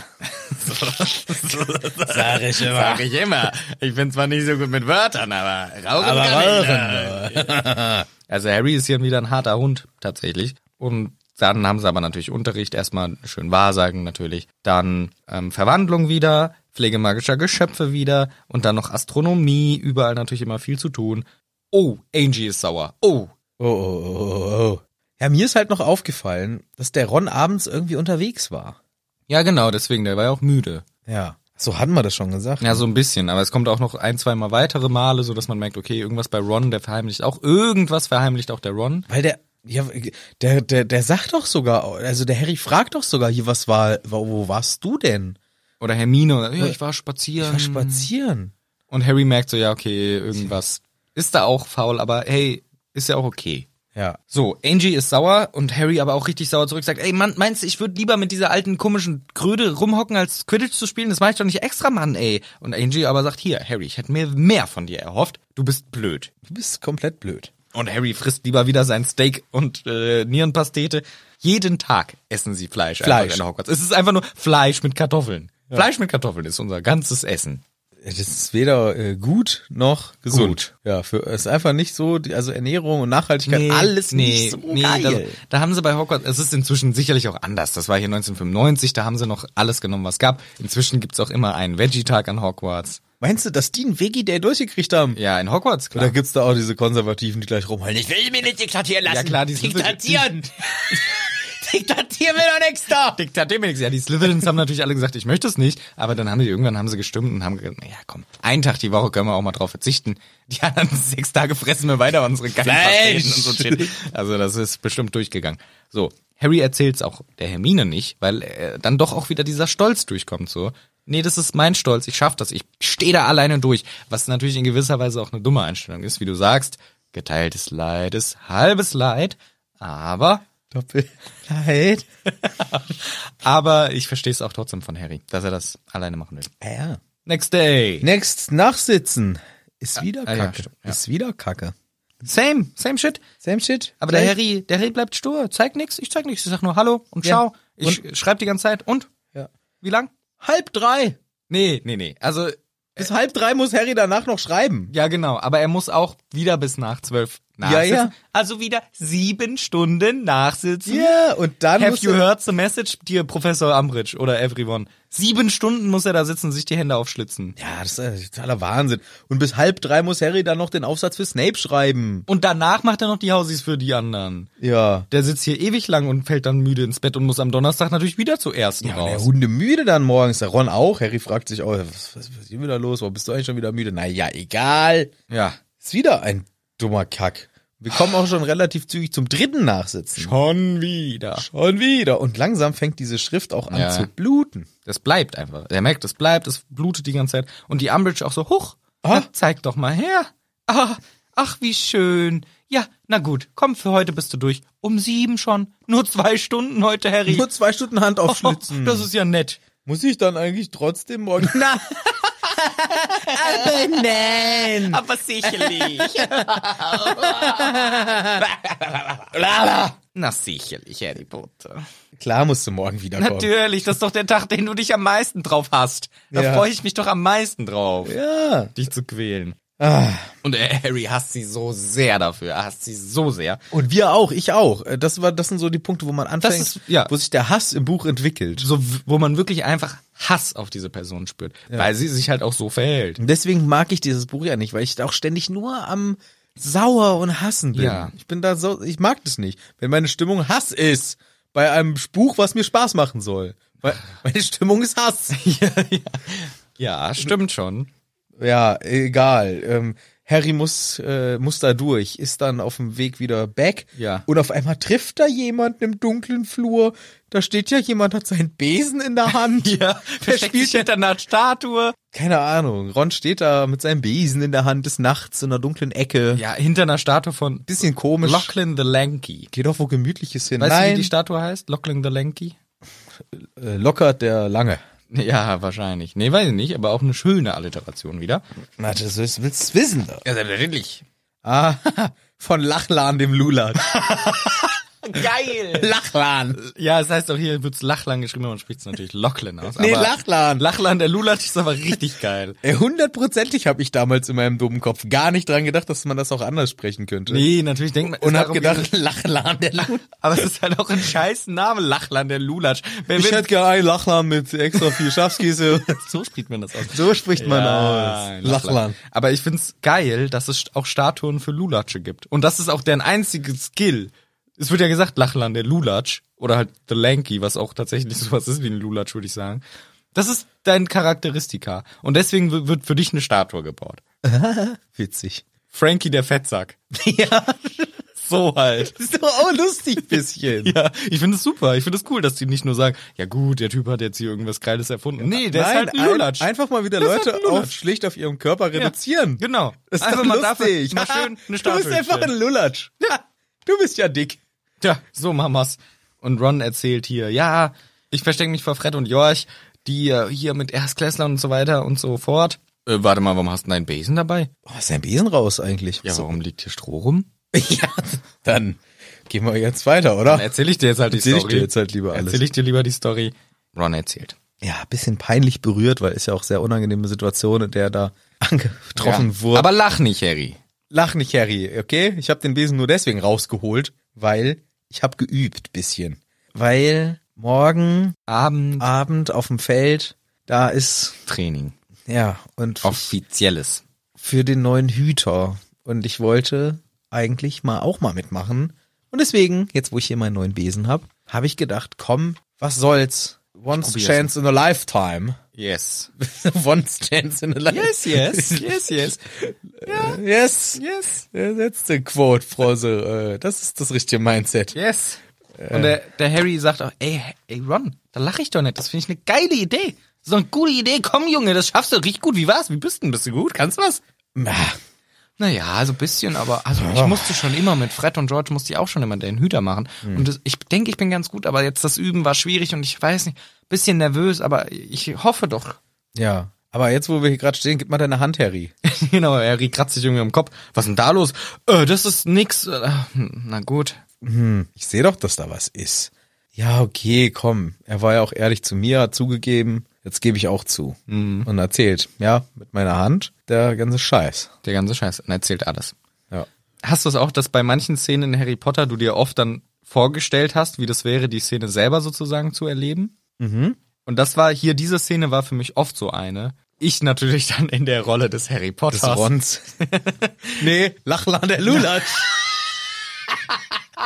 S1: Sag ich immer.
S2: Sag ich immer. Ich bin zwar nicht so gut mit Wörtern, aber rauchen
S1: Aber
S2: kann ich. Also Harry ist hier wieder ein harter Hund, tatsächlich. Und dann haben sie aber natürlich Unterricht, erstmal schön Wahrsagen natürlich, dann ähm, Verwandlung wieder, Pflege magischer Geschöpfe wieder und dann noch Astronomie, überall natürlich immer viel zu tun. Oh, Angie ist sauer. Oh,
S1: Oh, oh, oh, oh, oh. Ja, mir ist halt noch aufgefallen, dass der Ron abends irgendwie unterwegs war.
S2: ja genau, deswegen, der war ja auch müde.
S1: Ja. So hatten wir das schon gesagt.
S2: Ja, so ein bisschen, aber es kommt auch noch ein, zweimal weitere Male, so dass man merkt, okay, irgendwas bei Ron, der verheimlicht auch, irgendwas verheimlicht auch der Ron.
S1: Weil der, ja, der, der, der sagt doch sogar, also der Harry fragt doch sogar, hier, was war, wo, wo warst du denn?
S2: Oder Hermine oder ja, ich war spazieren.
S1: Ich war spazieren.
S2: Und Harry merkt so, ja, okay, irgendwas ist da auch faul, aber hey, ist ja auch okay.
S1: Ja.
S2: So, Angie ist sauer und Harry aber auch richtig sauer zurück, sagt, ey, Mann, meinst du, ich würde lieber mit dieser alten komischen Kröte rumhocken, als Quidditch zu spielen? Das mach ich doch nicht extra, Mann, ey. Und Angie aber sagt, hier, Harry, ich hätte mir mehr von dir erhofft. Du bist blöd.
S1: Du bist komplett blöd.
S2: Und Harry frisst lieber wieder sein Steak und äh, Nierenpastete. Jeden Tag essen sie Fleisch. einfach
S1: Fleisch.
S2: In Hogwarts. Es ist einfach nur Fleisch mit Kartoffeln. Fleisch mit Kartoffeln ist unser ganzes Essen.
S1: Das ist weder äh, gut noch gesund.
S2: Gut.
S1: Ja, für, ist einfach nicht so, die- also Ernährung und Nachhaltigkeit, alles nicht so geil.
S2: Da, da haben sie bei Hogwarts, es ist inzwischen sicherlich auch anders. Das war hier 1995, da haben sie noch alles genommen, was gab. Inzwischen gibt's auch immer einen Veggie-Tag an Hogwarts.
S1: Meinst du, dass die einen Veggie-Day durchgekriegt haben?
S2: Ja, in Hogwarts,
S1: Oder
S2: klar.
S1: gibt's da auch diese Konservativen, die gleich rumheulen? Ich will mir nicht diktatieren lassen.
S2: Ja, klar, die sind-
S1: Diktatieren. Diktatieren will doch nichts da.
S2: Diktat dem nichts. Ja, die Slytherins haben natürlich alle gesagt, ich möchte es nicht. Aber dann haben die irgendwann haben sie gestimmt und haben gesagt, naja, komm, einen Tag die Woche können wir auch mal drauf verzichten. Die anderen sechs Tage fressen wir weiter unsere geilen Pasteten und
S1: Fleisch.
S2: so Shit. Also das ist bestimmt durchgegangen. So, Harry erzählt's auch der Hermine nicht, weil äh, dann doch auch wieder dieser Stolz durchkommt so. Nee, das ist mein Stolz, ich schaff das, ich stehe da alleine durch. Was natürlich in gewisser Weise auch eine dumme Einstellung ist, wie du sagst. Geteiltes Leid ist halbes Leid, aber
S1: Doppelheit.
S2: aber ich verstehe es auch trotzdem von Harry, dass er das alleine machen will.
S1: Ja.
S2: Next day.
S1: Next, nachsitzen. Ist wieder
S2: ah, ja,
S1: Kacke.
S2: stimmt, ja.
S1: Ist wieder Kacke.
S2: Same, same shit.
S1: Same shit.
S2: Aber der
S1: Gleich.
S2: Harry, der Harry bleibt stur, zeigt nichts, ich zeig nichts, ich sag nur Hallo und
S1: Ja.
S2: ciao. Ich schreib die ganze Zeit und
S1: Ja.
S2: wie lang?
S1: Halb drei.
S2: Nee, nee, nee. Also,
S1: Bis halb drei muss Harry danach noch schreiben.
S2: ja, genau. Aber er muss auch wieder bis nach zwölf nachsitzen.
S1: ja.
S2: Also wieder sieben Stunden nachsitzen.
S1: Ja, und dann
S2: Have
S1: muss
S2: you
S1: er-
S2: heard the message, dear Professor Ambridge oder everyone? Sieben Stunden muss er da sitzen, sich die Hände aufschlitzen.
S1: Ja, das ist äh, totaler Wahnsinn. Und bis halb drei muss Harry dann noch den Aufsatz für Snape schreiben.
S2: Und danach macht er noch die Hausies für die anderen.
S1: Ja.
S2: Der sitzt hier ewig lang und fällt dann müde ins Bett und muss am Donnerstag natürlich wieder zur ersten
S1: Ja, und der
S2: raus.
S1: Hunde müde dann morgens. Der Ron auch. Harry fragt sich, oh, was, was, was ist hier wieder los? Warum bist du eigentlich schon wieder müde? Naja, egal.
S2: Ja.
S1: Ist wieder ein dummer Kack. Wir kommen auch schon relativ zügig zum dritten Nachsitzen.
S2: Schon wieder.
S1: Schon wieder. Und langsam fängt diese Schrift auch an
S2: Ja.
S1: zu bluten.
S2: Das bleibt einfach. Er merkt, es bleibt, es blutet die ganze Zeit. Und die Umbridge auch so, huch,
S1: Ah.
S2: na, zeig doch mal her. Ah, ach, wie schön. Ja, na gut, komm, für heute bist du durch. Um sieben schon. Nur zwei Stunden heute, Harry.
S1: Nur zwei Stunden Hand
S2: oh,
S1: aufschlitzen.
S2: das ist ja nett.
S1: Muss ich dann eigentlich trotzdem morgen? Na, aber nein.
S2: Aber sicherlich. na sicherlich, Harry Potter.
S1: Klar musst du morgen wiederkommen.
S2: Natürlich, das ist doch der Tag, den du dich am meisten drauf hast. Da
S1: Ja.
S2: freue ich mich doch am meisten drauf,
S1: Ja.
S2: dich zu quälen.
S1: Ah.
S2: Und äh, Harry hasst sie so sehr dafür, er hasst sie so sehr.
S1: Und wir auch, ich auch. Äh, Das war, das sind so die Punkte, wo man anfängt,
S2: ist- ja.
S1: wo sich der Hass im Buch entwickelt.
S2: So, w- wo man wirklich einfach Hass auf diese Person spürt, weil sie sich halt auch so verhält.
S1: Und deswegen mag ich dieses Buch ja nicht, weil ich da auch ständig nur am sauer und hassen bin.
S2: Ja.
S1: Ich bin da so, ich mag das nicht, wenn meine Stimmung Hass ist bei einem Buch, was mir Spaß machen soll. Weil meine Stimmung ist Hass.
S2: ja, ja. ja, stimmt schon.
S1: Ja, egal. Ähm, Harry muss, äh, muss da durch, ist dann auf dem Weg wieder back.
S2: Ja.
S1: Und auf einmal trifft da jemanden im dunklen Flur. Da steht ja jemand, hat seinen Besen in der Hand.
S2: wer spielt hinter einer Statue?
S1: Keine Ahnung. Ron steht da mit seinem Besen in der Hand des Nachts in einer dunklen Ecke.
S2: Ja, hinter einer Statue von
S1: Bisschen komisch.
S2: Lachlan the Lanky.
S1: Geht doch wo gemütliches hin.
S2: Weißt du,
S1: Nein,
S2: wie die Statue heißt? Lachlan the Lanky?
S1: äh, lockert der lange.
S2: Ja, wahrscheinlich. Nee, weiß ich nicht, aber auch eine schöne Alliteration wieder.
S1: Na, das ist, willst du wissen. Da.
S2: Ja, selbstverständlich.
S1: Ah, von Lachlan, dem Lulat.
S2: Geil!
S1: Lachlan.
S2: Ja, es heißt auch hier wird's Lachlan geschrieben, aber man spricht's natürlich Lachlan aus.
S1: Nee,
S2: aber
S1: Lachlan.
S2: Lachlan, der Lulatsch ist aber richtig geil.
S1: Äh, Hundertprozentig habe ich damals in meinem dummen Kopf gar nicht dran gedacht, dass man das auch anders sprechen könnte.
S2: Nee, natürlich denkt man.
S1: Und
S2: es
S1: habe
S2: darum
S1: gedacht, Lachlan, der Lulat.
S2: geht- Aber es ist halt auch ein scheiß Name, Lachlan, der Lulatsch. Wer
S1: Ich
S2: will,
S1: hätte gerne einen Lachlan mit extra viel Schafskäse.
S2: so spricht man das aus.
S1: so spricht man
S2: Ja,
S1: aus. Lachlan.
S2: Aber ich find's geil, dass es auch Statuen für Lulatsche gibt. Und das ist auch deren einziges Skill. Es wird ja gesagt, Lachlan, der Lulatsch. Oder halt The Lanky, was auch tatsächlich sowas ist wie ein Lulatsch, würde ich sagen. Das ist dein Charakteristika. Und deswegen w- wird für dich eine Statue gebaut.
S1: Witzig.
S2: Frankie der Fettsack.
S1: Ja.
S2: So halt.
S1: Das ist doch auch lustig bisschen.
S2: Ja, ich finde es super. Ich finde es cool, dass die nicht nur sagen, ja gut, der Typ hat jetzt hier irgendwas Geiles erfunden. Nee, der
S1: Nein,
S2: ist halt ein Lulatsch.
S1: ein, einfach mal wieder
S2: Das ist
S1: Leute
S2: halt ein Lulatsch.
S1: auf, schlicht auf ihrem Körper reduzieren.
S2: Genau.
S1: Das ist
S2: einfach
S1: doch
S2: mal
S1: lustig.
S2: dafür mal schön eine
S1: du
S2: Statue
S1: bist einfach ein
S2: hinstellen.
S1: Lulatsch.
S2: Ja.
S1: Du bist ja dick.
S2: Tja, so Mamas. Und Ron erzählt hier, ja, ich verstecke mich vor Fred und Jorch, die äh, hier mit Erstklässlern und so weiter und so fort. Äh, warte mal, warum hast du denn einen Besen dabei?
S1: Oh, ist ein Besen raus eigentlich?
S2: Ja, warum liegt hier Stroh rum?
S1: ja, dann gehen wir jetzt weiter,
S2: Dann
S1: oder?
S2: erzähl ich dir jetzt halt die
S1: Erzähl ich
S2: Story.
S1: dir jetzt halt lieber alles.
S2: Erzähl ich dir lieber die Story. Ron erzählt.
S1: Ja, bisschen peinlich berührt, weil ist ja auch sehr unangenehme Situation, in der er da angetroffen
S2: Ja.
S1: wurde.
S2: Aber lach nicht, Harry.
S1: Lach nicht, Harry, okay? Ich habe den Besen nur deswegen rausgeholt, weil ich habe geübt bisschen. Weil morgen
S2: Abend
S1: Abend auf dem Feld, da ist
S2: Training.
S1: ja und
S2: Offizielles.
S1: für den neuen Hüter und ich wollte eigentlich mal auch mal mitmachen und deswegen, jetzt wo ich hier meinen neuen Besen habe, habe ich gedacht, komm, was soll's? Once
S2: probier's.
S1: chance in a lifetime.
S2: Yes.
S1: Once chance in a lifetime.
S2: Yes, yes, yes, yes,
S1: Yes.
S2: yes,
S1: That's the quote, Frau Se- äh, Das ist das richtige Mindset.
S2: yes. Und der, der Harry sagt auch, ey, ey Ron, da lache ich doch nicht. Das finde ich eine geile Idee. So eine gute Idee. Komm, Junge, das schaffst du richtig gut. Wie war's? Wie bist denn? Bist du gut? Kannst du was?
S1: Ah,
S2: Naja, so ein bisschen, aber also ich musste schon immer mit Fred und George musste ich auch schon immer den Hüter machen. Und das, ich denke, ich bin ganz gut, aber jetzt das Üben war schwierig und ich weiß nicht, bisschen nervös, aber ich hoffe doch.
S1: Ja. Aber jetzt, wo wir hier gerade stehen, gib mal deine Hand, Harry.
S2: genau, Harry kratzt sich irgendwie am Kopf. Was ist denn da los? Äh, das ist nix. Äh, na gut.
S1: Ich sehe doch, dass da was ist. Ja, okay, komm. Er war ja auch ehrlich zu mir, hat zugegeben. Jetzt gebe ich auch zu. Und erzählt, ja, mit meiner Hand, der ganze Scheiß.
S2: Der ganze Scheiß. Und erzählt alles.
S1: Ja.
S2: Hast du es auch, dass bei manchen Szenen in Harry Potter du dir oft dann vorgestellt hast, wie das wäre, die Szene selber sozusagen zu erleben? Und das war hier, diese Szene war für mich oft so eine. Ich natürlich dann in der Rolle des Harry Potters.
S1: Des Rons. nee, Lachlan der Lulatsch.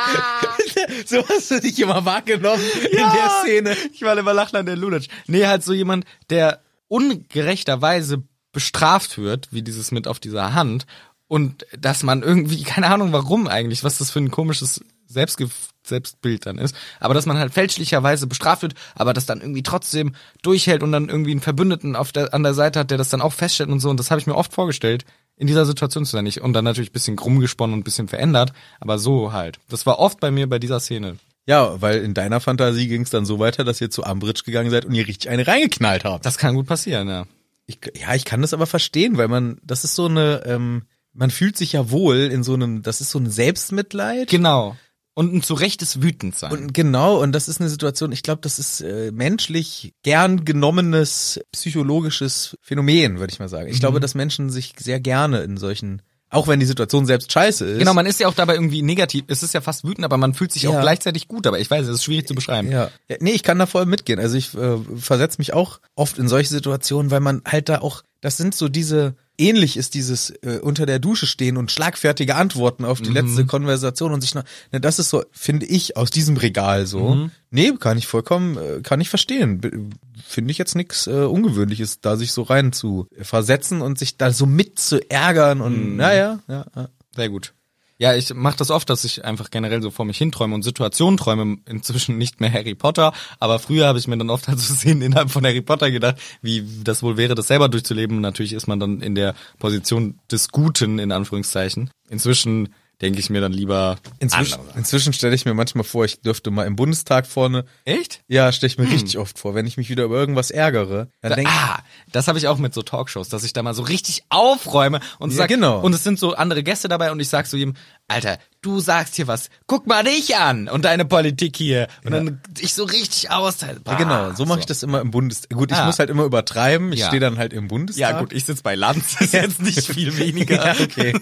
S1: so hast du dich immer wahrgenommen in der Szene.
S2: Ich war immer Lachland der Lulatsch. Nee, halt so jemand, der ungerechterweise bestraft wird, wie dieses mit auf dieser Hand. Und dass man irgendwie, keine Ahnung warum eigentlich, was das für ein komisches Selbstge Selbstbild dann ist. Aber dass man halt fälschlicherweise bestraft wird, aber das dann irgendwie trotzdem durchhält und dann irgendwie einen Verbündeten auf der, an der Seite hat, der das dann auch feststellt und so. Und das habe ich mir oft vorgestellt, in dieser Situation zu sein. Ich, und dann natürlich ein bisschen rumgesponnen und ein bisschen verändert, aber so halt. Das war oft bei mir bei dieser Szene.
S1: Ja, weil in deiner Fantasie ging es dann so weiter, dass ihr zu Ambridge gegangen seid und ihr richtig eine reingeknallt habt.
S2: Das kann gut passieren, ja.
S1: Ich, ja, ich kann das aber verstehen, weil man, das ist so eine, ähm, man fühlt sich ja wohl in so einem, das ist so ein Selbstmitleid.
S2: Genau. Und ein zu rechtes wütend sein.
S1: Und genau, und das ist eine Situation, ich glaube, das ist äh, menschlich gern genommenes psychologisches Phänomen, würde ich mal sagen. Ich glaube, dass Menschen sich sehr gerne in solchen, auch wenn die Situation selbst scheiße ist.
S2: genau, man ist ja auch dabei irgendwie negativ. Es ist ja fast wütend, aber man fühlt sich auch
S1: Ja.
S2: gleichzeitig gut. Aber ich weiß, es ist schwierig zu beschreiben.
S1: ja. ja. Nee, ich kann da voll mitgehen. Also ich äh, versetze mich auch oft in solche Situationen, weil man halt da auch, das sind so diese, ähnlich ist dieses äh, unter der Dusche stehen und schlagfertige Antworten auf die letzte Konversation und sich noch, ne, das ist so, finde ich, aus diesem Regal so. Nee, kann ich vollkommen, äh, kann ich verstehen. B- Finde ich jetzt nichts äh, Ungewöhnliches, da sich so rein zu versetzen und sich da so mit zu ärgern und naja, ja, ja.
S2: Sehr gut. Ja, ich mache das oft, dass ich einfach generell so vor mich hinträume und Situationen träume. Inzwischen nicht mehr Harry Potter, aber früher habe ich mir dann oft halt so Szenen innerhalb von Harry Potter gedacht, wie das wohl wäre, das selber durchzuleben. Und natürlich ist man dann in der Position des Guten, in Anführungszeichen. Inzwischen denke ich mir dann lieber
S1: Inzwischen,
S2: andere.
S1: inzwischen stelle ich mir manchmal vor, ich dürfte mal im Bundestag vorne
S2: Echt?
S1: Ja, stelle ich mir richtig oft vor. Wenn ich mich wieder über irgendwas ärgere, dann denke ich,
S2: Hm. ah, das habe ich auch mit so Talkshows, dass ich da mal so richtig aufräume und
S1: Ja,
S2: sag,
S1: genau.
S2: und es sind so andere Gäste dabei und ich sag zu ihm, Alter, du sagst hier was, guck mal dich an und deine Politik hier und dann ich so richtig aus.
S1: ja, genau, so mache ich das immer im Bundestag. Gut, ich
S2: Ah.
S1: muss halt immer übertreiben, ich
S2: Ja.
S1: stehe dann halt im Bundestag.
S2: Ja gut, ich sitz bei Lanz, ist jetzt nicht viel weniger.
S1: ja, okay.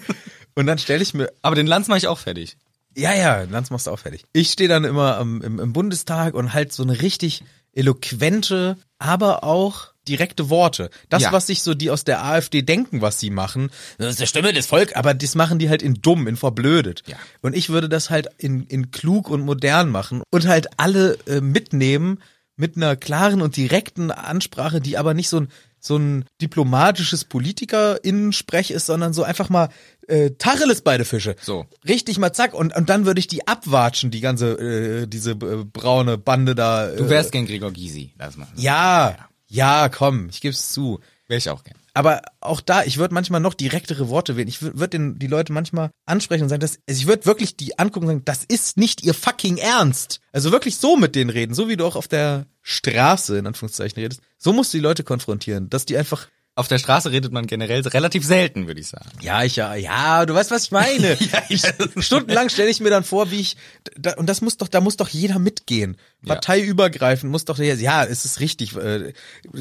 S1: Und dann stelle ich mir,
S2: Aber den Lanz mache ich auch fertig.
S1: ja, ja, Lanz machst du auch fertig. Ich stehe dann immer am, im, im Bundestag und halt so eine richtig eloquente, aber auch direkte Worte. Das,
S2: Ja.
S1: was sich so die aus der AfD denken, was sie machen, das ist der Stimme des Volk, aber das machen die halt in dumm, in verblödet.
S2: Ja.
S1: Und ich würde das halt in, in klug und modern machen und halt alle äh, mitnehmen mit einer klaren und direkten Ansprache, die aber nicht so ein so ein diplomatisches Politiker-Innensprech ist, sondern so einfach mal äh, Tacheles beide Fische.
S2: So.
S1: Richtig mal zack. Und, und dann würde ich die abwatschen, die ganze, äh, diese äh, braune Bande da. Äh,
S2: Du wärst gern Gregor Gysi, lass mal.
S1: Ja, ja, komm, ich geb's zu.
S2: Wär ich auch gern.
S1: Aber auch da, ich würde manchmal noch direktere Worte wählen. Ich würde die Leute manchmal ansprechen und sagen, das, also ich würde wirklich die angucken und sagen, das ist nicht ihr fucking Ernst. Also wirklich so mit denen reden, so wie du auch auf der Straße in Anführungszeichen redest. So musst du die Leute konfrontieren, dass die einfach,
S2: Auf der Straße redet man generell relativ selten, würde ich sagen.
S1: ja, ich ja, ja, du weißt, was ich meine.
S2: Ja, ich-
S1: Stundenlang stelle ich mir dann vor, wie ich, da, und das muss doch, da muss doch jeder mitgehen.
S2: Ja.
S1: Parteiübergreifend muss doch, der- ja, es ist richtig, äh,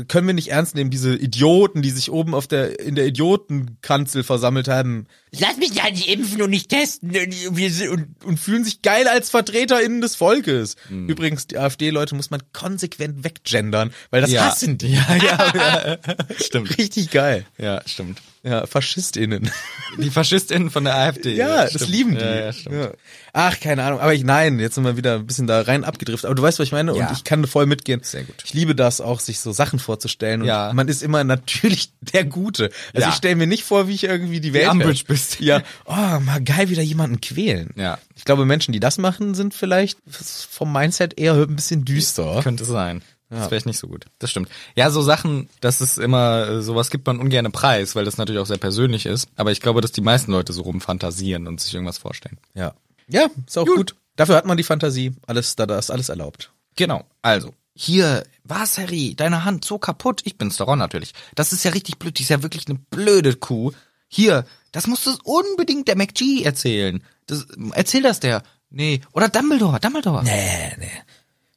S1: können wir nicht ernst nehmen, diese Idioten, die sich oben auf der, in der Idiotenkanzel versammelt haben.
S3: Lass mich ja nicht impfen und nicht testen. Und wir sind, und
S1: und fühlen sich geil als VertreterInnen des Volkes.
S3: Mhm.
S1: Übrigens, die AfD-Leute muss man konsequent weggendern, weil das hassen die.
S2: Ja, ja, ja. stimmt.
S1: Richtig geil.
S2: Ja, stimmt.
S1: Ja, FaschistInnen.
S2: Die FaschistInnen von der AfD.
S1: Ja, das
S2: stimmt.
S1: lieben die.
S2: Ja, ja, stimmt.
S1: Ja. Ach, keine Ahnung. Aber ich, nein, jetzt sind wir wieder ein bisschen da rein abgedriftet. Aber du weißt, was ich meine?
S2: Ja.
S1: Und ich kann voll mitgehen.
S2: Sehr gut.
S1: Ich liebe das auch, sich so Sachen vorzustellen. Und
S2: Ja.
S1: man ist immer natürlich der Gute. Also
S2: Ja.
S1: ich stelle mir nicht vor, wie ich irgendwie die Welt...
S2: Umbridge bist.
S1: Ja. Oh, mal geil, wieder jemanden quälen.
S2: Ja.
S1: Ich glaube, Menschen, die das machen, sind vielleicht vom Mindset eher ein bisschen düster.
S2: Könnte sein. Das wäre nicht so gut. Das stimmt. Ja, so Sachen, dass es immer, äh, sowas gibt man ungern preis, weil das natürlich auch sehr persönlich ist. Aber ich glaube, dass die meisten Leute so rumfantasieren und sich irgendwas vorstellen.
S1: Ja. Ja, ist auch gut.
S2: Gut.
S1: Dafür hat man die Fantasie. Alles, da, da ist alles erlaubt.
S2: Genau, also. Hier, was, Harry? Deine Hand so kaputt. Ich bin's, der Ron natürlich. Das ist ja richtig blöd. Die ist ja wirklich eine blöde Kuh. Hier, das musst du unbedingt der MacG erzählen. Das, erzähl das der. Nee, oder Dumbledore, Dumbledore.
S1: Nee, nee.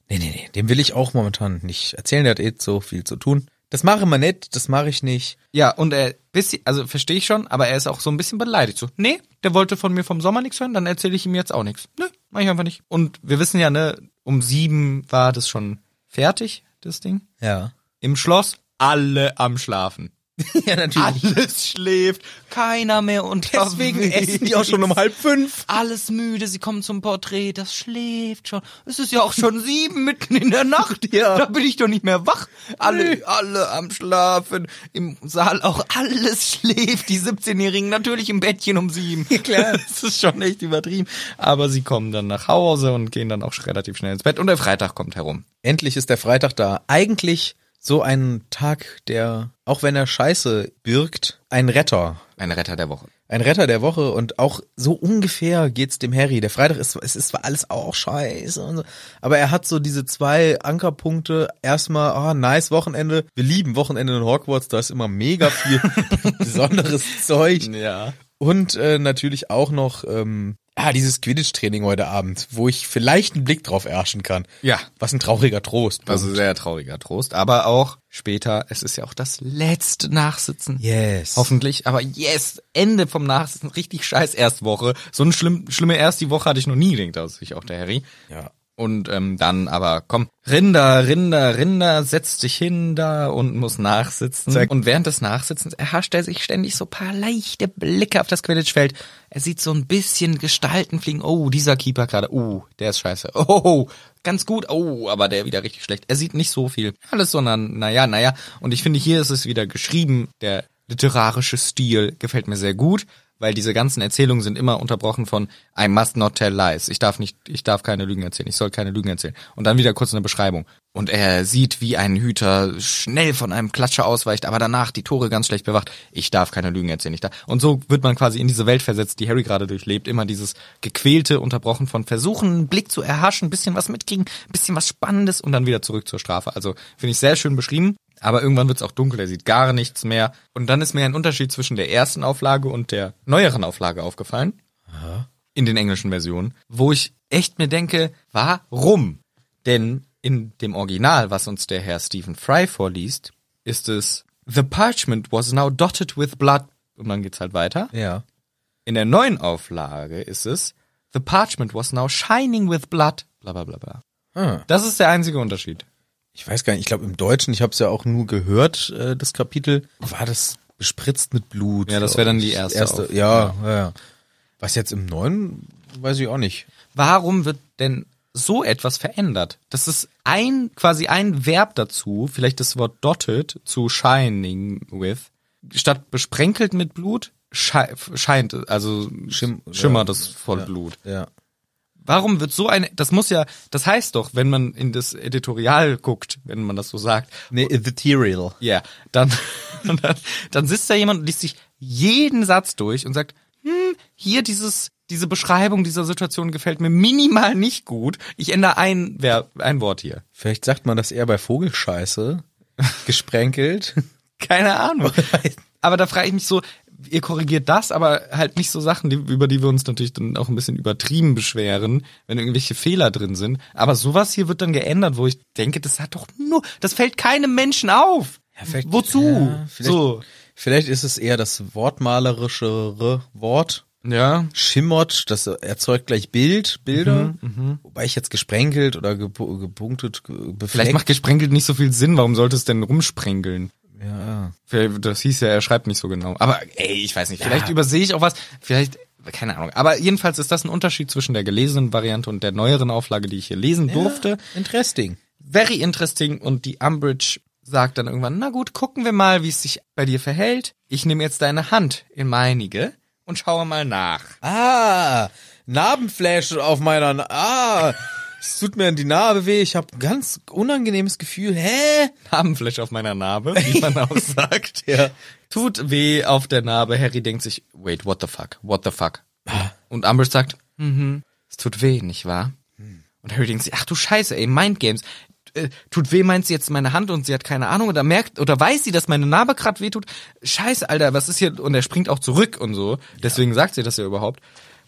S1: Nee, nee, nee. Dem will ich auch momentan nicht erzählen. Der hat eh so viel zu tun. Das mache man nicht, das mache ich nicht.
S2: Ja, und er, bisschen, also verstehe ich schon, aber er ist auch so ein bisschen beleidigt. So, nee, der wollte von mir vom Sommer nichts hören, dann erzähle ich ihm jetzt auch nichts. Nö, mach ich einfach nicht. Und wir wissen ja, ne, um sieben war das schon fertig, das Ding.
S1: Ja.
S2: Im Schloss, alle am Schlafen.
S1: ja, natürlich.
S2: Alles schläft, keiner mehr und
S1: Deswegen essen die auch schon um halb fünf.
S2: alles müde, sie kommen zum Porträt, das schläft schon. Es ist ja auch schon sieben mitten in der Nacht.
S1: Ja.
S2: Da bin ich doch nicht mehr wach. Alle, alle am Schlafen, im Saal auch alles schläft. Die 17-Jährigen natürlich im Bettchen um sieben.
S1: klar.
S2: Das ist schon echt übertrieben. Aber sie kommen dann nach Hause und gehen dann auch sch- relativ schnell ins Bett. Und der Freitag kommt herum.
S1: Ah. Endlich ist der Freitag da. Eigentlich so ein Tag, der, auch wenn er Scheiße birgt, ein Retter
S2: Ein Retter der Woche.
S1: Ein Retter der Woche und auch so ungefähr geht's dem Harry. Der Freitag ist, es ist zwar alles auch scheiße und so, aber er hat so diese zwei Ankerpunkte. Erstmal, ah, nice Wochenende. Wir lieben Wochenende in Hogwarts, da ist immer mega viel besonderes Zeug.
S2: Ja.
S1: Und äh, natürlich auch noch, ähm, ja, dieses Quidditch-Training heute Abend, wo ich vielleicht einen Blick drauf erhaschen kann.
S2: Ja.
S1: Was ein trauriger Trost.
S2: Also sehr trauriger Trost. Aber auch später, es ist ja auch das letzte Nachsitzen.
S1: yes.
S2: Hoffentlich, aber yes, Ende vom Nachsitzen, richtig scheiß Erstwoche. So eine schlimm, schlimme Erstwoche hatte ich noch nie, denkt aus sich auch der Harry.
S1: Ja.
S2: Und ähm, dann aber, komm, Rinder, Rinder, Rinder, setz dich hin da und muss nachsitzen.
S1: Zack.
S2: Und während des Nachsitzens erhascht er sich ständig so paar leichte Blicke auf das Quidditch-Feld. Er sieht so ein bisschen Gestalten fliegen. Oh, dieser Keeper gerade. Oh, der ist scheiße. Oh, ganz gut. Oh, aber der wieder richtig schlecht. Er sieht nicht so viel. Alles so, na, naja, naja. Und ich finde, hier ist es wieder geschrieben. Der literarische Stil gefällt mir sehr gut. Weil diese ganzen Erzählungen sind immer unterbrochen von I must not tell lies. Ich darf nicht, ich darf keine Lügen erzählen. Ich soll keine Lügen erzählen. Und dann wieder kurz eine Beschreibung. Und er sieht, wie ein Hüter schnell von einem Klatscher ausweicht, aber danach die Tore ganz schlecht bewacht. Ich darf keine Lügen erzählen. Ich darf. Und so wird man quasi in diese Welt versetzt, die Harry gerade durchlebt. Immer dieses gequälte, unterbrochen von Versuchen, einen Blick zu erhaschen, ein bisschen was mitkriegen, ein bisschen was Spannendes und dann wieder zurück zur Strafe. Also finde ich sehr schön beschrieben. Aber irgendwann wird's auch dunkel, er sieht gar nichts mehr. Und dann ist mir ein Unterschied zwischen der ersten Auflage und der neueren Auflage aufgefallen. In den englischen Versionen. Wo ich echt mir denke, warum? Denn in dem Original, was uns der Herr Stephen Fry vorliest, ist es The parchment was now dotted with blood. Und dann geht's halt weiter.
S1: Ja.
S2: In der neuen Auflage ist es The parchment was now shining with blood. Bla bla bla bla.
S1: Ah.
S2: Das ist der einzige Unterschied.
S1: ich weiß gar nicht, ich glaube im Deutschen, ich habe es ja auch nur gehört, äh, das Kapitel, war das bespritzt mit Blut.
S2: Ja, das
S1: glaub
S2: wär dann
S1: ich.
S2: die erste auf-
S1: ja, ja, ja. Was jetzt im Neuen, weiß ich auch nicht.
S2: Warum wird denn so etwas verändert. Das ist ein, quasi ein Verb dazu, vielleicht das Wort dotted zu shining with. Statt besprenkelt mit Blut, schei- scheint, also
S1: Schim-
S2: schimmert
S1: ja,
S2: es voll Blut.
S1: Ja.
S2: Warum wird so ein, das muss ja, das heißt doch, wenn man in das Editorial guckt, wenn man das so sagt,
S1: Nee, ethereal.
S2: ja, dann, dann, dann sitzt da jemand und liest sich jeden Satz durch und sagt, hm, hier dieses, diese Beschreibung dieser Situation gefällt mir minimal nicht gut. Ich ändere ein, wer, ein Wort hier.
S1: Vielleicht sagt man das eher bei Vogelscheiße. Gesprenkelt.
S2: Keine Ahnung. Aber da frage ich mich so, ihr korrigiert das, aber halt nicht so Sachen, die, über die wir uns natürlich dann auch ein bisschen übertrieben beschweren, wenn irgendwelche Fehler drin sind. Aber sowas hier wird dann geändert, wo ich denke, das hat doch nur, das fällt keinem Menschen auf.
S1: vielleicht-
S2: Wozu?
S1: ja, vielleicht-
S2: so.
S1: Vielleicht ist es eher das wortmalerischere Wort.
S2: Ja.
S1: Schimmert, das erzeugt gleich Bild,
S2: Mhm,
S1: Bilder. Wobei ich jetzt gesprenkelt oder gepu- gepunktet, ge-
S2: Vielleicht
S1: befleckt.
S2: macht gesprenkelt nicht so viel Sinn. Warum sollte es denn rumsprenkeln? Ah.
S1: ja.
S2: Vielleicht- Das hieß ja, er schreibt nicht so genau. Aber ey, ich weiß nicht. Vielleicht übersehe ich auch was. Vielleicht, keine Ahnung. Aber jedenfalls ist das ein Unterschied zwischen der gelesenen Variante und der neueren Auflage, die ich hier lesen durfte.
S1: Interesting.
S2: Very interesting. Und die Umbridge sagt dann irgendwann, na gut, gucken wir mal, wie es sich bei dir verhält. Ich nehme jetzt deine Hand in meinige und schaue mal nach.
S1: Ah, Narbenfläche auf meiner. Na ah, es tut mir die Narbe weh. Ich habe ein ganz unangenehmes Gefühl. Hä?
S2: Narbenfläche auf meiner Narbe, wie man auch sagt.
S1: Ja.
S2: Tut weh auf der Narbe. Harry denkt sich, wait, what the fuck, what the fuck. Und Umbridge sagt, mhm, es tut weh, nicht wahr? Und Harry denkt sich, ach du Scheiße, ey, Mind Games. Äh, Tut weh, meint sie jetzt meine Hand und sie hat keine Ahnung oder merkt oder weiß sie, dass meine Narbe grad weh tut. Scheiße, Alter, was ist hier? Und er springt auch zurück und so. Deswegen sagt sie das ja überhaupt.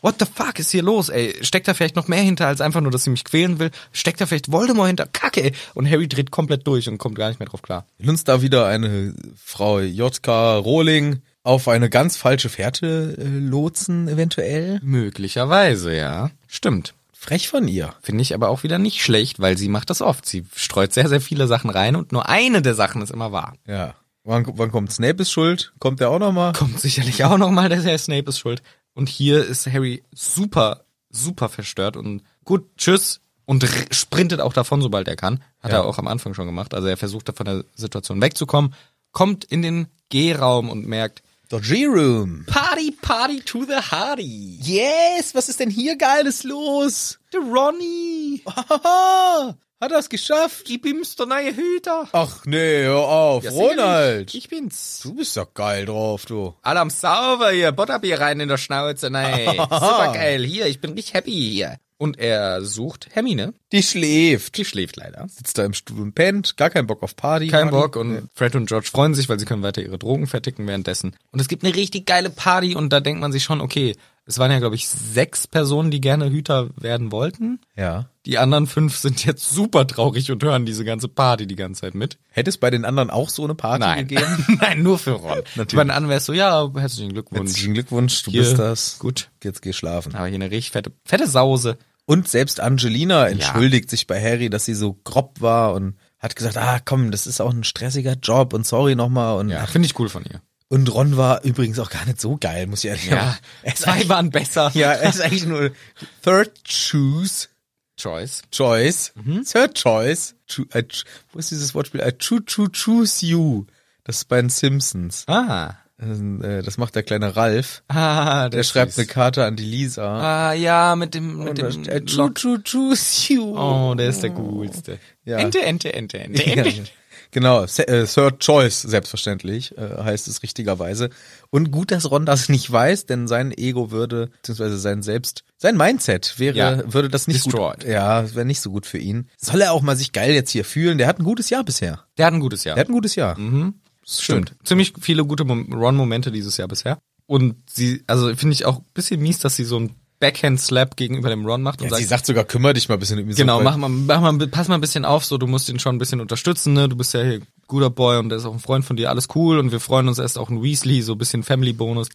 S2: What the fuck ist hier los, ey? Steckt da vielleicht noch mehr hinter, als einfach nur, dass sie mich quälen will? Steckt da vielleicht Voldemort hinter? Kacke, ey. Und Harry dreht komplett durch und kommt gar nicht mehr drauf klar.
S1: Uns da wieder eine Frau J.K. Rowling auf eine ganz falsche Fährte äh, lotsen, eventuell.
S2: Möglicherweise, ja. Stimmt.
S1: Frech von ihr.
S2: Finde ich aber auch wieder nicht schlecht, weil sie macht das oft. Sie streut sehr, sehr viele Sachen rein und nur eine der Sachen ist immer wahr.
S1: Ja. Wann, wann kommt Snape ist schuld? Kommt der auch nochmal?
S2: Kommt sicherlich auch nochmal, dass Herr Snape ist schuld. Und hier ist Harry super, super verstört und gut, tschüss. Und r- sprintet auch davon, sobald er kann. Hat er auch am Anfang schon gemacht. Also er versucht, da von der Situation wegzukommen, kommt in den G-Raum und merkt,
S1: Der G-Room.
S2: Party, Party to the Hardy.
S1: Yes, was ist denn hier Geiles los?
S2: The Ronny,
S1: Haha, hat er's geschafft.
S2: gib ihm der neue Hüter.
S1: Ach nee, hör auf, Ronald.
S2: Ich bin's.
S1: du bist ja geil drauf, du.
S2: Alle am Sauber hier, Butterbier rein in der Schnauze, nein. Supergeil, hier, ich bin nicht happy hier. Und er sucht Hermine.
S1: Die schläft.
S2: Die schläft leider.
S1: Sitzt da im Stuhl und pennt, gar keinen Bock auf Party.
S2: Kein
S1: Party.
S2: Bock und Fred und George freuen sich, weil sie können weiter ihre Drogen verticken währenddessen. Und es gibt eine richtig geile Party und da denkt man sich schon, okay, es waren ja, glaube ich, sechs Personen, die gerne Hüter werden wollten.
S1: Ja.
S2: Die anderen fünf sind jetzt super traurig und hören diese ganze Party die ganze Zeit mit.
S1: Hätte es bei den anderen auch so eine Party
S2: Nein,
S1: gegeben?
S2: nein, nur für Ron. Natürlich. Bei den anderen wärst du, ja, herzlichen Glückwunsch.
S1: Herzlichen Glückwunsch, du
S2: Hier,
S1: bist das.
S2: Gut.
S1: Jetzt geh schlafen.
S2: Aber hier eine richtig fette, fette Sause.
S1: Und selbst Angelina entschuldigt sich bei Harry, dass sie so grob war und hat gesagt, ah komm, das ist auch ein stressiger Job und sorry nochmal. Und,
S2: Ja, finde ich cool von ihr.
S1: und Ron war übrigens auch gar nicht so geil, muss ich ehrlich sagen. Er ist
S2: zwei
S1: eigentlich-
S2: waren besser.
S1: Ja, er ist eigentlich nur Third Choose.
S2: Choice.
S1: Choice,
S2: Mhm.
S1: Third Choice. Chu- I, ch- wo ist dieses Wortspiel? I choo choo choose you. Das ist bei den Simpsons.
S2: Ah.
S1: Ähm, äh, Das macht der kleine Ralf.
S2: Ah,
S1: Der schreibt eine Karte an die Lisa.
S2: Ah, ja, mit dem, mit dem.
S1: I choo choo äh, choose you.
S2: Oh, der ist der coolste.
S1: Ja.
S2: Ente, Ente, Ente, Ente,
S1: Ja.
S2: Ente.
S1: Genau, Se- äh, Third Choice selbstverständlich äh, heißt es richtigerweise. Und gut, dass Ron das nicht weiß, denn sein Ego würde, beziehungsweise sein Selbst, sein Mindset wäre,
S2: Ja.
S1: würde das nicht
S2: Destroyed.
S1: gut, ja, wäre nicht so gut für ihn. Soll er auch mal sich geil jetzt hier fühlen? Der hat ein gutes Jahr bisher.
S2: Der hat ein gutes Jahr.
S1: Der hat ein gutes Jahr.
S2: Mhm, Stimmt. Ziemlich viele gute Mom- Ron-Momente dieses Jahr bisher. Und sie, also finde ich auch ein bisschen mies, dass sie so ein Backhand-Slap gegenüber dem Ron macht und
S1: sie
S2: sagt,
S1: sagt sogar, kümmere dich mal ein bisschen um ihn.
S2: genau,
S1: so,
S2: mach mal, mach mal, pass mal ein bisschen auf, so, du musst ihn schon ein bisschen unterstützen, ne, du bist ja hier guter Boy und der ist auch ein Freund von dir, alles cool und wir freuen uns erst auch ein Weasley, so ein bisschen Family-Bonus,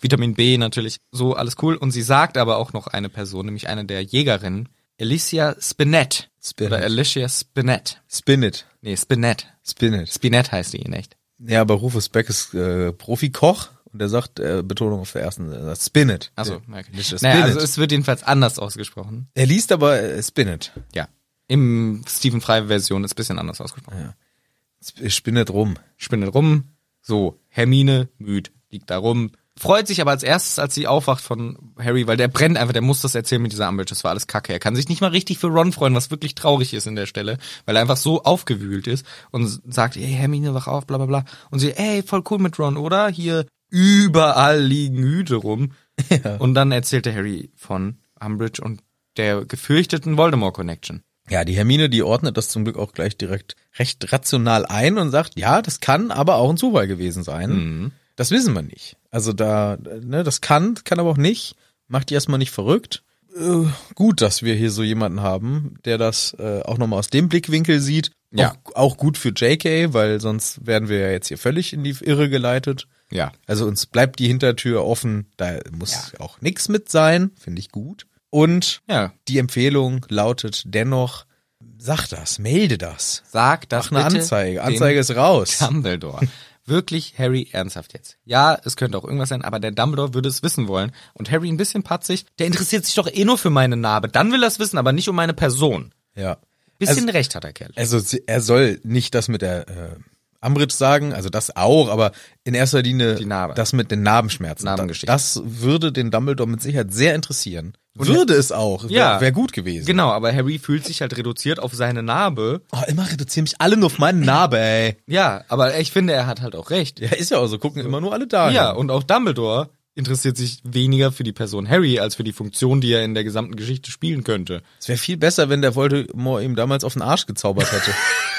S2: Vitamin B natürlich, so, alles cool. Und sie sagt aber auch noch eine Person, nämlich eine der Jägerinnen, Alicia Spinett.
S1: Spinett.
S2: Oder Alicia Spinett.
S1: Spin it.
S2: Nee, Spinett.
S1: Spin it.
S2: Spinett heißt die in echt.
S1: Ja, aber Rufus Beck ist äh, Profikoch. Und er sagt, äh, Betonung auf der ersten, er sagt spin it.
S2: Achso,
S1: Ja,
S2: okay.
S1: nicht das Spin
S2: Naja,
S1: it.
S2: also es wird jedenfalls anders ausgesprochen.
S1: er liest aber äh, spin it.
S2: Ja. Im Stephen Fry Version ist ein bisschen anders ausgesprochen.
S1: Sp- Spin it rum.
S2: Spinnet rum, so, Hermine, müd, liegt da rum. Freut sich aber als erstes, als sie aufwacht von Harry, weil der brennt einfach, der muss das erzählen mit dieser Ambridge, das war alles kacke. Er kann sich nicht mal richtig für Ron freuen, was wirklich traurig ist in der Stelle, weil er einfach so aufgewühlt ist und sagt, hey Hermine, wach auf, bla bla bla. Und sie, ey, voll cool mit Ron, oder? Hier überall liegen Hüte rum. Und dann erzählte Harry von Umbridge und der gefürchteten Voldemort-Connection.
S1: Ja, die Hermine, die ordnet das zum Glück auch gleich direkt recht rational ein und sagt, ja, das kann aber auch ein Zufall gewesen sein.
S2: Mhm.
S1: Das wissen wir nicht. Also da, ne, das kann, kann aber auch nicht. Macht die erstmal nicht verrückt. Äh, gut, dass wir hier so jemanden haben, der das äh, auch nochmal aus dem Blickwinkel sieht.
S2: Ja.
S1: Auch, auch gut für JK, weil sonst werden wir ja jetzt hier völlig in die Irre geleitet.
S2: Ja.
S1: Also uns bleibt die Hintertür offen. Da muss auch nichts mit sein. Finde ich gut. Und
S2: Ja.
S1: die Empfehlung lautet dennoch, sag das, melde das.
S2: Sag das
S1: Mach eine
S2: bitte
S1: Anzeige.
S2: den
S1: Anzeige ist raus.
S2: Dumbledore. Wirklich, Harry, ernsthaft jetzt. Ja, es könnte auch irgendwas sein, aber der Dumbledore würde es wissen wollen. Und Harry ein bisschen patzig, der interessiert sich doch eh nur für meine Narbe. Dann will er es wissen, aber nicht um meine Person.
S1: Ja.
S2: Bisschen recht hat der Kerl.
S1: Also, also sie- er soll nicht das mit der äh, Ambridge sagen, also das auch, aber in erster Linie
S2: Die Narbe.
S1: das mit den Narbenschmerzen.
S2: Narbengeschichte.
S1: Das würde den Dumbledore mit Sicherheit sehr interessieren. würde es auch.
S2: Ja.
S1: Wäre wär gut gewesen.
S2: Genau, aber Harry fühlt sich halt reduziert auf seine Narbe.
S1: Oh, immer reduzieren mich alle nur auf meinen Narbe, ey.
S2: Ja, aber ich finde, er hat halt auch recht.
S1: Ja, ist ja auch so. Gucken immer nur alle da.
S2: Ja, und auch Dumbledore interessiert sich weniger für die Person Harry als für die Funktion, die er in der gesamten Geschichte spielen könnte.
S1: Es wäre viel besser, wenn der Voldemort ihm damals auf den Arsch gezaubert hätte.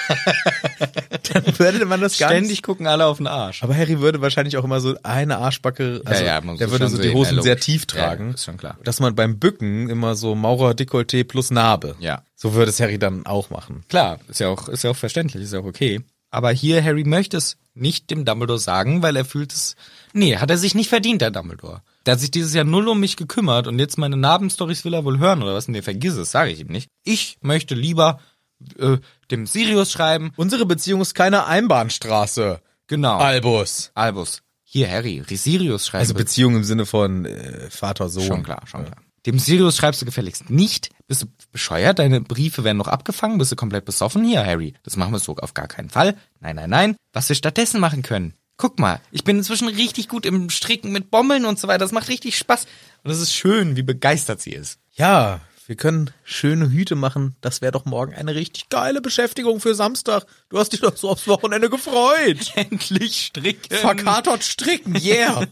S1: Dann würde man das gar nicht
S2: Ständig gucken alle auf den Arsch.
S1: Aber Harry würde wahrscheinlich auch immer so eine Arschbacke, also
S2: ja, man muss
S1: der würde
S2: schon
S1: so die
S2: sehen,
S1: Hosen
S2: ja,
S1: sehr
S2: logisch.
S1: tief
S2: Ja, ja,
S1: tragen,
S2: ist schon klar.
S1: dass man beim Bücken immer so Maurer, Dekolleté plus Narbe.
S2: Ja.
S1: So würde es Harry dann auch machen.
S2: Klar, ist ja auch, ist ja auch verständlich, ist ja auch okay. Aber hier, Harry möchte es nicht dem Dumbledore sagen, weil er fühlt es, nee, hat er sich nicht verdient, der Dumbledore. Der hat sich dieses Jahr null um mich gekümmert und jetzt meine Narbenstories will er wohl hören oder was? Nee, vergiss es, sage ich ihm nicht. Ich möchte lieber äh, dem Sirius schreiben.
S1: Unsere Beziehung ist keine Einbahnstraße,
S2: Genau.
S1: Albus.
S2: Albus. Hier, Harry, Sirius schreiben.
S1: Also
S2: bitte.
S1: Beziehung im Sinne von äh, Vater, Sohn.
S2: Schon klar, schon klar. Dem Sirius schreibst du gefälligst nicht. Bist du bescheuert? Deine Briefe werden noch abgefangen. Bist du komplett besoffen? Hier, Harry. Das machen wir so auf gar keinen Fall. Nein, nein, nein. Was wir stattdessen machen können. Guck mal, ich bin inzwischen richtig gut im Stricken mit Bommeln und so weiter. Das macht richtig Spaß. Und es ist schön, wie begeistert sie ist.
S1: Ja, wir können schöne Hüte machen. Das wäre doch morgen eine richtig geile Beschäftigung für Samstag. Du hast dich doch so aufs Wochenende gefreut.
S2: Endlich stricken.
S1: Verkatert stricken, yeah.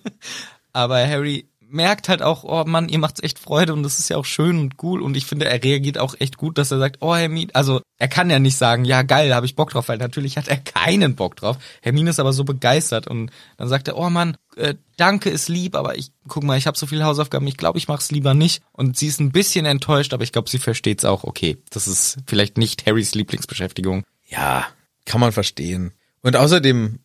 S2: Aber Harry merkt halt auch, oh Mann, ihr macht's echt Freude und das ist ja auch schön und cool und ich finde, er reagiert auch echt gut, dass er sagt, oh Hermine, also er kann ja nicht sagen, ja geil, da habe ich Bock drauf, weil natürlich hat er keinen Bock drauf. Hermine ist aber so begeistert und dann sagt er, oh Mann, äh, danke ist lieb, aber ich guck mal, ich habe so viele Hausaufgaben, ich glaube, ich mach's lieber nicht und sie ist ein bisschen enttäuscht, aber ich glaube, sie versteht's auch. Okay, das ist vielleicht nicht Harrys Lieblingsbeschäftigung.
S1: Ja, kann man verstehen. Und außerdem,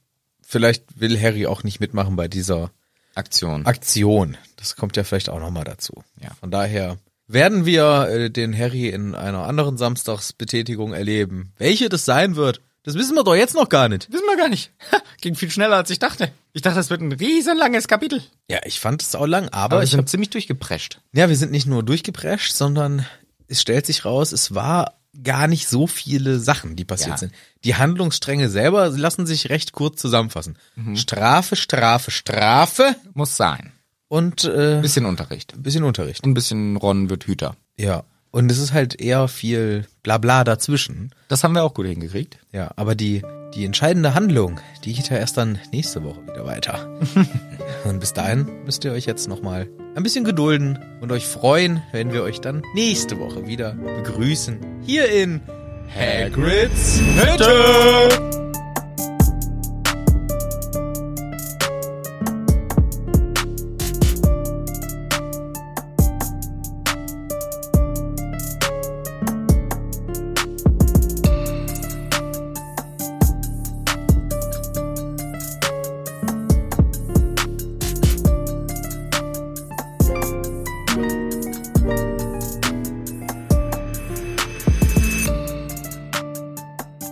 S1: vielleicht will Harry auch nicht mitmachen bei dieser
S2: Aktion.
S1: Aktion. Das kommt ja vielleicht auch nochmal dazu.
S2: Ja.
S1: Von daher werden wir äh, den Harry in einer anderen Samstagsbetätigung erleben. Welche das sein wird, das wissen wir doch jetzt noch gar nicht.
S2: Wissen wir gar nicht. Ha, ging viel schneller als ich dachte. Ich dachte, das wird ein riesenlanges Kapitel.
S1: Ja, ich fand es auch lang, aber,
S2: Aber
S1: ich
S2: ich bin ziemlich durchgeprescht.
S1: Ja, wir sind nicht nur durchgeprescht, sondern es stellt sich raus, es war gar nicht so viele Sachen, die passiert
S2: Ja.
S1: sind. Die Handlungsstränge selber lassen sich recht kurz zusammenfassen. Strafe, Strafe, Strafe
S2: Muss sein.
S1: und äh,
S2: Bisschen Unterricht.
S1: bisschen Unterricht.
S2: Ein bisschen Ron wird Hüter.
S1: Ja. Und es ist halt eher viel Blabla dazwischen.
S2: Das haben wir auch gut hingekriegt.
S1: Ja, aber die, die entscheidende Handlung, die geht ja erst dann nächste Woche wieder weiter. und bis dahin müsst ihr euch jetzt nochmal ein bisschen gedulden und euch freuen, wenn wir euch dann nächste Woche wieder begrüßen. Hier in Hagrid's Hütte!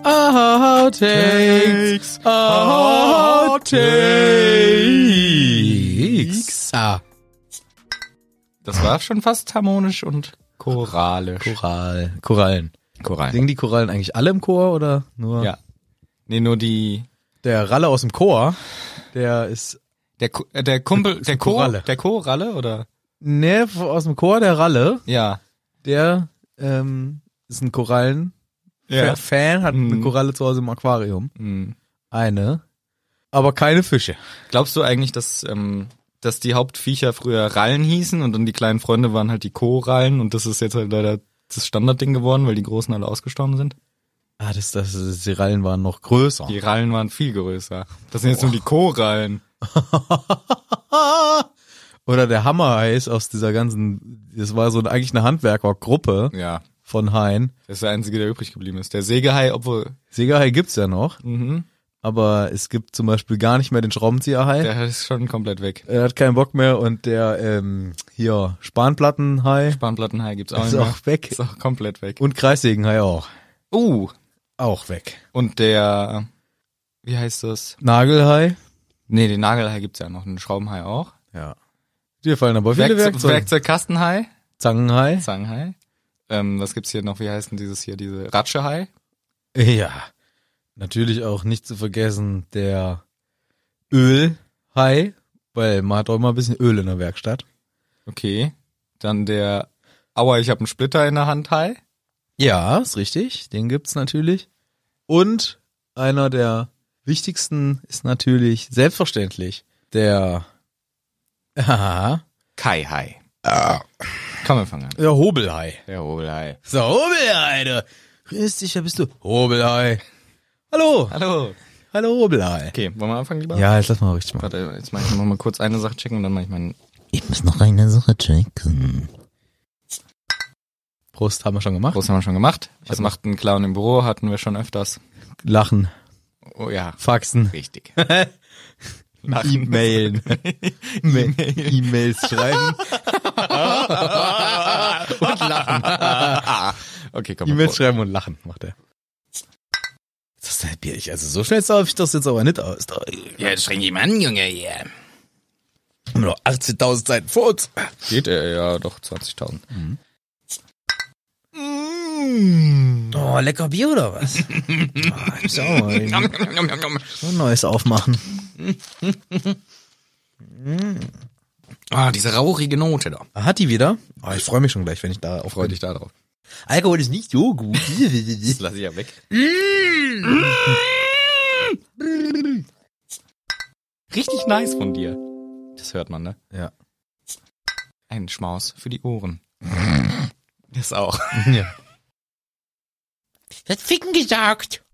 S1: Outtakes! Outtakes! Sa.
S2: Das war schon fast harmonisch und choralisch.
S1: Choral. Korallen.
S2: Choral.
S1: Singen die Korallen eigentlich alle im Chor oder nur?
S2: Ja. Nee, nur die
S1: Der Ralle aus dem Chor, der ist,
S2: der Ku- äh, der Kumpel der Chor
S1: Choralle.
S2: der Choralle oder
S1: ne, aus dem Chor der Ralle,
S2: ja.
S1: der ähm, ist ein Korallen-Fan, hat eine
S2: Mhm.
S1: Koralle zu Hause im Aquarium.
S2: Hm.
S1: Eine, aber keine Fische.
S2: Glaubst du eigentlich, dass ähm, dass die Hauptviecher früher Rallen hießen und dann die kleinen Freunde waren halt die Chorallen und das ist jetzt halt leider das Standardding geworden, weil die großen alle ausgestorben sind?
S1: Ah, das, das, das die Rallen waren noch größer.
S2: Die Rallen waren viel größer. Das sind jetzt nur die Chorallen.
S1: Ah! Oder der Hammerhais aus dieser ganzen, das war so eine, eigentlich eine Handwerkergruppe
S2: Ja,
S1: von Haien.
S2: das ist der einzige, der übrig geblieben ist. Der Sägehai, obwohl
S1: Sägerhai gibt's ja noch,
S2: mhm,
S1: aber es gibt zum Beispiel gar nicht mehr den Schraubenzieherhai.
S2: der ist schon komplett weg.
S1: Er hat keinen Bock mehr und der ähm, hier Spanplattenhai
S2: Spanplattenhai gibt's auch
S1: ist
S2: nicht mehr.
S1: auch weg
S2: Ist auch komplett weg.
S1: und Kreissägenhai auch
S2: Uh,
S1: auch weg.
S2: und der wie heißt das?
S1: Nagelhai,
S2: Nee, den Nagelhai gibt's ja noch, den Schraubenhai auch.
S1: ja. Dir fallen aber viele
S2: Werkzeug-
S1: Werkzeuge.
S2: Werkzeugkastenhai,
S1: Zangenhai,
S2: Zangenhai. Ähm, was gibt's hier noch? Wie heißt denn dieses hier? Diese Ratschehai?
S1: ja. Natürlich auch nicht zu vergessen der Ölhai, weil man hat auch immer ein bisschen Öl in der Werkstatt.
S2: Okay. Dann der Aua, ich habe einen Splitter in der Hand Hai.
S1: Ja, ist richtig. Den gibt's natürlich. Und einer der wichtigsten ist natürlich selbstverständlich der Aha,
S2: Kai Hai. Komm, wir fangen an.
S1: der Hobelhai.
S2: Der Hobelhai.
S1: So, Hobelhai, du. Grüß dich, wer bist du? Hobelhai. Hallo,
S2: Hallo.
S1: hallo Hobelhai.
S2: Okay, wollen wir anfangen lieber?
S1: Ja, jetzt lass mal richtig machen.
S2: Warte, jetzt mach ich noch mal kurz eine Sache checken und dann mach ich meinen.
S3: Ich muss noch eine Sache checken.
S1: Prost haben wir schon gemacht.
S2: Groß haben wir schon gemacht. Was macht ein Clown im Büro? Hatten wir schon öfters.
S1: Lachen,
S2: Oh ja,
S1: Faxen,
S2: richtig. Lachen.
S1: E-Mailen, Ma- E-Mails schreiben,
S2: und lachen. okay, komm. mal
S1: E-Mails
S2: vor.
S1: schreiben und lachen, macht er. Das ist Bier ich, also so schnell sauf ich das jetzt aber nicht aus. Da
S3: Ja, streng ihn an, Junge, hier.
S1: haben wir noch 18.000 Seiten vor uns.
S2: Geht er ja doch 20.000. Mm.
S1: Oh, lecker Bier oder was? oh, ich auch mal ein neues aufmachen.
S2: Ah, diese rauchige Note da.
S1: Ah, Hat die wieder? Oh, ich freue mich schon gleich, wenn ich da auf
S2: Freu dich da drauf.
S1: Alkohol ist nicht so gut.
S2: Das lasse ich ja weg.
S1: Hmm.
S2: Richtig nice von dir. Das hört man, ne?
S1: ja.
S2: Ein Schmaus für die Ohren. Das auch.
S1: ja.
S3: Das Ficken gesagt.